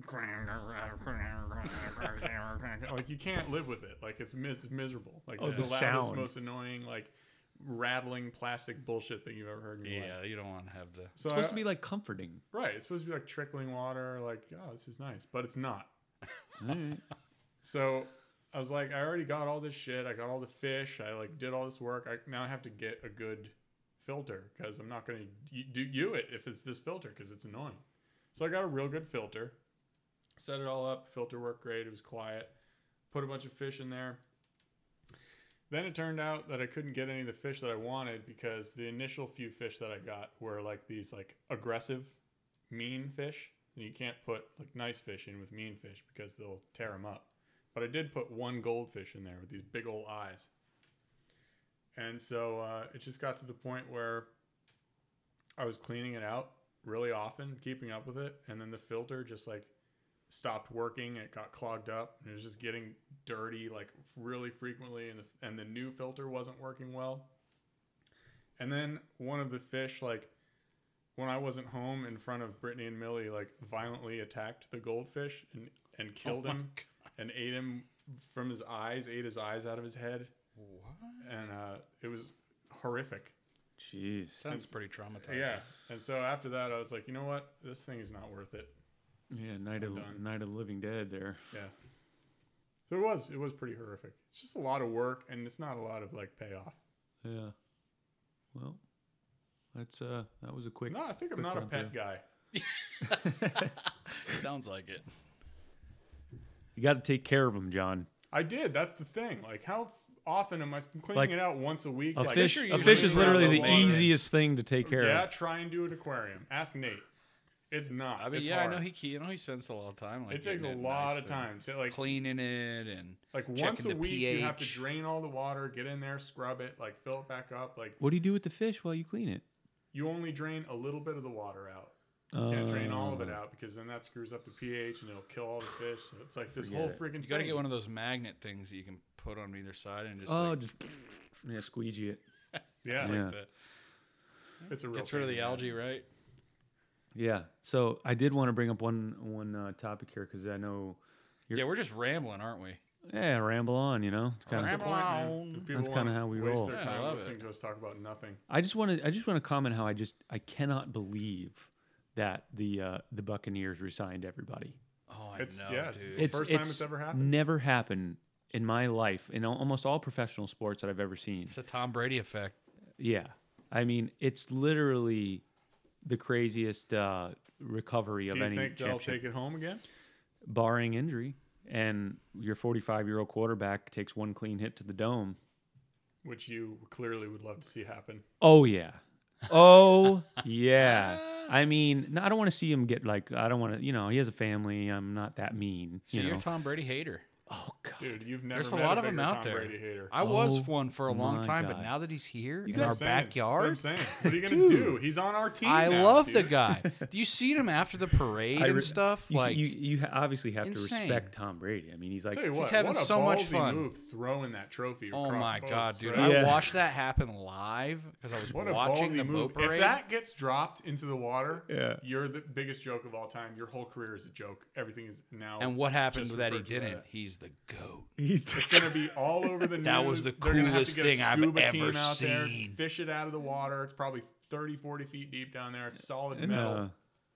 A: [LAUGHS] like you can't live with it. Like it's mis- miserable. Like
B: Oh,
A: it's
B: the
A: the, loudest,
B: sound.
A: most annoying, like rattling plastic bullshit that you've ever heard in your life.
C: yeah, you don't want to have the
A: So
B: It's supposed
A: I-
B: to be
A: [LAUGHS]
B: like comforting.
A: right. It's supposed to be like trickling water. Like oh, this is nice, but it's not. So I was like, I already got all this shit. I got all the fish. I like did all this work. I now I have to get a good filter because I'm not gonna y- do you it if it's this filter because it's annoying. So I got a real good filter. Set it all up. Filter worked great. It was quiet. Put a bunch of fish in there. Then it turned out that I couldn't get any of the fish that I wanted because the initial few fish that I got were like these like aggressive, mean fish. And you can't put like nice fish in with mean fish because they'll tear them up. But I did put one goldfish in there with these big old eyes. And so uh, it just got to the point where I was cleaning it out really often, keeping up with it, and then the filter just like stopped working and it got clogged up and it was just getting dirty like really frequently and the, and the new filter wasn't working well. And then one of the fish like when I wasn't home in front of Brittany and Millie like violently attacked the goldfish and and killed
C: Oh my
A: him and ate him from his eyes, ate his eyes out of his head,
C: What?
A: and uh, it was horrific.
B: Jeez.
C: Sounds pretty
B: Oh,
C: traumatizing.
A: Yeah, and so after that, I was like, you know what, this thing is not worth it.
B: Yeah, night of
A: done.
B: night of the Living Dead. There.
A: Yeah, so it was it was pretty horrific. It's just a lot of work, and it's not a lot of like payoff.
B: Yeah. Well, that's uh, that was a quick.
A: No, I think I'm
B: quick
A: not a
B: run
A: pet
B: through.
A: guy.
C: Sounds like it.
B: You got to take care of them, John.
A: I did. That's the thing. Like, how f- often am I I'm cleaning
B: Like,
A: it out once a week?
B: A
A: like,
B: fish,
C: are
B: a
C: usually
B: fish is
C: around
B: literally
C: the
B: the
C: water.
B: easiest thing to take care
A: Yeah,
B: of.
A: try and do an aquarium. Ask Nate. It's not.
C: I mean,
A: it's
C: yeah,
A: hard.
C: I know he you know he spends a lot of time. Like
A: it takes a
C: getting
A: lot
C: nice
A: of
C: and
A: time. So, like,
C: cleaning it and
A: Like
C: checking
A: once a
C: the
A: week, you have to
C: pH.
A: drain all the water, get in there, scrub it, like fill it back up. Like
B: What do you do with the fish while you clean it?
A: you only drain a little bit of the water out. You can't drain all of it
B: Uh,
A: out because then that screws up the pH and it'll kill all the fish. So it's like this
B: Forget
A: whole
B: it.
A: freaking.
C: You got to
A: thing.
C: get one of those magnet things that you can put on either side and just
B: Oh,
C: like,
B: just yeah, squeegee it.
A: Yeah,
B: Yeah.
C: Like the-
A: it's a real
C: gets rid of
A: pain
C: the
A: in ass.
C: algae, right?
B: Yeah. So I did want to bring up one one uh, topic here because I know, You're-
C: yeah, we're just rambling, aren't we?
B: yeah, ramble on. You know, it's
A: That's
B: kind
A: the
B: of.
C: Ramble
A: point, man.
C: on.
A: If people
B: That's kinda
A: wanna
B: how we
A: waste
B: roll.
A: their
C: Yeah, I
A: time
C: love
A: listening
C: it.
A: to us talk about nothing.
B: I just want to. I just want to comment how I just I cannot believe that the uh, the Buccaneers resigned everybody.
C: Oh, I
A: It's-
C: know,
A: yeah, it's-
C: dude.
A: It- First time it's ever happened.
B: Never happened in my life in al- almost all professional sports that I've ever seen.
C: it's the Tom Brady effect.
B: Yeah. I mean, it's literally the craziest uh, recovery of
A: Do you
B: any
A: think they'll
B: championship,
A: take it home again?
B: barring injury. And your 45 year old quarterback takes one clean hit to the dome.
A: Which you clearly would love to see happen.
B: Oh, yeah. Oh, yeah. I mean, no, I don't want to see him get like, I don't want to, you know, he has a family. I'm not that mean.
C: So
B: you
C: you are
B: know?
C: a Tom Brady hater.
B: oh, God.
A: Dude, you've never
C: There's a
A: met
C: lot of
A: bigger
C: them out
A: Tom
C: there.
A: Brady hater.
C: I was
B: Oh
C: one for a long
B: my
C: time,
B: God.
C: but now that he's here
B: He's
C: in
B: got
C: our
A: That's what I'm saying.
C: backyard,
A: That's what I'm saying. What are
C: [LAUGHS]
A: you gonna do? He's on our team.
C: I
A: now,
C: love the
A: dude. [LAUGHS]
C: guy. Do you see him after the parade
B: I
C: and
B: re-
C: stuff?
B: You,
C: like
B: you, you ha- obviously have
C: insane.
B: to respect Tom Brady. I mean, he's like,
A: Tell you what,
C: having
A: what a
C: so much
A: ballsy
C: fun.
A: move throwing that trophy.
C: Oh
A: across
C: my
A: boats,
C: god, dude!
A: Right?
B: Yeah.
C: I watched that happen live because I was
A: What a
C: watching
A: ballsy
C: the
A: move!
C: boat
A: If
C: parade.
A: that gets dropped into the water,
B: Yeah.
A: you're the biggest joke of all time. Your whole career is a joke. Everything is now.
C: and what happened
A: just
C: that he
A: referred to
C: didn't?
A: that.
C: He's the goat.
B: he's
A: It's gonna be all over the news.
C: [LAUGHS] That was the
A: They're gonna have
C: coolest
A: to get a
C: thing I've
A: scuba
C: ever
A: team out there,
C: seen.
A: fish it out of the water. It's probably 30, 40 feet deep down there. It's solid metal.
B: No. uh,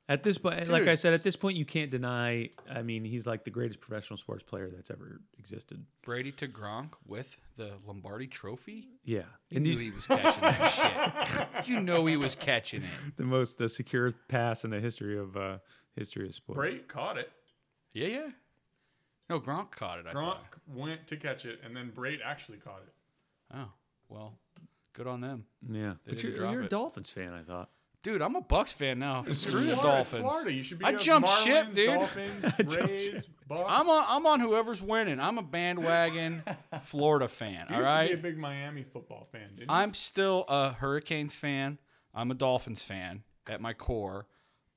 B: At this point, like I
A: Dude.
B: said, at this point, you can't deny. I mean, he's like the greatest professional sports player that's ever existed.
C: Brady to Gronk with the Lombardi Trophy.
B: Yeah,
C: You
B: and
C: knew
B: the,
C: he was catching that shit. You know he was catching it.
B: the most uh, secure pass in the history of uh, history of sports.
A: Brady caught it.
C: Yeah, yeah. No, Gronk caught it. I
A: Gronk
C: thought.
A: went to catch it, and then Brady actually caught it.
C: Oh well, good on them,
B: Yeah,
C: They
B: but
C: didn't
B: you're,
C: drop
B: you're a
C: it.
B: Dolphins fan, I thought.
C: dude. I'm a Bucks fan now. Screw the
A: Florida, it's
C: Dolphins.
A: Florida. You should be
C: I
A: a
C: jumped
A: Marlins,
C: ship, dude. [LAUGHS]
A: Dolphins,
B: I jumped
A: Rays, Bucks.
C: I'm on. I'm on whoever's winning. I'm a bandwagon
A: [LAUGHS]
C: Florida fan.
A: You
C: all
A: used
C: right.
A: to be a big Miami football fan, didn't you?
C: I'm still a Hurricanes fan. I'm a Dolphins fan at my core.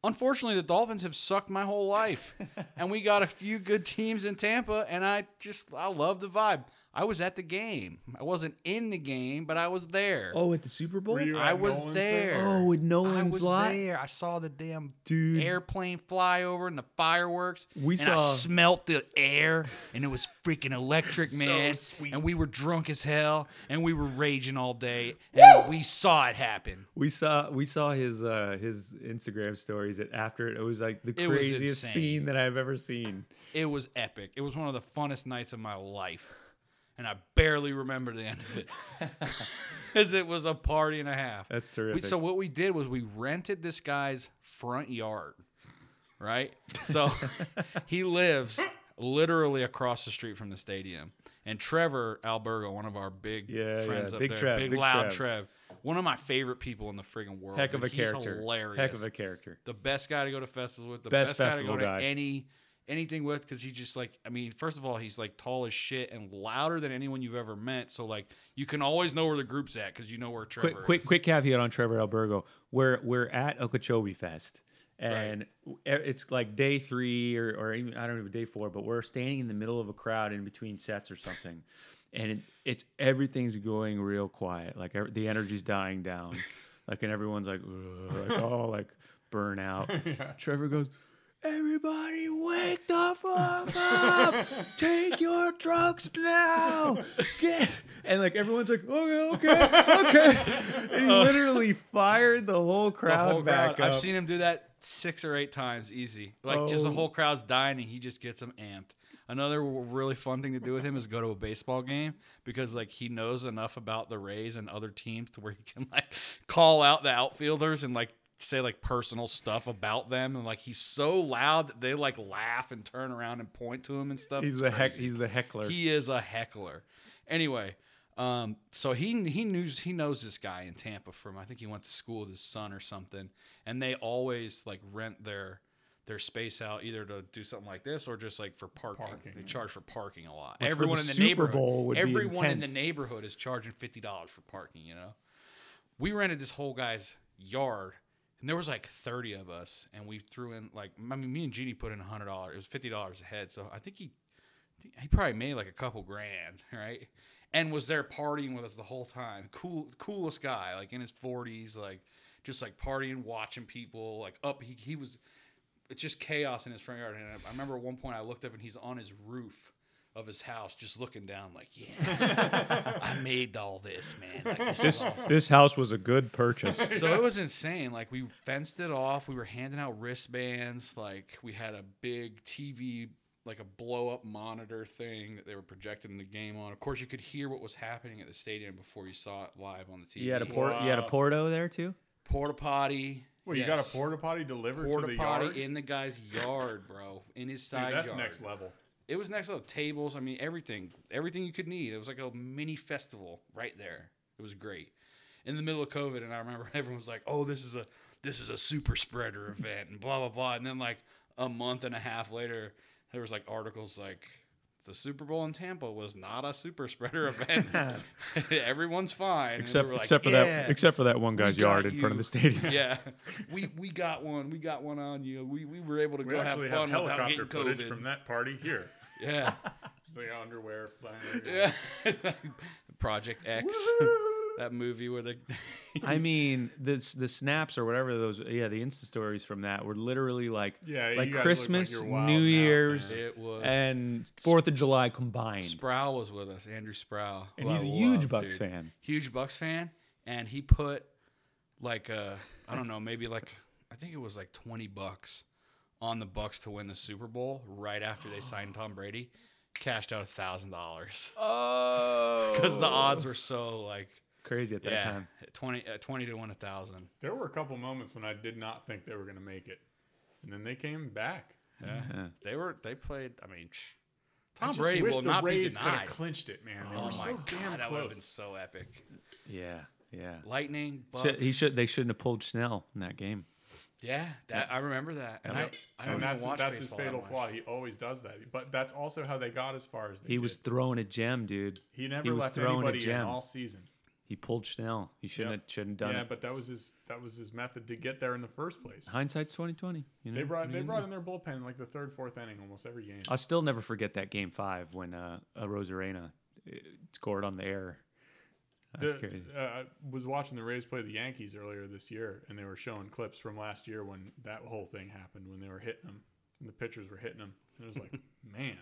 C: Unfortunately, the Dolphins have sucked my whole life, and we got a few good teams in Tampa, and I just I love the vibe. I was at the game. I wasn't in the game, but I was there.
B: Oh, at the Super Bowl.
A: Were you
C: I
A: at
C: was
A: Nolan's
C: there.
A: thing?
B: Oh, with
C: I
B: Nolan's
C: was
B: lot,
C: there. I saw the damn
B: dude.
C: airplane fly over and the fireworks.
B: We
C: and I
B: saw-
C: smelt the air, and it was freaking electric, man.
A: sweet.
C: And we were drunk as hell, and we were raging all day, and we saw it happen.
B: We saw we saw his uh, his Instagram stories that after it, it was like the
C: It was
B: craziest
C: insane.
B: scene that I've ever seen.
C: It was epic. It was one of the funnest nights of my life, and I barely remember the end [LAUGHS] of it, as it was a party and a half.
B: That's
C: We,
B: terrific.
C: so what we did was we rented this guy's front yard, right?
B: [LAUGHS]
C: So he lives literally across the street from the stadium. And Trevor Albergo, one of our big
B: Yeah,
C: friends
B: yeah,
C: up
B: big
C: there,
B: Trev,
C: big,
B: big Trev.
C: loud Trev. one of my favorite people in the friggin' world.
B: heck of a
C: dude. He's
B: character.
C: Hilarious.
B: Heck of a character.
C: the best guy to go to festivals with. The
B: Best
C: best, guy to
B: festival
C: go to
B: guy.
C: any anything with because he just like I mean, first of all, he's like tall as shit and louder than anyone you've ever met. So like you can always know where the group's at because you know where Trevor.
B: quick, quick,
C: is.
B: quick caveat on Trevor Albergo. We're we're at Okeechobee Fest, and e- it's like day three or, or even, I don't know day four, but we're standing in the middle of a crowd in between sets or something, and it, it's everything's going real quiet. Like ev- the energy's dying down, like and everyone's like, "Ugh," like oh like burnout. Trevor goes. Everybody, wake the fuck [LAUGHS] up! Take your drugs now! Get and like everyone's like, okay, [LAUGHS] okay, okay. And he literally fired the whole
C: The
B: crowd
C: whole
B: back
C: crowd. I've
B: up.
C: seen him do that six or eight times, easy. Like just the
B: Oh.
C: whole crowd's dying, and he just gets them amped. Another w- really fun thing to do with him is go to a baseball game because like he knows enough about the Rays and other teams to where he can like call out the outfielders and like say like personal stuff about them and like he's so loud that they like laugh and turn around and point to him and stuff.
B: he's
C: It's
B: the heck.
C: crazy.
B: He's the heckler.
C: He is a heckler. Anyway, um, so he he knew he knows this guy in Tampa from I think he went to school with his son or something, and they always like rent their their space out either to do something like this or just like for parking.
A: Parking,
C: they
A: yeah.
C: charge for parking a lot.
B: for
C: everyone
B: the
C: in the
B: Super
C: neighborhood,
B: Bowl would be
C: everyone in the
B: intense.
C: neighborhood is charging fifty dollars for parking. You know, we rented this whole guy's yard. And there was like 30 of us, and we threw in like I mean, me and Jeannie put in $100. It was $50 a head, so I think he he probably made like a couple grand, [LAUGHS] right? and was there partying with us the whole time. Cool, coolest guy, like in his forties, like just like partying, watching people, like up. He he was, it's just chaos in his front yard. And I, I remember at one point I looked up and he's on his roof of his house, just looking down, like, yeah, I made all this, man. Like, this is
B: [LAUGHS]
C: awesome.
B: This house was a good purchase.
C: [LAUGHS] So it was insane. Like we fenced it off. We were handing out wristbands. Like we had a big TV, like a blow up monitor thing that they were projecting the game on. Of course, you could hear what was happening at the stadium before you saw it live on the TV.
B: You had a port. You had a
A: Wow.
B: Porto there too.
C: porta potty.
A: Well, you got a
C: Yes.
A: porta potty delivered to
C: porta
A: the
C: potty
A: yard.
C: in the guy's yard, bro, in his
A: Dude,
C: side
A: that's
C: yard.
A: next level.
C: It was next level. Tables, I mean, everything, everything you could need. It was like a mini festival right there. It was great. In the middle of COVID, and I remember [LAUGHS] everyone was like, "Oh, this is a this is a super spreader event," and blah blah blah. And then like a month and a half later, there was like articles like. The Super Bowl in Tampa was not a
A: [LAUGHS]
C: super spreader event. [LAUGHS] Everyone's fine. And we
B: Except
C: were like,
B: except for
C: "Yeah."
B: that except for that one guy's
C: got
B: yard in front of
C: you.
B: the stadium.
C: [LAUGHS] yeah, we we got one. We got one on you. We we were able to
A: We
C: go have
A: actually
C: fun
A: have,
C: without
A: helicopter
C: getting
A: footage
C: COVID.
A: from that party here. [LAUGHS]
C: Yeah,
A: It's like underwear flying. everywhere.
C: yeah. [LAUGHS] Project X, that movie where they
B: [LAUGHS] I mean, this the snaps or whatever those. Yeah, the Insta stories from that were literally like
A: Yeah, you guys
B: like
A: look like
B: Christmas,
A: you're wild
B: New
A: now,
B: Year's,
A: man.
C: it was.
B: and Fourth of July combined.
C: Sproul was with us, Andrew Sproul,
B: and
C: who
B: he's
C: I
B: a huge
C: love,
B: Bucks
C: dude.
B: fan.
C: Huge Bucks fan, and he put like uh I don't know, maybe like I think it was like twenty bucks on the Bucks to win the Super Bowl right after they signed Tom Brady. Cashed out a thousand dollars. [LAUGHS]
B: Oh,
C: because the odds were so like
B: crazy at that
C: yeah,
B: time.
C: 20, uh, 20 to 1 a thousand
A: There were a couple moments when I did not think they were going to make it, and then they came back.
C: yeah.
B: Yeah.
C: they were they played i mean psh,
A: I
C: tom
A: just
C: brady
A: wish
C: will
A: the
C: not
A: Rays
C: be
A: coulda
C: denied
A: clinched it, man. They
C: oh
A: were
C: my
A: so
C: god
A: damn
C: that would have
A: close.
C: been so epic
B: Yeah, yeah.
C: lightning Bucks.
B: So he should. They shouldn't have pulled Snell in that game.
C: yeah that i remember that and
A: Yep.
C: i, I don't
A: and
C: even
A: that's
C: watch
A: that's his
C: baseball that
A: fatal
C: much.
A: flaw. He always does that. But that's also how they got as far as they
B: He was
A: did.
B: throwing a gem, dude.
A: he never
B: he was
A: left
B: throwing a
A: anybody in
B: gem.
A: all season.
B: He pulled Snell. He shouldn't
A: Yep.
B: have shouldn't have done
A: yeah,
B: it.
A: but that was his that was his method to get there in the first place.
B: Hindsight's twenty twenty. You know?
A: They brought they
B: Yeah.
A: brought in their bullpen in like the third fourth inning almost every game.
B: I'll still never forget that game five when uh, uh Rosarena uh, scored on the error. That's
A: The-
B: crazy.
A: uh, I was watching the Rays play the Yankees earlier this year, and they were showing clips from last year when that whole thing happened when they were hitting them and the pitchers were hitting them. And it was
B: [LAUGHS]
A: like, man,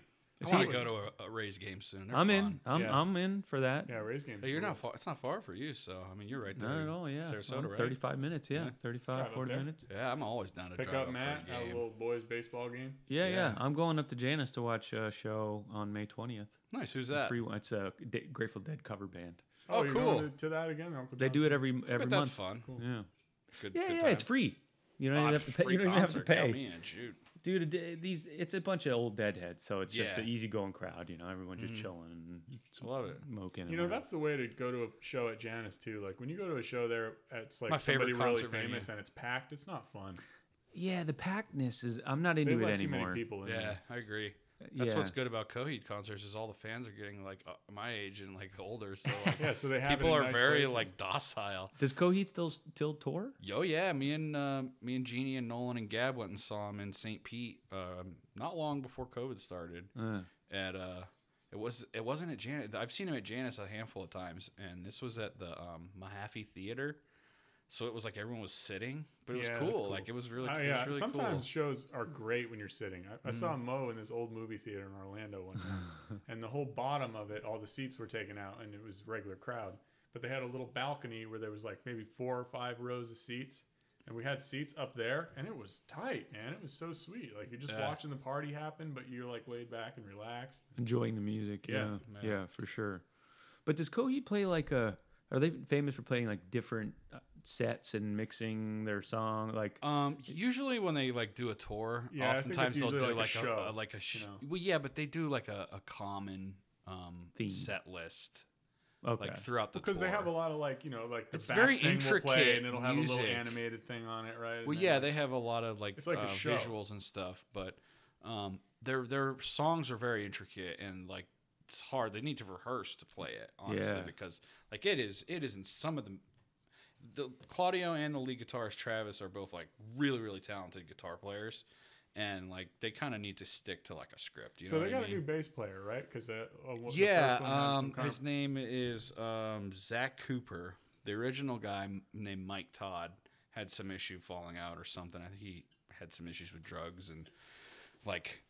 C: i want to go to a, a rays game soon They're
B: I'm in.
C: fun.
B: I'm
A: Yeah.
B: I'm in for that.
A: yeah, Rays game.
C: Hey, you're not far it's not far for you so i mean you're right there
B: Not at
C: in
B: all. Yeah.
C: sarasota
B: Um,
C: right
B: 35 minutes. Yeah.
C: Yeah.
B: 35,
A: Drive up
B: 40
A: there.
B: minutes.
C: yeah i'm always down to
A: Pick
C: drive
A: up
C: up
A: Matt
C: for a
A: at a
C: game.
A: little boys baseball game.
B: Yeah, yeah,
C: Yeah.
B: I'm going up to Janice to watch a show on May 20th.
C: nice who's
B: A
C: that
B: Free, it's a D- Grateful Dead cover band.
C: Oh,
A: you're
C: cool.
A: going to, to that again, Uncle
B: They
A: John?
B: do it every
C: I
B: every
C: bet
B: month.
C: Oh, that's fun
B: Yeah.
C: good,
B: Yeah,
C: good
B: yeah,
C: time.
B: it's free. You don't
C: Oh,
B: even have to pay.
C: free
B: You don't even have to
C: concert. Count
B: pay,
C: me in, shoot.
B: dude. it- it- These it's a bunch of old deadheads, so it's just
C: Yeah. Mm-hmm.
B: an easygoing crowd. You know, everyone just chilling and
C: Love it.
B: smoking.
A: You know, that's the way to go to a show at Janice too. Like when you go to a show there, it's like
C: My favorite
A: somebody really
C: concert venue.
A: famous and it's packed. It's not fun.
B: yeah. The packedness is. I'm not
A: They
B: into it
A: let too
B: anymore.
A: many people in.
C: Yeah,
A: there.
C: I agree. That's
B: Yeah.
C: what's good about Coheed concerts is all the fans are getting like uh, my age and like
A: [LAUGHS]
C: older, so like,
A: yeah. So they have it
C: people
A: in
C: are
A: nice
C: very
A: places.
C: like docile.
B: Does Coheed still still tour?
C: Yo, Oh, yeah, me and uh, me and Jeannie and Nolan and Gab went and saw him in St. Pete um, not long before COVID started.
B: Uh,
C: At uh, it was it wasn't at Janice. I've seen him at Janice a handful of times, and this was at the um, Mahaffey Theater. So it was like everyone was sitting, but it was
A: Yeah, that's
C: cool.
A: cool.
C: Like it was really,
A: Oh,
C: it was
A: yeah.
C: really
A: Sometimes
C: cool. Mm.
A: shows are great when you're sitting. I, I saw Mo in this old movie theater in Orlando one
C: [LAUGHS]
A: time, and the whole bottom of it, all the seats were taken out, and it was regular crowd. But they had a little balcony where there was like maybe four or five rows of seats, and we had seats up there, and it was tight, man. It was so sweet. Like you're just
C: Yeah.
A: watching the party happen, but you're like laid back and relaxed.
B: enjoying the music. Yeah,
A: Yeah,
B: yeah,
C: man.
B: for sure. But does Coheed play like a? Are they famous for playing like different uh, sets and mixing their song? Like,
C: Um, usually when they like do a tour,
A: Yeah, I think it's
C: oftentimes they'll do
A: usually
C: like,
A: like a
C: a,
A: show,
C: a- like a sh-
A: you know?
C: well, yeah, but they do like a, a common um
B: Theme.
C: set list
B: okay,
C: Uh, like throughout the
A: Because
C: tour.
A: they have a lot of like you know like the
C: It's
A: back
C: very
A: thing will play,
C: intricate
A: and it'll have a
C: music.
A: little animated thing on it, right? And
C: well,
A: then,
C: yeah,
A: like,
C: they have a lot of like,
A: It's like a
C: uh,
A: show.
C: visuals and stuff, but um, their their songs are very intricate and like it's hard. They need to rehearse to play it honestly
B: Yeah.
C: because like it is it is in some of the the Claudio and the lead guitarist Travis are both like really really talented guitar players, and like they kind of need to stick to like a script. You
A: so
C: know
A: they
C: what
A: got a
C: I
A: new
C: mean?
A: bass player, right? Because the, uh, what- the
C: yeah,
A: first one had some
C: um,
A: kind
C: his name is um, Zach Cooper. The original guy m- named Mike Todd had some issue falling out or something. I think he had some issues with drugs and like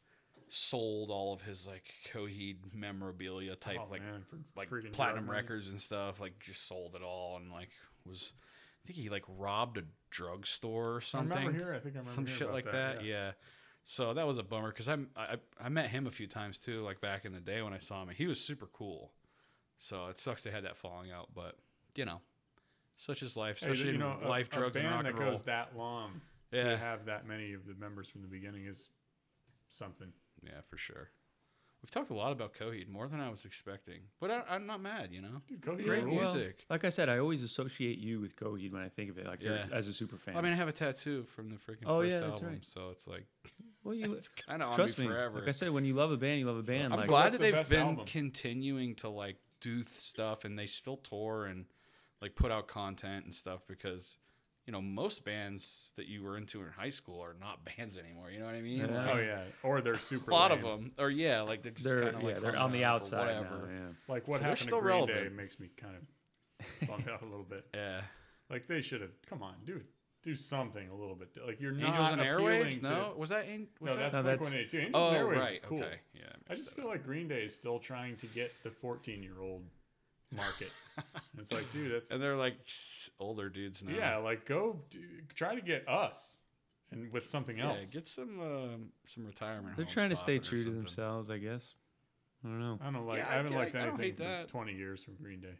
C: sold all of his like Coheed memorabilia type
A: of, oh,
C: like
A: man, for
C: like
A: freaking drug
C: platinum
A: money.
C: records and stuff. Like just sold it all and like was I think he like robbed a drugstore or
A: I
C: something
A: remember here. I think I remember
C: some
A: hearing
C: shit
A: about
C: like that. Yeah. So that was a bummer because I, I I met him a few times too, like back in the day when I saw him. and He was super cool. So it sucks they had that falling out, but you know, such is life,
A: Hey,
C: especially
A: you know,
C: in
A: a-
C: life,
A: a
C: drugs, and
A: band
C: rock
A: that
C: and roll.
A: goes that long
C: Yeah.
A: to have that many of the members from the beginning is something.
C: yeah, for sure. We've talked a lot about Coheed, more than I was expecting, but I, I'm not mad. You know,
A: Dude, Coheed
C: great
A: rules.
C: music.
B: Like I said, I always associate you with Coheed when I think of it, like you're,
C: Yeah.
B: as a super fan.
C: I mean, I have a tattoo from the freaking
B: Oh,
C: first
B: yeah, that's
C: album,
B: right.
C: so
A: [LAUGHS]
C: it's like
B: well, you
C: [LAUGHS] it's kind of on
B: trust
C: me
B: me.
C: forever.
B: Like I said, when you love a band, you love a band.
C: I'm
B: like,
C: glad
A: What's
C: that
A: the
C: they've
A: best
C: been
A: album?
C: continuing to like do th- stuff and they still tour and like put out content and stuff because you know most bands that you were into in high school are not [LAUGHS] bands anymore. You know what I mean?
B: Yeah.
C: Like,
A: Oh yeah, or
C: [LAUGHS]
A: they're super.
C: A lot of
A: lame.
C: them, or yeah, like they're just
B: they're
C: kind of like
B: yeah, they're
C: hung
B: on the
C: up or
B: outside now.
C: whatever.
B: Yeah.
A: Like what
C: So they're
A: happened
C: still
A: to Green Day
C: relevant.
A: makes me kind
C: [LAUGHS]
A: of bummed out a little bit.
C: Yeah.
A: Like they should have. Come on, dude, do something a little bit. Like you're not
C: Angels and
A: appealing
C: Airwaves?
A: to-
C: No, was that? In, was
A: no,
C: that?
A: that's
B: No,
A: Blink
B: that's-
A: One Eighty Two. Angels
C: oh,
A: and Airwaves
C: right.
A: is cool.
C: Okay. Yeah.
A: I just feel like Green Day is still trying to get the 14 year old
B: [LAUGHS]
A: market. it's like, dude, that's
C: and they're like s- older dudes now.
A: yeah. Like, go do, try to get us and with something
C: Yeah.
A: else.
C: Get some um, some retirement.
B: They're
C: homes
B: trying to stay
C: popping or
B: true to
C: something.
B: themselves, I guess. I don't know.
A: I don't like.
C: Yeah,
A: I haven't
C: I-
A: liked
C: I don't
A: anything
C: hate
A: for
C: that.
A: 20 years from Green Day.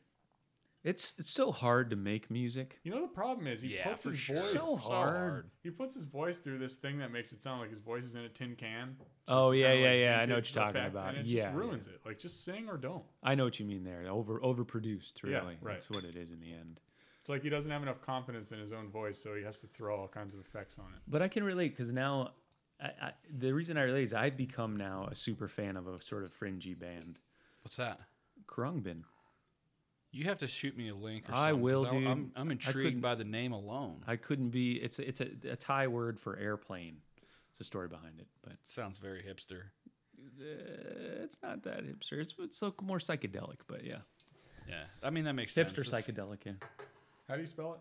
B: It's it's so hard to make music.
A: You know the problem is he
C: Yeah,
A: puts
C: for
A: his
C: sure.
A: voice.
B: So hard.
A: He puts his voice through this thing that makes it sound like his voice is in a tin can. so
B: Oh,
A: it's
B: yeah,
A: kinda
B: yeah, yeah, I know
A: vintage
B: what you're talking
A: effect,
B: about.
A: And it
B: Yeah,
A: just
B: yeah.
A: ruins it. Like just sing or don't.
B: I know what you mean there. Over overproduced,
A: Yeah,
B: really.
A: right.
B: That's what it is in the end.
A: It's like he doesn't have enough confidence in his own voice, so he has to throw all kinds of effects on it.
B: But I can relate because now, I, I, the reason I relate is I've become now a super fan of a sort of fringy band,
C: What's that?
B: Krungbin.
C: You have to shoot me a link. Or
B: I
C: something, 'cause
B: will, dude.
C: I'm, I'm
B: I
C: intrigued
B: couldn't-
C: by the name alone.
B: I couldn't be. It's a, it's a, a Thai word for airplane. It's a story behind it, but
C: Sounds very hipster.
B: uh, it's not that hipster. It's it's so more psychedelic, but yeah,
C: Yeah, I mean that makes
B: hipster
C: sense. It's-
B: psychedelic. Yeah,
A: How do you spell it?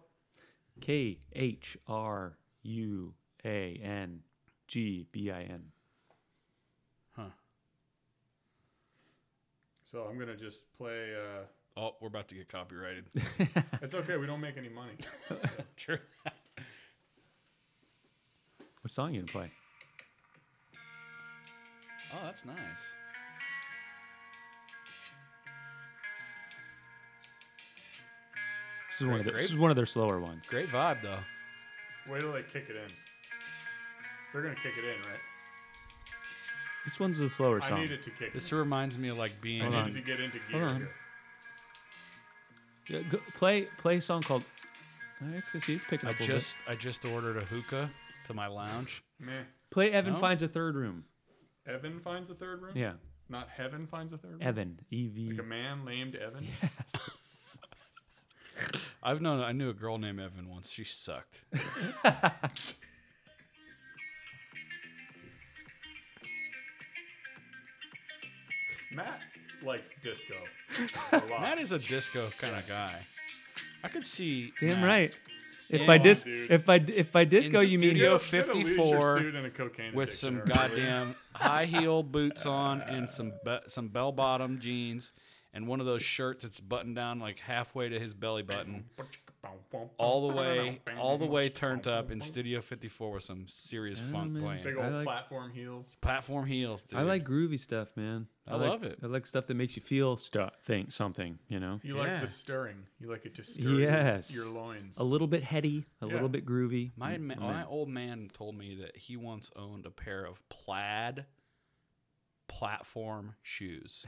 B: K H R U A N G B I N. [LAUGHS]
C: Huh.
A: So I'm gonna just play. Uh,
C: Oh, we're about to
B: [LAUGHS]
C: get copyrighted. [LAUGHS]
A: it's okay. We don't make any money.
C: True.
B: What song you gonna play?
C: Oh, that's nice.
B: This is one of
C: Grape-
B: the, this
C: grape?
B: is one of their slower ones.
C: Great vibe though.
A: Wait till they kick it in. They're gonna kick it in, right?
B: This one's the slower song.
A: I need it to kick.
C: This
A: in.
C: reminds me of like being.
B: Hold
A: I
B: on.
A: need it to get into gear.
B: Hold on.
A: Here.
B: Yeah, go, play play a song called. All right, let's go see. It's picking
C: I
B: up a little bit.
C: just I just ordered a hookah to my lounge.
A: Meh.
B: Play Evan
C: No?
B: finds a third room.
A: Evan finds a third room.
B: Yeah,
A: Not heaven finds a third room.
B: Evan E V.
A: Like a man named Evan.
C: I've known I knew a girl named Evan once. She sucked.
A: Matt likes
C: [LAUGHS]
A: disco a lot.
C: Matt is a disco kind of guy. I could see.
B: Damn
C: Matt
B: right. If
A: Come
B: I
A: on,
B: dis,
A: dude.
B: if I if I disco,
C: In
B: you mean
C: studio-
A: You're
C: Yo,
A: gonna lose your
C: 54
A: suit and a cocaine [LAUGHS]
C: with
A: addiction
C: some
A: already.
C: goddamn high heel boots on and some be- some bell bottom jeans and one of those shirts that's buttoned down like halfway to his belly button, all the way all the way turned up in Studio 54 with some serious funk
B: man.
A: Big
C: playing.
A: old
B: I like-
A: platform heels.
C: Platform heels, dude.
B: I like groovy stuff, man.
C: I
B: like-
C: love it.
B: I like stuff that makes you feel stuff, think something. You know,
A: You
C: Yeah.
A: like the stirring. You like it to stir your-
B: Yes.
A: your loins.
B: a little bit heady, a
A: Yeah.
B: little bit groovy.
C: my ma-
B: Mm,
C: my
B: man.
C: old man told me that he once owned a pair of plaid platform
B: [LAUGHS]
C: shoes.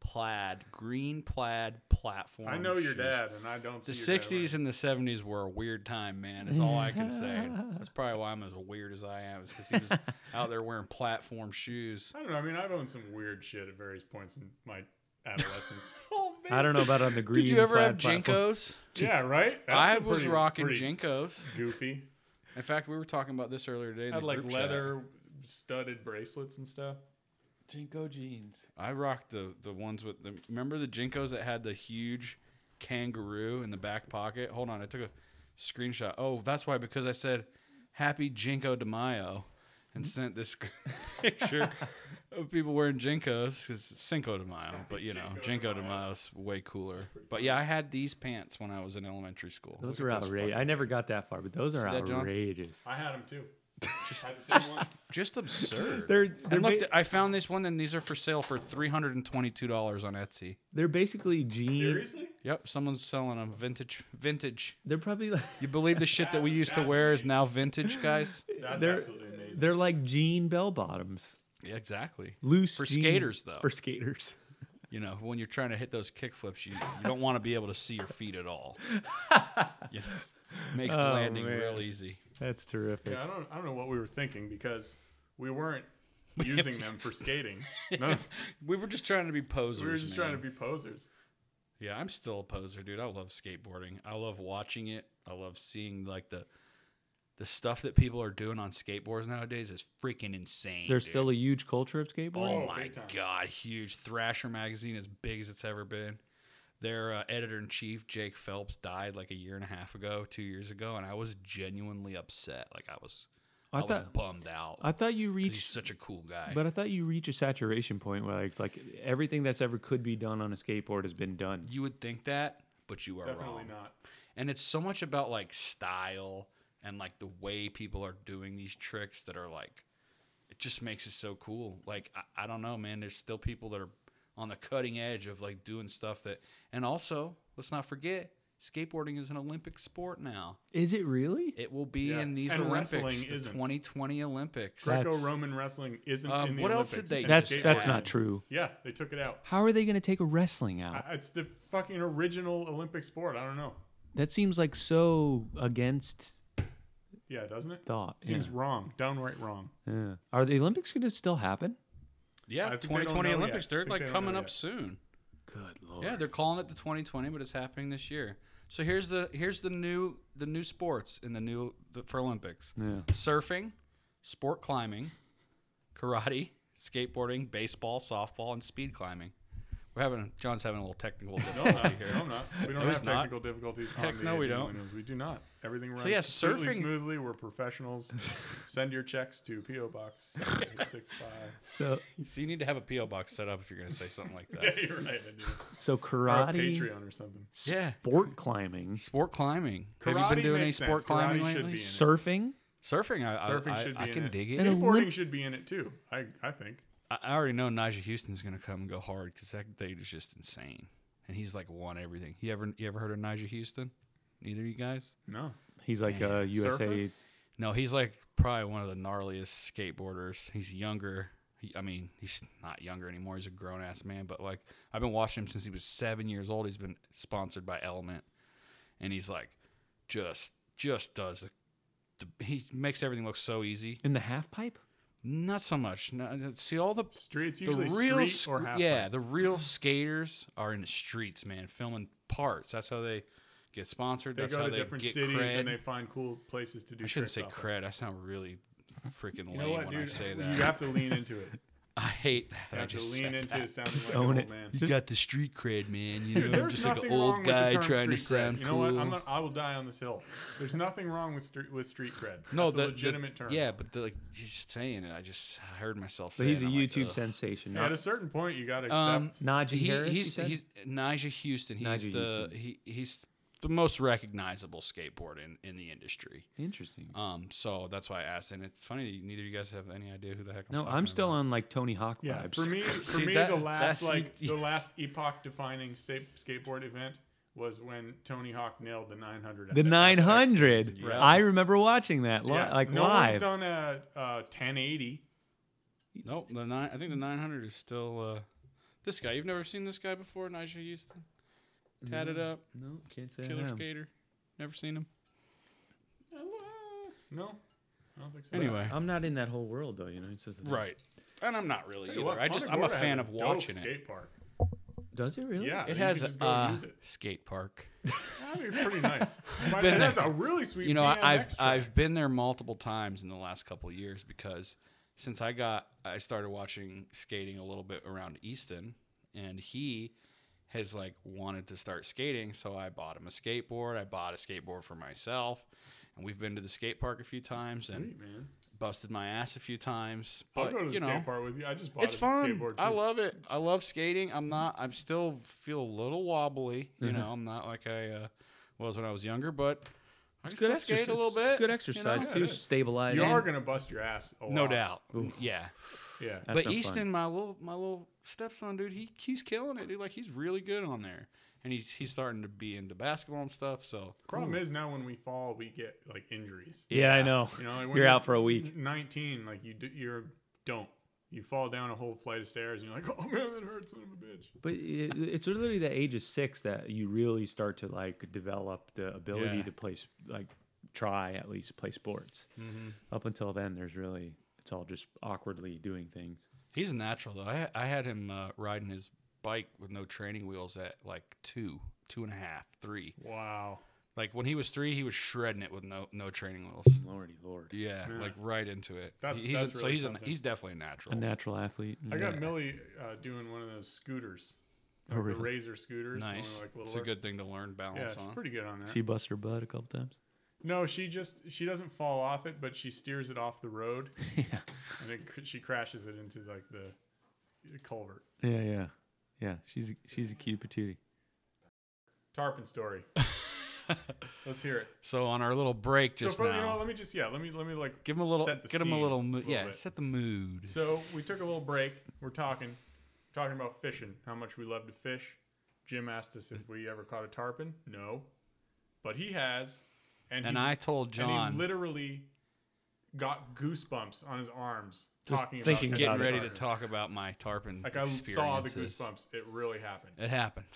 C: plaid, green plaid platform.
A: I know your
C: shoes.
A: dad, and I don't.
C: Oh, The
A: see your dad
C: sixties and the seventies were a weird time, man. Is all I can say. That's probably why I'm as weird as I am. Is because he was out there wearing platform shoes.
A: wearing- I don't know. I mean, I've owned some weird shit at various points in my adolescence.
C: [LAUGHS] Oh
B: I don't know about on the green.
C: [LAUGHS] Did you ever have
B: plaid platform.
C: jinkos?
A: yeah, right. That's
C: I
A: a
C: was
A: pretty-
C: rocking
A: pretty
C: jinkos.
A: Goofy.
C: In fact, we were talking about this earlier today. in
A: Had
C: the
A: like
C: group chat.
A: leather studded bracelets and stuff.
B: Jinko jeans.
C: I rocked the the ones with the remember the Jinkos that had the huge kangaroo in the back pocket. Hold on, I took a screenshot. Oh, that's why because I said happy Jinko de Mayo and
B: Mm-hmm.
C: sent this [LAUGHS] picture of people wearing Jinkos cuz Cinco de Mayo, but you know,
A: Cinco de
C: Jinko de
A: Mayo.
C: Mayo's way cooler. But yeah, I had these pants when I was in elementary school.
B: Those
C: Look
B: are
C: at
B: outrageous.
C: fucking
B: I never
C: things.
B: got that far, but those are
C: that, John?
B: outrageous.
A: I had them too.
C: [LAUGHS]
A: Had [LAUGHS] the same one.
C: just
B: [LAUGHS]
C: absurd.
B: They're they're,
C: and look,
B: ba-
C: I found this one, and these are for sale for three hundred and twenty-two dollars on Etsy.
B: they're basically jeans.
A: Seriously?
C: Yep, someone's selling them vintage. Vintage.
B: They're probably like
C: You believe the shit that we used to wear is now vintage, guys?
A: That's
B: They're-
A: absolutely amazing.
B: they're like jean bell bottoms.
C: Yeah, exactly.
B: Loose
C: For
B: jean-
C: skaters, though.
B: For skaters. [LAUGHS]
C: You know, when you're trying to hit those kick flips, you, you don't want to be able to see your feet at all.
A: [LAUGHS]
C: You know, makes the
B: Oh,
C: landing
B: man.
C: real easy.
B: That's terrific.
A: Yeah, I don't I don't know what we were thinking because we
C: [LAUGHS]
A: weren't using them for skating. None of-
C: We were just trying to be posers.
A: we were just trying to be
C: man.
A: posers.
C: Yeah, I'm still a poser, dude. I love skateboarding. I love watching it. I love seeing like the the stuff that people are doing on skateboards nowadays is freaking insane.
B: There's
C: dude.
B: still a huge culture of skateboarding.
C: Oh
A: Oh,
C: my
A: big time.
C: god, huge! Thrasher magazine as big as it's ever been. Their uh, editor in chief, Jake Phelps, died like a year and a half ago, two years ago, and I was genuinely upset. Like I was, I,
B: I
C: was
B: thought-
C: bummed out.
B: I thought you
C: 'cause he's
B: reached
C: such a cool guy.
B: but I thought you reach a saturation point where like, it's like everything that's ever could be done on a skateboard has been done.
C: you would think that, but you are
A: Definitely
C: wrong.
A: not.
C: And it's so much about like style and like the way people are doing these tricks that are like, it just makes it so cool. Like, I, I don't know, man. There's still people that are on the cutting edge of like doing stuff that, and also, let's not forget, skateboarding is an Olympic sport now.
B: Is it really?
C: It will be
A: Yeah.
C: in these
A: And
C: Olympics, the
A: wrestling isn't.
C: 2020 Olympics.
B: Right.
A: Greco-Roman wrestling isn't
C: Um,
A: in the
C: what else
A: Olympics.
C: did they-
A: and
B: That's
A: skateboarding-
B: that's not true.
A: Yeah, they took it out.
B: How are they going to take a wrestling out?
A: I- It's the fucking original Olympic sport. I don't know.
B: that seems like so against
A: Yeah, doesn't it?
B: thought.
A: Seems wrong. Downright [LAUGHS] wrong.
B: yeah. yeah. Are the Olympics going to still happen?
C: Yeah,
A: I think they don't
C: 2020
A: know yet.
C: Olympics.
A: I
C: They're
A: think
C: like
A: they don't
C: coming
A: know
C: up
A: yet.
C: soon.
B: Good lord.
C: Yeah, they're calling it the 2020, but it's happening this year. So here's the here's the new the new sports in the new the, for Olympics:
B: Yeah.
C: surfing, sport climbing, karate, skateboarding, baseball, softball, and speed climbing. We're having John's having a little technical difficulty here.
A: No, I'm not. We don't
C: No,
A: have
C: it's not.
A: technical difficulties. on
C: Heck
A: the
C: no, we
A: AJ
C: don't.
A: Millennials. We do not. Everything runs
C: yeah,
A: completely
C: surfing-
A: smoothly. We're
C: [LAUGHS]
A: professionals. Send your checks to PO Box six five.
B: So
C: [LAUGHS] So you need to have a PO box set up if you're going to say something
A: [LAUGHS]
C: like
A: Yeah,
C: that.
A: you're right. I do.
B: so
A: Or a
B: karate,
A: Patreon or something.
C: yeah,
B: sport climbing,
C: sport climbing.
A: Karate
C: Have you been doing any
A: makes sense.
C: sport
A: Karate
C: climbing
A: should
C: lately?
A: be in it.
B: surfing.
C: Surfing, I,
A: Surfing
C: I,
A: should be
C: I, I
A: in
C: can
A: it.
C: dig it.
B: And a
A: Skateboarding
B: Olymp-
A: should be in it too. I I think.
C: I I already know Najee Houston's gonna come and go hard because that dude is just insane, and he's like won everything. You ever you ever heard of Najee Houston? Neither of you guys?
A: No.
B: He's like a USA.
A: Surfer?
C: No, he's like probably one of the gnarliest skateboarders. He's younger. He, I mean, he's not younger anymore. He's a grown ass man. But like, I've been watching him since he was seven years old. He's been sponsored by Element, and he's like, just just does the. the- He makes everything look so easy.
B: in the half pipe.
C: Not so much. No, uh, see all the
A: Streets usually street
C: sc-
A: or half.
C: yeah
A: pipe.
C: the real skaters are in the streets man filming parts that's how they get sponsored
A: They
C: that's
A: go
C: how
A: to
C: they
A: different
C: get
A: cities
C: cred
A: and they find cool places to do.
C: i
A: tricks
C: shouldn't say
A: off of.
C: cred i sound really freaking lame
A: You know what,
C: when i
A: dude?
C: say
A: You
C: that
A: have to lean into it.
C: [LAUGHS] i hate that
A: You
C: i
A: have to
C: just
A: lean
C: said
A: into [LAUGHS]
C: that.
A: sounding like
B: own
A: an
B: it.
A: old man.
C: you got the street cred man you
A: Dude,
C: know i'm
A: there's
C: [LAUGHS] just like
A: nothing
C: an
A: wrong
C: old
A: with the
C: guy
A: term
C: trying to
A: street cred.
C: sound
A: You know
C: cool
A: what? I'm not, I will die on this hill. There's nothing wrong with street with street cred. That's
C: no
A: a
C: the- the-
A: legitimate term.
C: yeah but the, like you're just saying it i just I heard myself
B: So
C: say
B: he's
C: it,
B: a
C: I'm like,
B: YouTube
C: "Ugh."
B: sensation.
A: At
B: Not,
A: a certain point, you got to accept.
C: Um,
B: Najee
C: he,
B: Harris, you
C: He's
B: said?
C: he's Najee Houston. He's
B: Najee
C: the
B: Houston.
C: he he's the most recognizable skateboard in, in the industry.
B: interesting.
C: Um, so that's why I asked. And it's funny, neither of you guys have any idea who the heck. I'm
B: No,
C: talking
B: I'm still
C: about.
B: on like Tony Hawk
A: yeah,
B: vibes.
A: for
B: [LAUGHS]
C: [LAUGHS]
A: me, for
C: See,
A: me,
C: that-
A: the last
C: that's-
A: like
C: you-
A: the last epoch-defining sta- skateboard event was when Tony Hawk nailed the 900.
B: the 900.
C: Yeah.
B: I remember watching that li-
A: Yeah.
B: like
A: no
B: live.
A: one's done a, a 1080.
C: Nope, the nine. I think the 900 is still. Uh, this guy, you've never seen this guy before, Najee Houston. Tatted up,
B: no, can't say I
C: killer
B: have.
C: skater. Never seen him.
A: No, I don't think so.
C: Anyway,
B: I'm not in that whole world though, you know. It's just
C: right. And I'm not really
A: Tell
C: either.
A: you what,
C: I just
A: Punta
C: I'm a
A: Gorda has
C: fan
A: a
C: of
A: dope
C: watching it.
A: skate park.
B: Does it really?
A: Yeah,
C: It
A: you
C: has
A: could just
C: a
A: go
C: uh,
A: use it.
C: skate park.
A: I think it's [LAUGHS] pretty nice. But
C: Been
A: it has
C: there.
A: a really sweet.
C: you know, I-
A: BMX
C: I've
A: track.
C: I've been there multiple times in the last couple of years because since I got I started watching skating a little bit around Easton, and he has like wanted to start skating, so I bought him a skateboard. I bought a skateboard for myself, and we've been to the skate park a few times and
A: Sweet, man.
C: busted my ass a few times.
A: I'll
C: But
A: go to the
C: you know,
A: skate park with you. I just bought
C: it's
A: a
C: fun.
A: skateboard too.
C: I love it. I love skating. I'm not. I'm still feel a little wobbly. You
B: Mm-hmm.
C: know, I'm not like I uh, was when I was younger, but I can
B: Good
C: still skate
B: exercise.
C: a little bit.
B: It's good
C: you know?
B: exercise
A: Yeah,
B: too.
A: it is.
B: Stabilize.
A: You are gonna bust your ass. A
C: No
A: lot.
C: doubt. Yeah.
A: Yeah.
B: That's
C: but
B: no fun.
C: Easton, my little my little stepson, dude, he he's killing it, dude. Like he's really good on there, and he's he's starting to be into basketball and stuff. So
A: Problem is now when we fall, we get like injuries.
B: yeah, I know.
A: You know, like, when
B: You're out for a week.
A: 19, like you do, you're don't. You fall down a whole flight of stairs and you're like, [LAUGHS] oh man, that hurts, son of a bitch.
B: But it, it's literally the age of six that you really start to like develop the ability
C: Yeah.
B: to play, s- like try at least play sports. Up until then, there's really it's all just awkwardly doing things.
C: he's a natural though. I I had him uh, riding his bike with no training wheels at like two, two and a half, three.
A: Wow.
C: Like when he was three, he was shredding it with no no training wheels.
B: Lordy, lord,
C: Yeah,
A: Yeah.
C: like right into it.
A: That's-
C: He- he's
A: that's
C: a, so
A: really
C: he's a,
A: something.
C: he's definitely a natural.
B: a natural athlete.
A: I got
B: Yeah.
A: Millie uh, doing one of those scooters,
B: Oh,
A: like
B: really?
A: the Razor scooters. one of,
C: nice.
A: like,
C: it's
A: little-
C: a good thing to learn
A: Yeah,
C: balance
A: she's
C: on.
A: pretty good on that.
B: She busted her butt a couple times. [LAUGHS]
A: no, she just she doesn't fall off it, but she steers it off the road,
B: yeah,
A: and then cr- she crashes it into like the the culvert.
B: yeah, yeah, yeah. She's she's a cute patootie.
A: Tarpon
C: [LAUGHS]
A: story. Let's hear it.
C: so on our little break just
A: so, for,
C: now,
A: you know, let me just yeah, let me let me like
C: give him a little,
A: set the
C: get him a
A: scene
C: little, mo- yeah,
A: bit.
C: set the mood.
A: So we took a little break. We're talking, talking about fishing. How much we love to fish. Jim asked us if we ever caught a tarpon. No, but he has, and
C: And
A: he,
C: I told
A: and he
C: John,
A: literally got goosebumps on his arms
B: Just
A: talking
B: thinking
A: about
B: about
A: catching
C: getting
B: it.
C: ready to
A: tarpon.
C: talk about my tarpon.
A: Like I saw the
C: experiences.
A: goosebumps. It really happened.
C: It happened.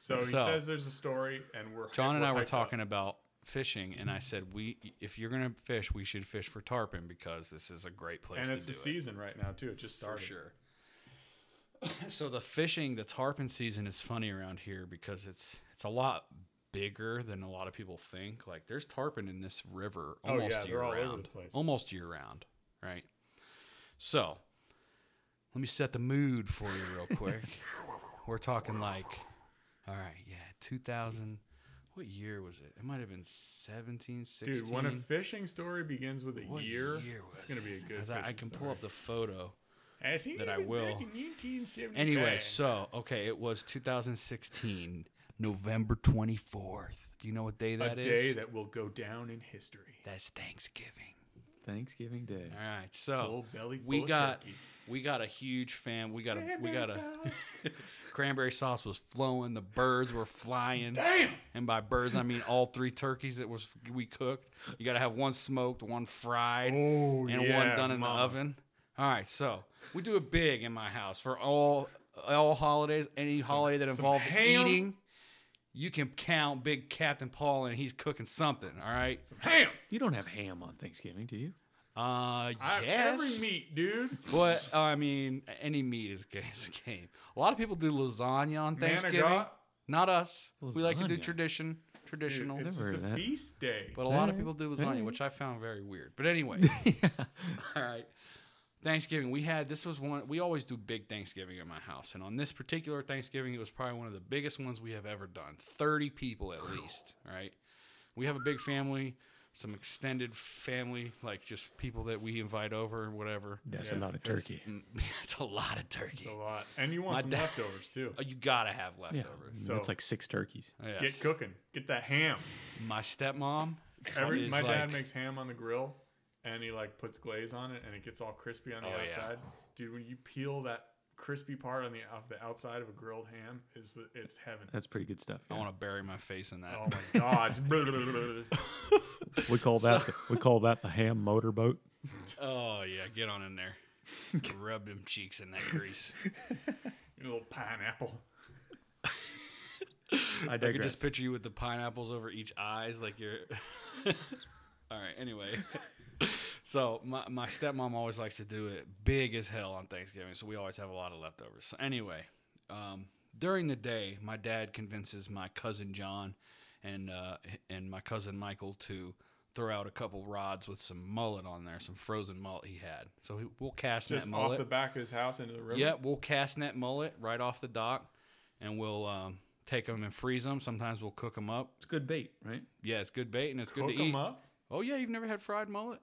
A: So he
C: So-
A: says there's a story, and we're
C: John and I were
A: hyped up.
C: talking about fishing, and I said, "We, if you're gonna fish, we should fish for tarpon because this is a great place
A: and
C: to
A: it's
C: do
A: the
C: it."
A: season right now too. It just started.
C: sure. [CLEARS THROAT] so the fishing, the tarpon season is funny around here because it's it's a lot bigger than a lot of people think. Like there's tarpon in this river
A: Oh, yeah,
C: almost
A: they're
C: year
A: all over the
C: round.
A: place.
C: Almost year round, right? So let me set the mood for you real
A: [LAUGHS]
C: quick. We're talking like all right, yeah, 2000 what year was it? It might have been 17, 16.
A: Dude, when a fishing story begins with a
C: What
A: year,
C: was
A: it's gonna be a
C: it?
A: good.
C: 'Cause I, I
A: fishing
C: can
A: story.
C: pull up the photo.
A: As he
C: that I
A: did back
C: will.
A: in 1975.
C: Anyway, so okay, it was 2016, November 24th. Do you know what day
A: a
C: that is?
A: day that will go down in history.
C: That's Thanksgiving.
B: Thanksgiving Day.
C: All right, so
A: Full belly
C: Oh, we
A: full of
C: got
A: turkey.
C: we got a huge fan. We got a we got a
A: Cranberry
C: cranberry sauce was flowing. The birds were flying.
A: Damn.
C: And by birds, I mean all three turkeys that was we cooked. You got to have one smoked, one fried,
A: Oh,
C: and
A: yeah,
C: one done in
A: mama.
C: the oven. All right, so we do it big in my house for all all holidays. Any holiday that
A: some
C: involves
A: ham.
C: eating, you can count Big Captain Paul, and he's cooking something. All right.
A: Ham.
B: You don't have ham on Thanksgiving, do you?
C: Uh,
A: I-
C: yes.
A: Every meat, dude.
C: But I mean, any meat is game. [LAUGHS] Is a game. A lot of people do lasagna on
A: Man of
C: Thanksgiving.
A: God.
C: Not us. We like to do
B: Lasagna.
C: tradition, traditional.
A: Dude, it's
B: Never
A: just a
B: heard of that.
A: feast day.
C: but a lot of
B: Alright,
C: people do lasagna,
B: alright.
C: which I found very weird.
A: [LAUGHS]
C: But anyway, all right. Thanksgiving. We had this was one. We always do big Thanksgiving at my house, and on this particular Thanksgiving, it was probably one of the biggest ones we have ever done. Thirty people at least. All right. We have a big family, some extended family, like just people that we invite over or whatever.
B: That's
A: Yeah.
B: a lot of turkey.
C: Mm, [LAUGHS] That's a lot of turkey.
A: it's a lot, and you want
C: My
A: some
C: dad-
A: leftovers too.
C: [LAUGHS] Oh, you gotta have
B: Yeah,
C: leftovers.
B: so,
A: So-
B: it's like six turkeys.
C: Yes.
A: Get cooking. Get that ham.
C: My stepmom.
A: Every,
C: is
A: my
C: like-
A: dad makes ham on the grill, and he like puts glaze on it, and it gets all crispy on the
C: Oh, yeah.
A: outside. Dude, when you peel that crispy part on the off the outside of a grilled ham, is the, it's heaven.
C: [LAUGHS]
B: That's pretty good stuff.
C: I
B: yeah.
C: want to bury my face in that.
A: Oh my god. [LAUGHS]
B: We call that we call that the ham motorboat.
C: Oh yeah, get on in
A: [LAUGHS]
C: there. Rub them cheeks in that grease.
A: Your little pineapple.
B: I
C: I could
B: digress.
C: just picture you with the pineapples over each eyes, like you're. [LAUGHS] All right. Anyway, [LAUGHS] so my my stepmom always likes to do it big as hell on Thanksgiving, so we always have a lot of leftovers. So anyway, um, during the day, my dad convinces my cousin John and uh, and my cousin Michael to throw out a couple rods with some mullet on there, some frozen mullet he had. So he- we'll cast
A: Just
C: net
A: off
C: mullet.
A: the back of his house into the river.
C: Yeah, we'll cast net mullet right off the dock, and we'll um, take them and freeze them. Sometimes we'll cook them up.
B: It's good bait, right?
C: Yeah, it's good bait and it's
A: Cook
C: good to eat.
A: them up.
C: Oh yeah, you've never had fried mullet?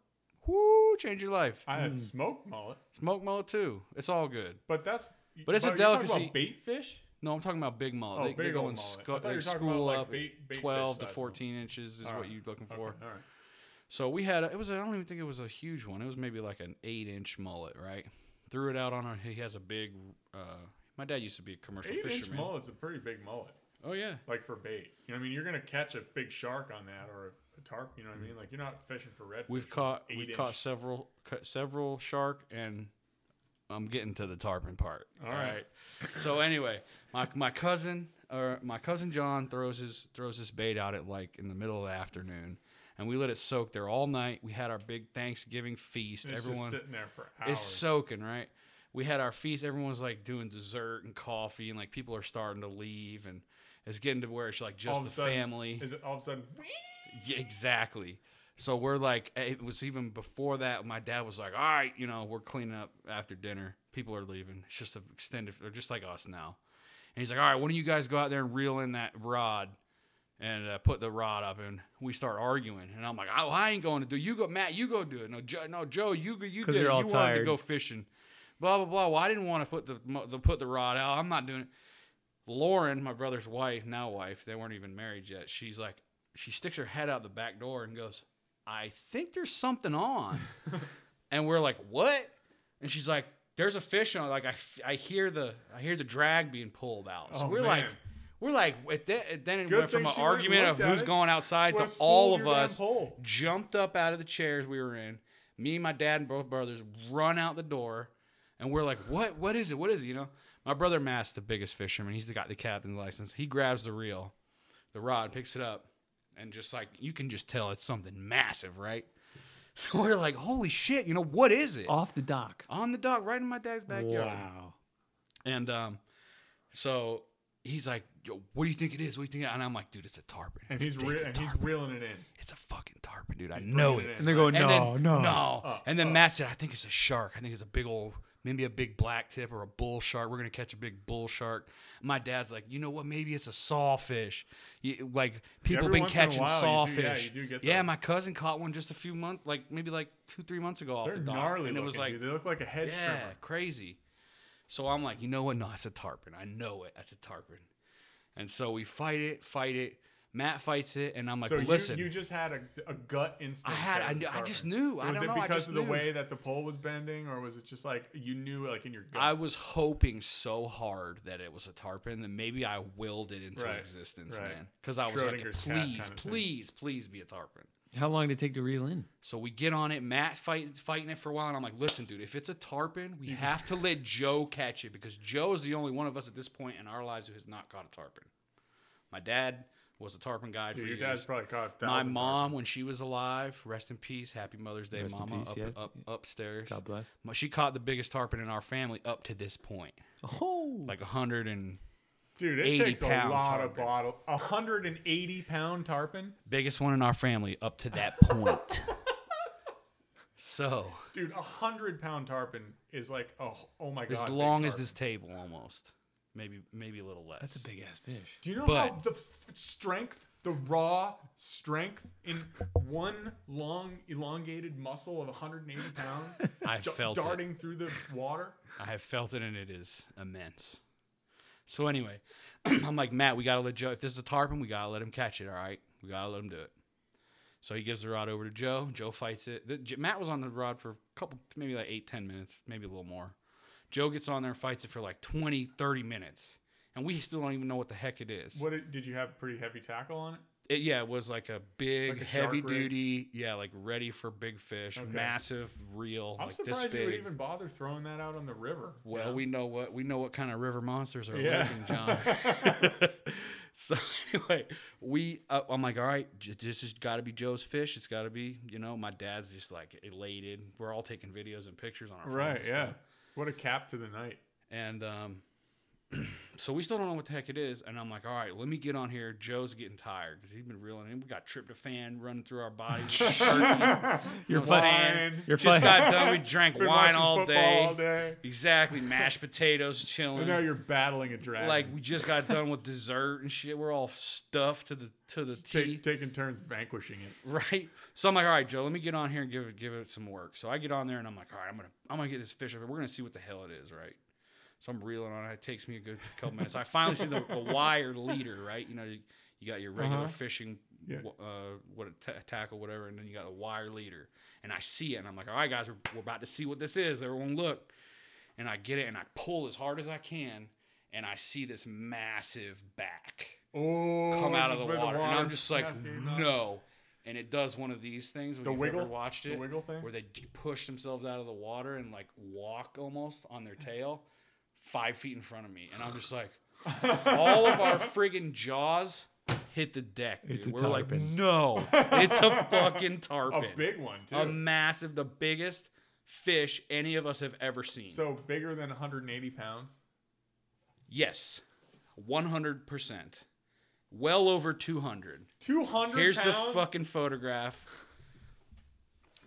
C: Woo! Change your life.
A: I had smoked mullet,
C: Smoked mullet too. It's all good.
A: but that's
C: But it's a
A: you're talking
C: delicacy.
A: About bait fish.
C: No, I'm talking about big mullet.
A: Oh,
C: they, they
A: big
C: go
A: old
C: in
A: mullet. I
C: sco-
A: thought you
C: they
A: were talking
C: school
A: about, like,
C: up
A: bait- bait fish
C: 12 to
A: size
C: 14 inches is
A: All
C: what
A: right.
C: you're looking
A: Okay,
C: for.
A: all right.
C: So we had a- it was I don't even think it was a huge one. It was maybe like an eight inch mullet, right? Threw it out on a he has a big. Uh, my dad used to be a commercial
A: Eight inch
C: fisherman.
A: mullet's a pretty big mullet,
C: Oh yeah,
A: like for bait. You know, what I mean, you're gonna catch a big shark on that or a, tarp. You know what I mean? Like you're not fishing for redfish.
C: Mm. we've
A: with
C: caught
A: eight
C: we've
A: inch-
C: caught several ca- several shark and I'm getting to the tarpon part.
A: All right.
C: so anyway, my my cousin or my cousin John throws his throws his bait out at like in the middle of the afternoon, and we let it soak there all night. We had our big Thanksgiving feast.
A: It's
C: Everyone
A: just sitting there for hours.
C: it's soaking, right? We had our feast. Everyone's like doing dessert and coffee, and like people are starting to leave, and it's getting to where it's like just
A: all of
C: the
A: a sudden,
C: family.
A: Is it all of a sudden?
C: Yeah, exactly. So we're like, it was even before that. My dad was like, "All right, you know, we're cleaning up after dinner. People are leaving. It's just an extended. They're just like us now." And he's like, "All right, why don't you guys go out there and reel in that rod?" And uh, put the rod up, and we start arguing. And I'm like, "Oh, I ain't going to do. You go, Matt. You go do it. No, Joe, no, Joe. You go. You
B: 'Cause
C: did.
B: you're
C: it.
B: all
C: you wanted to
B: tired.
C: go fishing. Blah blah blah. Well, I didn't want to put the, mo- the put the rod out. I'm not doing it. Lauren, my brother's wife, now wife, they weren't even married yet. She's like, she sticks her head out the back door and goes, I think there's
A: [LAUGHS]
C: something on. and we're like, what? And she's like, there's a fish on. Like I, I hear the, I hear the drag being pulled out. So
A: Oh,
C: we're
A: man.
C: like, we're like, at that, then it
A: Good
C: went from
A: thing
C: an
A: she went and
C: argument of
A: looked at
C: who's
A: it,
C: going outside to
A: was full
C: all
A: of
C: of
A: your damn
C: us
A: pole.
C: jumped up out of the chairs we were in. Me, my dad, and both brothers run out the door, and we're like, "What? What is it? What is it?" You know, my brother Matt's the biggest fisherman. He's the got the captain's license. He grabs the reel, the rod, picks it up, and just like you can just tell it's something massive, right? [LAUGHS] So we're like, "Holy shit! You know what is it?"
B: Off the dock.
C: On the dock, right in my dad's backyard.
B: Wow.
C: And um, so he's like, Yo, "What do you think it is? What do you think?" it is?" And I'm like, "Dude, it's a tarpon."
A: And
C: It's-
A: he's
C: it's
A: re-
C: a
A: and he's
C: tarpon.
A: reeling it in.
C: It's a fucking tarpon, dude. I know
A: bringing it
C: it.
A: in.
B: And they're going,
C: And
B: no,
C: then-
B: no,
C: no.
A: Uh,
C: and then
A: uh.
C: Matt said, I think it's a shark. I think it's a big old, maybe a big black tip or a bull shark. We're going to catch a big bull shark. My dad's like, you know what? Maybe it's a sawfish. You, like, people
A: every
C: been
A: once in a
C: catching
A: while you do- yeah,
C: sawfish.
A: you do get
C: Yeah,
A: those.
C: my cousin caught one just a few months, like maybe like two, three months ago off
A: They're
C: the dock.
A: gnarly.
C: and it was
A: looking,
C: like,
A: dude. they look like a hedge
C: yeah,
A: trimmer.
C: crazy. So I'm like, you know what? No, it's a tarpon. I know it. That's a tarpon. And so we fight it, fight it. Matt fights it, and I'm like,
A: so
C: listen.
A: you, you just had a, a gut instinct.
C: I had-
A: that it
C: I
A: was a tarpon.
C: knew- I just knew. I
A: Was
C: don't
A: it
C: know, I
A: because
C: just
A: of the
C: knew.
A: way that the pole was bending, or was it just like you knew, like in your gut?
C: I was hoping so hard that it was a tarpon that maybe I willed it into
A: Right,
C: existence,
A: right.
C: man. Because I was like,
A: Schrodinger's cat
C: please,
A: kinda thing.
C: please, please be a tarpon.
B: How long did it take to reel in?
C: So we get on it. Matt's fight, fighting it for a while, and I'm like, listen, dude, if it's a tarpon,
A: Mm-hmm.
C: we have to let Joe catch it because Joe is the only one of us at this point in our lives who has not caught a tarpon. My dad was a tarpon guy
A: Dude,
C: for
A: your
C: years.
A: dad's probably caught a
C: My
A: thousand.
C: mom, when she was alive, rest in peace, happy Mother's Day,
B: Rest in
C: mama,
B: peace,
C: up,
B: yeah.
C: up, upstairs.
B: God bless.
C: She caught the biggest tarpon in our family up to this point,
B: Oh,
C: like 100 and
A: Dude, it
C: 80
A: takes a
C: pound
A: lot of
C: tarpon.
A: bottle. A hundred and eighty pound tarpon,
C: biggest one in our family up
B: [LAUGHS]
C: to that point. so
A: dude. A hundred pound tarpon is like a h- oh my god.
C: as
A: big
C: long as
A: tarpon.
C: this table, almost maybe maybe a little less.
B: that's a big ass fish.
A: Do you know how
C: but-
A: the f- strength, the raw strength in one long elongated muscle of 180 pounds,
C: [LAUGHS] I felt it.
A: darting through the water?
C: I have felt it, and it is immense. So anyway, [CLEARS THROAT] I'm like Matt, we gotta let Joe. If this is a tarpon, we gotta let him catch it. All right, we gotta let him do it. So he gives the rod over to Joe. Joe fights it. The- J- Matt was on the rod for a couple, maybe like eight, ten minutes, maybe a little more. Joe gets on there and fights it for like 20, 30 minutes. And we still don't even know what the heck it is.
A: What did, did you have? Pretty heavy tackle on it.
C: It, yeah, it was like a big,
A: Like a shark
C: heavy
A: rig?
C: duty. Yeah, like ready for big fish,
A: Okay.
C: massive reel.
A: I'm
C: like this
A: surprised
C: big.
A: you would even bother throwing that out on the river. you
C: well,
A: know?
C: we know what we know what kind of river monsters are
A: Yeah.
C: lurking, John.
A: [LAUGHS]
C: so [LAUGHS] anyway, we uh, I'm like, all right, j- this has got to be Joe's fish. It's got to be, you know. My dad's just like elated. We're all taking videos and pictures on our phones
A: right,
C: and
A: yeah.
C: stuff.
A: What a cap to the night.
C: And um, [CLEARS THROAT] So we still don't know what the heck it is. And I'm like, all right, let me get on here. Joe's getting tired because he's been reeling in. We got tryptophan running through
A: [LAUGHS]
C: our bodies. You're
A: fine.
B: You're fine.
C: Just got done. We
A: [LAUGHS]
C: drank
A: Been
C: wine
A: watching
C: all
A: football
C: day.
A: all day.
C: Exactly. Mashed
A: [LAUGHS]
C: potatoes
A: And
C: chilling.
A: now you're battling a dragon.
C: like we just got done with dessert and shit. We're all stuffed to the to the
A: Ta-
C: teeth.
A: taking turns vanquishing it.
C: [LAUGHS] right? So I'm like, all right, Joe, let me get on here and give it give it some work. So I get on there and I'm like, all right, I'm gonna I'm gonna get this fish up. and We're gonna see what the hell it is, right? So I'm reeling on it. It takes me a good couple minutes. I finally see the,
A: [LAUGHS]
C: the wire leader, right? You know, you, you got your regular
A: Uh-huh.
C: fishing,
A: Yeah.
C: w uh, what ta tackle, whatever, and then you got a wire leader. And I see it, and I'm like, all right, guys, we're, we're about to see what this is. Everyone, look. And I get it, and I pull as hard as I can, and I see this massive back
A: Oh,
C: come out of
A: just
C: the
A: where
C: water. And I'm
A: water's
C: just like,
A: cascading out.
C: no. And it does one of these things. When
A: The
C: you've
A: wiggle?
C: ever watched
A: The
C: it,
A: wiggle thing?
C: where they j- push themselves out of the water and like walk almost on their tail, five feet in front of me, and I'm
A: [LAUGHS]
C: just like, all of our friggin' jaws hit the deck, dude.
E: It's a
C: We're like,
E: tarpon.
C: no, it's a
A: [LAUGHS]
C: fucking
A: A
C: tarpon,
A: big one too.
C: a massive, the biggest fish any of us have ever seen.
A: so bigger than 180 pounds.
C: yes, 100 percent, well over 200.
A: 200.
C: Here's
A: pounds?
C: the fucking photograph.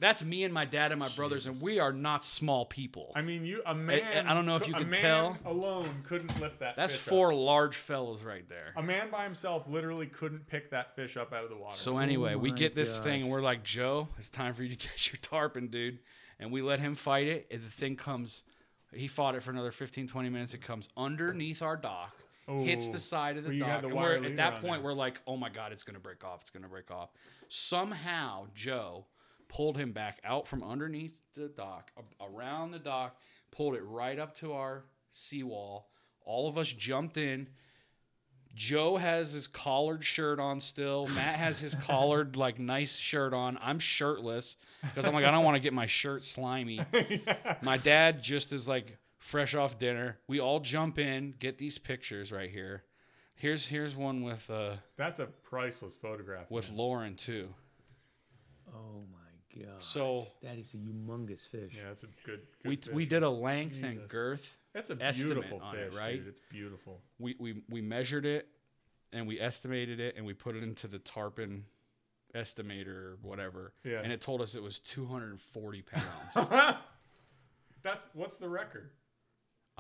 C: That's me and my dad and my brothers, and we are not small people.
A: I mean, you a man.
C: I don't know if
A: cou-
C: you
A: a
C: can
A: man
C: tell.
A: Alone couldn't lift that.
C: That's
A: fish up.
C: four large fellows right there.
A: A man by himself literally couldn't pick that fish up out of the water. [LAUGHS]
C: So anyway, we
B: my
C: get this thing, and we're like, Joe, it's time for you to [LAUGHS] get your tarpon, dude. And we let him fight it, and the thing comes. He fought it for another 15, 20 minutes. It comes underneath our dock, hits
A: Oh.
C: the side of the
A: Well, you had
C: dock.
A: the
C: and
A: wire
C: we're,
A: leader
C: at that
A: on
C: point,
A: there.
C: we're like, oh my God, it's going to break off. It's going to break off. Somehow, Joe pulled him back out from underneath the dock, a- around the dock, pulled it right up to our seawall. All of us jumped in. Joe has his collared shirt on still. Matt has
A: [LAUGHS]
C: his collared, like, nice shirt on. I'm shirtless because I'm like, I don't want to get my shirt slimy. My dad just is like fresh off dinner. We all jump in, get these pictures right here. Here's here's one with uh
A: that's a priceless photograph.
C: with Lauren too.
B: Oh my god.
C: So
B: that is a humongous fish.
A: yeah, that's a good. good
C: we
A: fish.
C: we did a length
A: Jesus.
C: and girth.
A: That's a
C: estimate
A: beautiful
C: on it,
A: fish,
C: right?
A: dude. It's beautiful.
C: We we we measured it and we estimated it and we put it into the tarpon estimator or whatever.
A: Yeah.
C: And it told us it was
A: [LAUGHS]
C: 240 pounds. uh,
A: That's what's the record?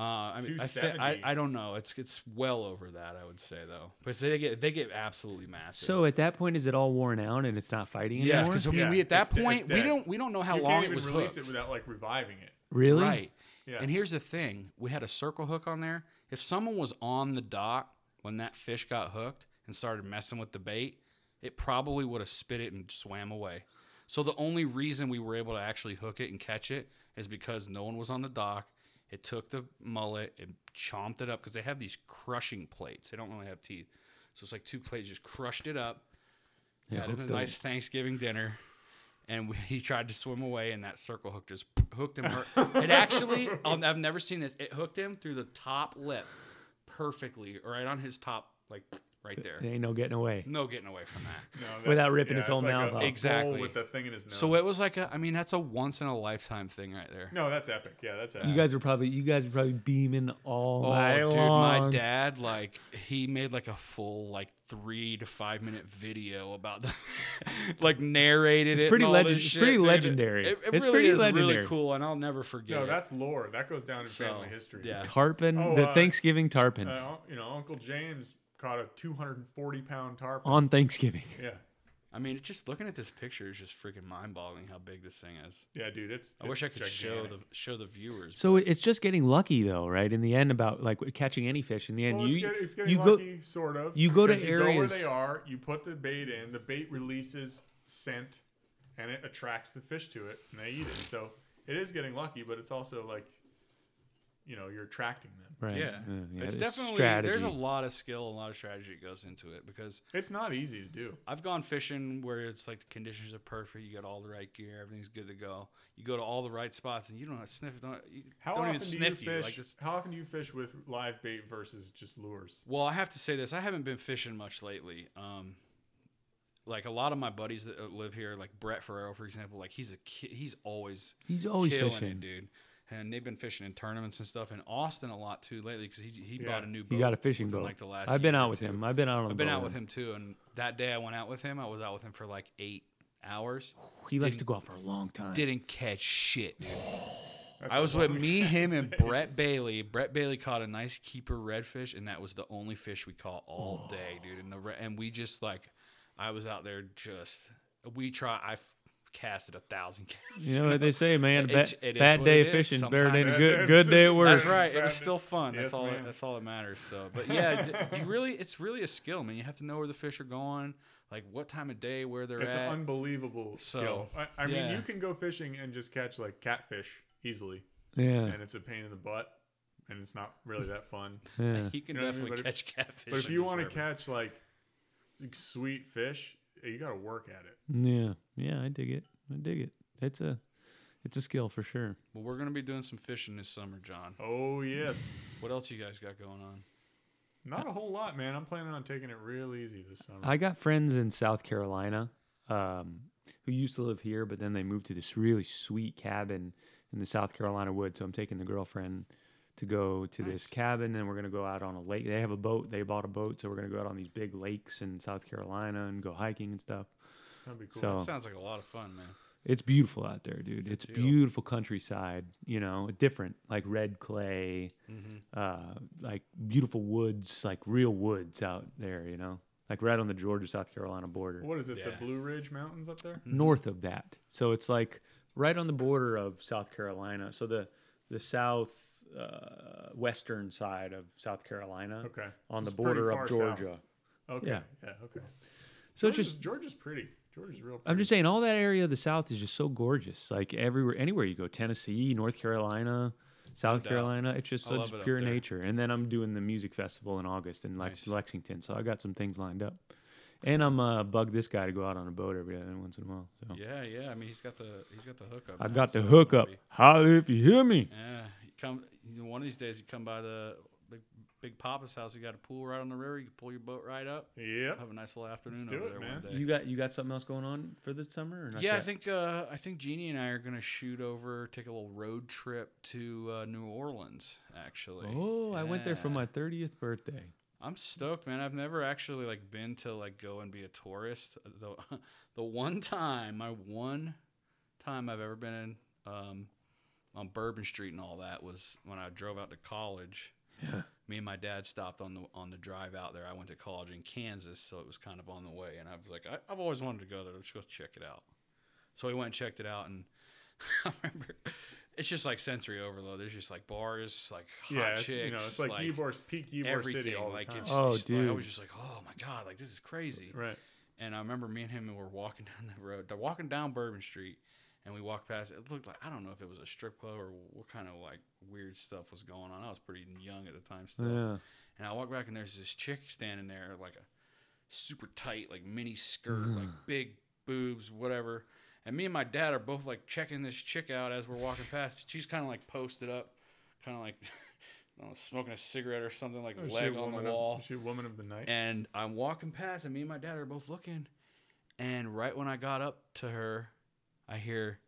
C: I mean, I, thi- I
A: 270.
C: I don't know. It's it's well over that I would say though. But they get they get absolutely massive.
B: So at that point, is it all worn out and it's not fighting
C: yeah,
B: anymore?
C: because I mean,
A: Yeah,
C: we at that
A: it's de- it's
C: point we
A: dead.
C: don't we don't know how
A: you
C: long
A: can't
C: it
A: even
C: was
A: release
C: hooked.
A: it without like reviving it.
B: really?
C: Right.
A: Yeah.
C: And here's the thing: we had a circle hook on there. If someone was on the dock when that fish got hooked and started messing with the bait, it probably would have spit it and swam away. So the only reason we were able to actually hook it and catch it is because no one was on the dock. It took the mullet and chomped it up because they have these crushing plates. They don't really have teeth, so it's like two plates just crushed it up.
B: Yeah,
C: Yeah, it
B: hooked
C: was
B: up.
C: a nice Thanksgiving dinner and we, he tried to swim away, and that circle hook just hooked
B: [LAUGHS]
C: him. Her- it actually, I'll, I've never seen this. It hooked him through the top lip perfectly, right on his top, like right there.
B: There ain't no getting away.
C: No getting away from
B: [LAUGHS]
C: that.
A: No,
B: Without
A: that's-
B: ripping his
A: it's
B: whole
A: like
B: mouth
A: a
B: off.
A: bull
C: Exactly.
A: With the thing in his nose.
C: So it was like a, I mean, that's a once in a lifetime thing right there.
A: no, that's epic. Yeah, that's epic.
B: You guys were probably you guys were probably beaming all
C: Oh,
B: night
C: dude,
B: long.
C: my dad, like, he made like a full, like, three to five minute video about the, [LAUGHS] like, narrated it. and
B: pretty
C: all this
B: legend- it's
C: shit,
B: pretty
C: dude.
B: legendary.
C: It, it
B: It's
C: really
B: pretty
C: is
B: legendary.
C: really cool, and I'll never forget.
A: no,
C: it.
A: that's lore. That goes down in family
C: So,
A: history.
C: yeah.
B: Tarpon,
A: Oh,
B: the
A: uh,
B: Thanksgiving tarpon
A: Uh, you know, Uncle James caught a 240 pound tarpon.
B: on Thanksgiving.
A: yeah,
C: I mean, just looking at this picture is just freaking mind-boggling how big this thing is.
A: yeah, dude. It's.
C: I wish I
A: it's
C: could show
A: gigantic.
C: the show the viewers.
B: So it- it's just getting lucky though, right? In the end, about like catching any fish. In the end,
A: Well,
B: you
A: it's, get, it's getting
B: you
A: lucky, sort of.
B: you go to
A: 'cause You go where
B: areas-
A: they are. You put the bait in. The bait releases scent, and it attracts the fish to it, and they eat it. So it is getting lucky, but it's also like, you know, you're attracting them.
B: go right.
C: uh, yeah. it's definitely there's a lot of skill, a lot of strategy that goes into it because
A: It's not easy to do.
C: I've gone fishing where it's like the conditions are perfect, you got all the right gear, everything's good to go. You go to all the right spots and you don't sniff, don't you
A: How
C: don't
A: often
C: even sniff
A: do you
C: you.
A: fish?
C: Like this,
A: how often do you fish with live bait versus just lures?
C: Well, I have to say this. I haven't been fishing much lately. Um, like a lot of my buddies that uh, live here, like Brett Ferrero, for example, like he's a ki- he's always
B: He's always
C: killing
B: fishing.
C: it, dude. and they've been fishing in tournaments and stuff in Austin a lot too lately because he, he bought
A: Yeah.
C: a new boat.
B: You got a fishing
C: within,
B: boat.
C: Like the last
B: I've been
C: year or
B: out with
C: two.
B: him. I've been out on the
C: I've been
B: boat
C: out with him too, and that day I went out with him. I was out with him for like eight hours.
B: He likes to go out for a long time.
C: Didn't catch shit. Dude. I was
A: [LAUGHS]
C: with me, him, and Brett Bailey. Brett Bailey caught a nice keeper redfish, and that was the only fish we caught all day, dude. And the re- and we just like, I was out there just we try. I f- casted a thousand casts.
B: You know what they say, man.
C: It-
B: bad,
C: it is
B: bad
C: what
B: day
C: it
B: of
C: is.
B: fishing's better than
C: Sometimes-
B: a
A: Bad day
B: good
A: of
B: good day at
A: fishing.
B: work.
C: That's right. It was
A: Brandon.
C: still fun. That's
A: Yes,
C: all.
A: ma'am.
C: That's all that matters. So, but yeah, th- you really, it's really a skill, man. You have to know where the fish are going, like what time of day, where they're
A: It's
C: at.
A: an unbelievable
C: So,
A: skill. I, I mean,
C: yeah.
A: you can go fishing and just catch like catfish easily,
B: Yeah.
A: and it's a pain in the butt, and it's not really that fun.
C: [LAUGHS]
B: yeah.
C: you can
A: You know what I mean?
C: definitely
A: But if-
C: catch catfish.
A: but if
C: in
A: you
C: this
A: want to
C: river.
A: catch like sweet fish, eh, you got to work at it.
B: Yeah. Yeah, I dig it. I dig it. It's a it's a skill for sure.
C: well, we're gonna be doing some fishing this summer, John.
A: Oh yes,
C: What else you guys got going on?
A: not a whole lot, man. I'm planning on taking it real easy this summer.
B: I got friends in South Carolina um, who used to live here, but then they moved to this really sweet cabin in the South Carolina woods. So I'm taking the girlfriend to go to this cabin, and we're gonna go out on a lake. They have a boat. They bought a boat, so we're gonna go out on these big lakes in South Carolina and go hiking and stuff.
A: That'd be cool.
B: So
C: That sounds like a lot of fun, man.
B: it's beautiful out there, dude. It's
C: deal.
B: beautiful countryside. You know, different like red clay,
C: Mm-hmm.
B: uh, like beautiful woods, like real woods out there. You know, like right on the Georgia South Carolina border.
A: what is it?
C: Yeah.
A: The Blue Ridge Mountains up there?
C: Mm-hmm.
B: north of that. So it's like right on the border of South Carolina. So the the south uh, western side of South Carolina.
A: Okay. So
B: On the
A: it's pretty
B: border
A: far
B: of
A: south.
B: Georgia.
A: Okay. Yeah.
B: Yeah.
A: okay.
B: So
A: Georgia's,
B: it's just
A: Georgia's pretty. Georgia's real. Pretty.
B: I'm just saying all that area of the south is just so gorgeous. Like everywhere anywhere you go, Tennessee, North Carolina, South
C: doubt.
B: Carolina, it's just
C: I
B: such
C: love it up
B: pure
C: there.
B: nature. And then I'm doing the music festival in August in Lex-
C: Nice.
B: Lexington. So I got some things lined up. And I'm uh bug this guy to go out on a boat every day once in a while. So
C: Yeah, yeah. I mean, he's got the he's got the hookup.
B: Oh. I've
C: now,
B: got the
C: so
B: hookup.
C: it'll be-
B: Holla if you hear me.
C: Yeah, you come you know, one of these days. You come by the big, big Papa's house. You got a pool right on the river. You can pull your boat right up.
A: Yep.
C: Have a nice little afternoon
A: do
C: over
A: it,
C: there
A: man.
C: one day.
B: You got you got something else going on for the summer or not?
C: yeah, I
B: yet?
C: think uh, I think Jeannie and I are gonna shoot over, take a little road trip to uh, New Orleans. Actually,
B: Oh, I went there for
C: Yeah.
B: my thirtieth birthday.
C: I'm stoked, man. I've never actually like been to like go and be a tourist. The [LAUGHS] the one time, my one time I've ever been in um, on Bourbon Street and all that was when I drove out to college.
B: Yeah.
C: Me and my dad stopped on the on the drive out there. I went to college in Kansas, so it was kind of on the way, and I was like, I, I've always wanted to go there. Let's go check it out. So we went and checked it out, and [LAUGHS] I remember it's just like sensory overload. There's just like bars, like hot
A: Yeah. It's,
C: chicks,
A: you know, it's like, Ybor, peak Ybor
C: everything.
A: City all the
C: like
A: time.
C: it's
B: Oh,
C: just like, I
B: dude.
C: was just like, oh my god, like this is crazy.
A: right.
C: And I remember me and him were walking [LAUGHS] down the road. They're walking down Bourbon Street, and we walked past. It looked like I don't know if it was a strip club or what kind of like weird stuff was going on. I was pretty young at the time still.
B: Yeah.
C: And I walk back, and there's this chick standing there, like a super tight, like mini skirt, like big boobs, whatever. And me and my dad are both like checking this chick out as we're walking past. She's kind of like posted up, kind of like [LAUGHS] I don't know, smoking a cigarette or something, like
A: Is Oh, she a
C: leg on
A: woman
C: the wall.
A: Of, is she a woman of the night.
C: And I'm walking past, and me and my dad are both looking. And right when I got up to her, I hear,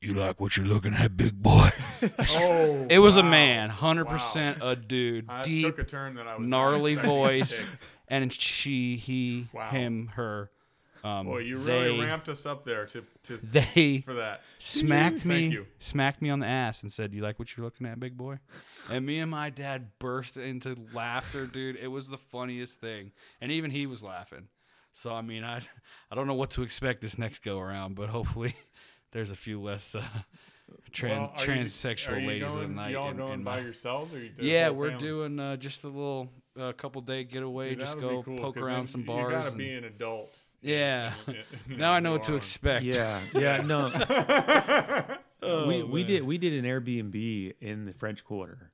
C: You like what you're looking at, big boy.
A: [LAUGHS] oh.
C: it was a
A: wow.
C: man, 100% a dude.
A: I
C: deep,
A: took a turn that I was not
C: gnarly
A: expecting to [LAUGHS]
C: voice.
A: take.
C: And she, he,
A: Wow.
C: him, her. Um,
A: Boy, you
C: they,
A: really ramped us up there to to
C: [LAUGHS] They
A: [LAUGHS] for that.
C: smacked
A: Thank
C: me
A: you.
C: smacked me on the ass and said, "You like what you're looking at, big boy?" And me and my dad burst into laughter, dude. It was the funniest thing, and even he was laughing. So I mean, I I don't know what to expect this next go around, but hopefully [LAUGHS] there's a few less uh, tran-
A: Well, are you-
C: transsexual
A: are you
C: ladies
A: going,
C: of the night.
A: Y'all
C: in-
A: going
C: in
A: by
C: my-
A: yourselves, or you? the
C: yeah,
A: whole
C: we're
A: family?
C: doing uh, just a little uh, couple day getaway.
A: See,
C: just
A: that would
C: go
A: be cool,
C: poke
A: 'cause
C: around
A: then
C: some
A: you-
C: bars.
A: You gotta
C: and-
A: be an adult. [LAUGHS]
C: yeah.
A: in
C: [LAUGHS] now I
A: New
C: know what
A: [LAUGHS]
C: to
A: Orleans.
C: expect.
B: Yeah. Yeah. No. we we did we did an Airbnb in the French Quarter,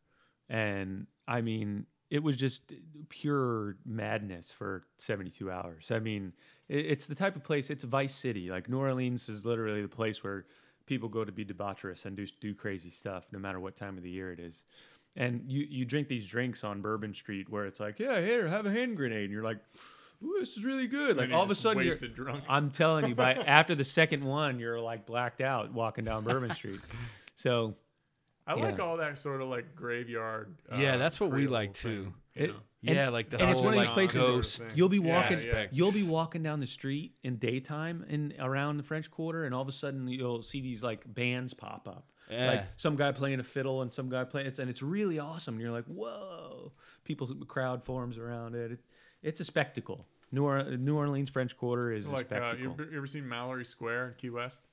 B: and I mean it was just pure madness for 72 hours. I mean it, it's the type of place. It's Vice City. Like New Orleans is literally the place where people go to be debaucherous and do do crazy stuff, no matter what time of the year it is. And you you drink these drinks on Bourbon Street where it's like, yeah, here have a hand grenade, and you're like. Ooh, this is really good. Like
A: you're
B: all of a
A: just
B: sudden, you're,
A: wasted drunk.
B: I'm telling
C: [LAUGHS]
B: you, by after the second one, you're like blacked out walking down Bourbon Street. So
A: I like
C: Yeah.
A: all that sort of like graveyard.
C: Yeah,
A: uh,
C: that's what we
A: Creole
C: like,
A: thing,
C: too.
A: you
B: It-
A: know?
C: [LAUGHS] Yeah,
B: And-
C: like the
B: and
C: whole
B: it's one of these
C: like,
B: places-
C: ghost.
A: Sort of thing.
B: You'll be
A: Yeah,
B: walking.
A: yeah.
B: You'll be walking down the street in daytime and around the French Quarter, and all of a sudden you'll see these like bands pop up. Like
C: Yeah.
B: some guy playing a fiddle and some guy playing it's and it's really awesome. And you're like, whoa! People crowd forms around it. it it's a spectacle. New, or- New Orleans French Quarter
C: Oh
B: is a
A: Like, uh,
B: spectacle.
A: you ever- you ever seen Mallory Square in Key West?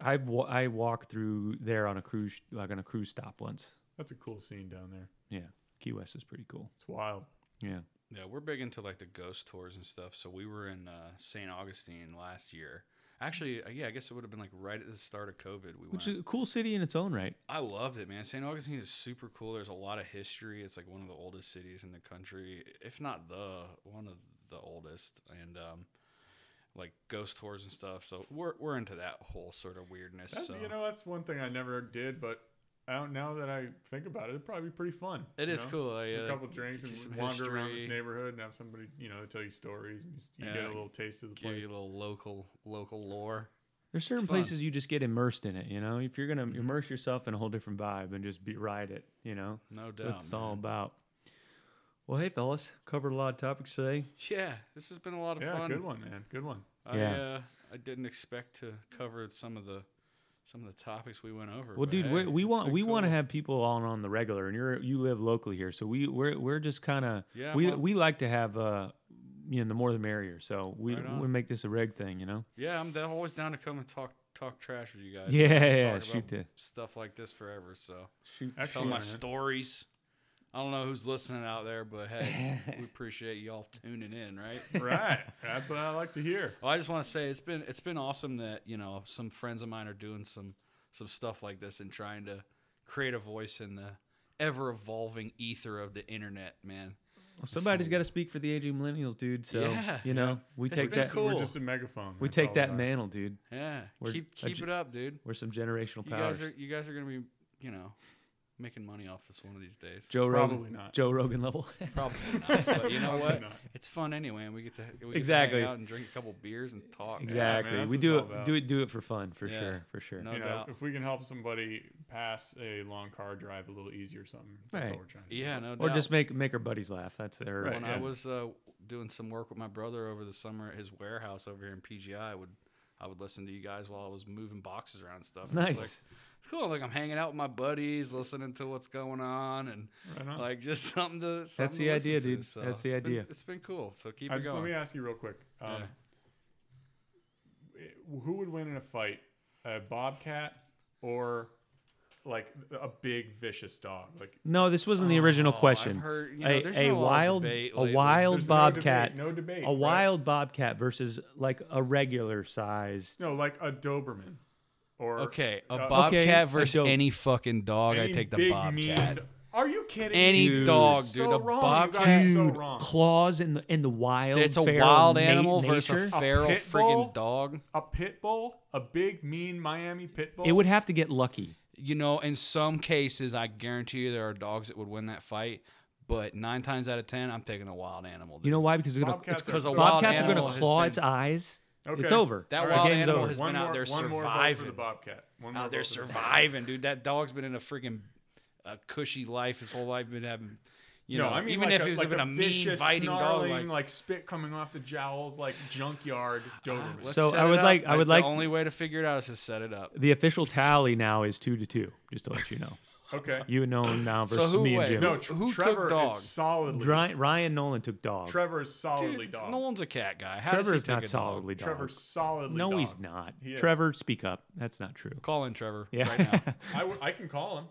B: I wa- I walked through there on a cruise like on a cruise stop once.
A: That's a cool scene down there.
B: Yeah, Key West is pretty cool.
A: It's wild.
B: Yeah.
C: Yeah, we're big into like the ghost tours and stuff. So we were in uh, St. Augustine last year. Actually, uh, yeah, I guess it would have been like right at the start of COVID. We
B: Which is
C: went.
B: a cool city in its own right.
C: I loved it, man. St. Augustine is super cool. There's a lot of history. It's like one of the oldest cities in the country, if not the one of the oldest. And um, like ghost tours and stuff. So we're we're into that whole sort of weirdness.
A: That's,
C: so.
A: You know, that's one thing I never did, but I don't, now that I think about it, it'd probably be pretty fun.
C: It
A: you
C: is
A: know?
C: cool. I,
A: a
C: uh,
A: couple drinks
C: get
A: and
C: you some
A: wander around this
C: history,
A: neighborhood and have somebody, you know, tell you stories and you, you
C: Yeah,
A: get a little taste of the
C: Give
A: place.
C: you a little local local lore.
B: There's certain
C: fun. Mm-hmm.
B: places you just get immersed in it, you know. If you're gonna immerse yourself in a whole different vibe and just be ride it, you know,
C: No
B: that's what
C: doubt.
B: it's
C: Oh, man.
B: all about. Well, hey fellas, covered a lot of topics today.
C: Yeah, this has been a lot of
A: yeah,
C: fun.
A: good one, man. Good one.
C: I
B: Yeah.
C: uh, I didn't expect to cover some of the some of the topics we went over.
B: Well,
C: but
B: dude, we
C: hey,
B: we
C: it's
B: want
C: been
B: we want to
C: cool.
B: have people on on the regular, and you're you live locally here, so we we're we're just kind of
C: Yeah,
B: we
C: well-
B: we like to have uh you know the more the merrier, so we
C: Right on.
B: we make this a reg thing, you know.
C: Yeah, I'm down- always down to come and talk talk trash with you guys.
B: Yeah,
C: We can
B: yeah,
C: talk
B: shoot
C: about
B: the-
C: stuff like this forever. So tell
A: Excellent.
C: my
A: man.
C: [LAUGHS] stories. I don't know who's listening out there, but
B: [LAUGHS]
C: hey, we appreciate y'all tuning in, right?
A: [LAUGHS] right. That's what I like to hear.
C: Well, I just want to say it's been it's been awesome that you know some friends of mine are doing some some stuff like this and trying to create a voice in the ever evolving ether of the internet, man.
B: Well, somebody's got to speak for the aging millennials, dude. So
C: Yeah,
B: you know we
C: It's
B: take
C: been
B: that
C: cool.
A: We're just a megaphone.
B: we
A: That's
B: take
A: all
B: that
A: are.
B: mantle, dude.
C: Yeah,
B: We're
C: keep
B: a
C: keep
B: ge-
C: it up, dude.
B: We're some generational
C: You
B: powers.
C: guys are you guys are gonna be you know making money off this one of these days.
B: Joe
A: Probably
B: Rogan,
A: not.
B: Joe Rogan level. [LAUGHS]
C: [LAUGHS] Probably not, but you
A: [LAUGHS]
C: know
A: Probably
C: what?
A: not.
C: It's fun anyway, and we get to we get to
B: Exactly.
C: hang out and drink a couple beers and talk. man.
B: exactly.
A: that's
B: we
A: what
B: do
A: it's all
B: it.
A: about.
B: Do it. Do it for fun, for
C: Yeah.
B: sure. For sure.
C: No
A: You know,
C: doubt.
A: if we can help somebody pass a long car drive a little easier or something, that's
B: Right.
A: what we're trying to do.
C: Yeah, no doubt.
B: Or just make make our buddies laugh. That's their
A: Right.
C: when
A: yeah.
C: I was uh, doing some work with my brother over the summer at his warehouse over here in PGI, I would I would listen to you guys while I was moving boxes around and stuff. And
B: nice.
C: It's like, cool. Like I'm hanging out with my buddies, listening to what's going on, and
A: Right on.
C: like just [LAUGHS] something to. Something
B: the
C: to
B: idea,
C: listen to.
B: dude.
C: So
B: That's the
C: it's been-
B: idea.
C: it's been cool. So keep
A: I
C: it
A: just, let me
C: going.
A: ask you real quick. Um,
C: Yeah.
A: it- Who would win in a fight, a bobcat or like a big vicious dog? Like
B: No, this wasn't the original
C: Oh, I've
B: question.
C: heard- you know,
B: a,
C: there's
B: a
C: been a lot of
B: wild,
C: debate
B: a
C: lately.
B: wild
A: There's no debate,
B: bobcat,
A: no debate,
B: a
A: right?
B: wild bobcat versus like a regular sized.
A: no, like a Doberman or
C: Okay, a
A: uh,
C: bobcat
B: I
C: versus
B: don't-
C: any fucking dog. I
A: any
C: take the
A: big,
C: bobcat.
A: mean- Are you kidding?
C: Any
A: me? You're
C: dog, dude,
A: So
C: a
A: wrong.
C: bobcat-
A: You guys are so
B: Dude,
A: wrong.
B: claws in the in the wild.
C: It's a
B: feral
C: wild
B: na-
C: animal
B: nature?
C: versus a
A: A
C: feral
A: pit bull?
C: friggin' dog.
A: a pit bull, a big mean Miami pit bull.
B: It would have to get lucky.
C: you know, in some cases, I guarantee you there are dogs that would win that fight. But nine times out of ten, I'm taking a wild animal. Dude.
B: You know why? Because it's gonna,
A: Bobcats
B: it's-
A: are
C: 'cause a
A: so-
C: wild
B: bobcats are
C: animal
B: going to
C: has
B: claw
C: been-
B: its eyes. It's
A: Okay.
B: over.
C: That
B: Our
C: wild
B: game's
C: animal
B: over.
C: has-
A: one
C: been out
A: more,
C: there
A: one more vote for the
C: surviving.
A: bobcat. One more
C: Now, they're
A: vote for the
C: surviving, dude. That dog's been in a freaking uh, cushy life his whole life. Been having, you know,
A: no, I mean,
C: even
A: like
C: if
A: a,
C: it was
A: like
C: been a, mean,
A: vicious,
C: biting dog,
A: snarling,
C: like,
A: spit coming off the jowls, like junkyard
C: Ah,
A: Doberman.
C: let's
B: So
C: set
B: I
C: it
B: would
C: up.
B: like- I
C: That's
B: would like-
C: The only way to figure it out is to set it up.
B: The official tally now is two to two. Just to let you know,
A: okay.
B: you and Nolan now
C: So
B: versus
C: who
B: me and
C: wins?
B: Jim.
A: No, tr-
C: Who took
A: Trevor
C: dog?
A: is solidly.
B: Ryan, Ryan Nolan took dog.
A: Trevor is solidly
C: Dude,
A: dog.
C: no one's a cat guy. How does
B: Trevor
C: he
B: is
C: take
B: not
C: a dog?
B: solidly dog.
A: Trevor solidly
B: no,
A: dog.
B: he's not.
A: He is.
B: Trevor, speak up. That's not true.
C: Call in Trevor
B: Yeah.
C: right
B: [LAUGHS]
C: now.
A: I, w- I can call
C: [LAUGHS]
A: him.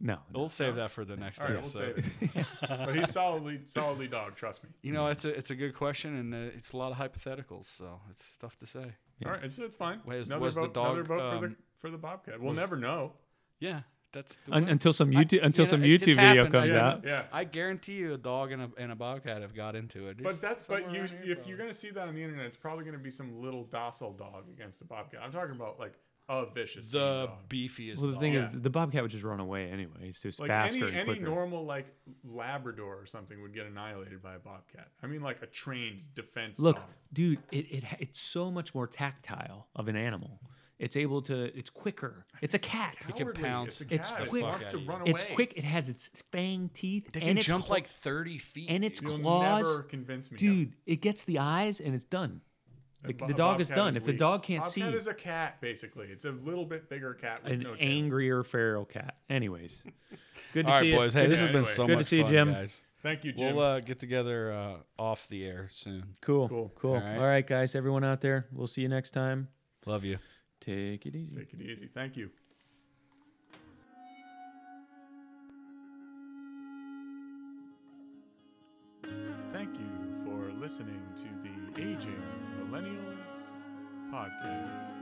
B: no.
C: We'll save that for the next
A: All right, we'll
C: episode.
A: save it. but he's solidly, solidly dog. Trust me.
C: You know, it's a it's a good question, and uh, it's a lot of hypotheticals, so it's tough to say.
A: All right, it's, it's fine.
C: Was-
A: another
C: was the
A: vote, another
C: dog,
A: vote for the
C: um,
A: for the bobcat. We'll never know.
C: Yeah, that's the
B: Un-
C: way.
B: until some
C: I-
B: YouTube until
C: you know,
B: some
C: it- it's
B: YouTube video
C: happened.
B: comes
C: I,
B: out.
A: Yeah.
C: I guarantee you, a dog and a, and a bobcat have got into it.
A: But
C: It's
A: that's but
C: somewhere
A: you
C: around here,
A: if
C: probably.
A: you're gonna see that on the internet, it's probably gonna be some little docile dog against a bobcat. I'm talking about like a vicious mean
C: the
A: dog.
C: beefiest.
B: Well, the
C: dog.
B: thing
A: Yeah.
B: is, the bobcat would just run away anyway. It's just
A: like
B: faster
A: any
B: and
A: any
B: quicker.
A: normal like Labrador or something would get annihilated by a bobcat. I mean like a trained defense
B: Look,
A: dog.
B: dude, it, it ha- it's so much more tactile of an animal. It's able to. It's quicker. It's a cat.
C: It can
A: Cowardly.
C: pounce.
A: It's, a
B: It's
A: cat.
B: quick.
A: It wants to
C: It's
A: run away.
B: It's quick. It has its fang teeth.
C: They
B: and
C: can
B: its
C: jump
B: claw-
C: like 30 feet.
B: and its
A: You'll
B: claws.
A: never convince me.
B: Dude, it gets the eyes and it's done. The, the dog is done. if the dog can't see,
A: Bobcat is a cat, basically. It's a little bit bigger cat with
B: an
A: no tail.
B: angrier feral cat.
C: [LAUGHS]
B: Anyways, good to
C: All
B: see
C: right,
B: you.
C: boys. Hey,
B: Good
C: this
B: to-
A: to-
C: has been
A: anyway.
C: so
B: Good to
C: much
B: see you,
C: fun,
B: Jim.
C: guys.
A: Thank you, Jim.
C: We'll uh, get together uh, off the air soon.
B: cool, cool,
A: Cool.
B: cool. All
C: All
B: right.
C: right.
B: guys, everyone out there, we'll see you next time.
C: Love you.
B: Take it easy.
A: Take it easy. Thank you. Thank you for listening to the Aging Millennials podcast.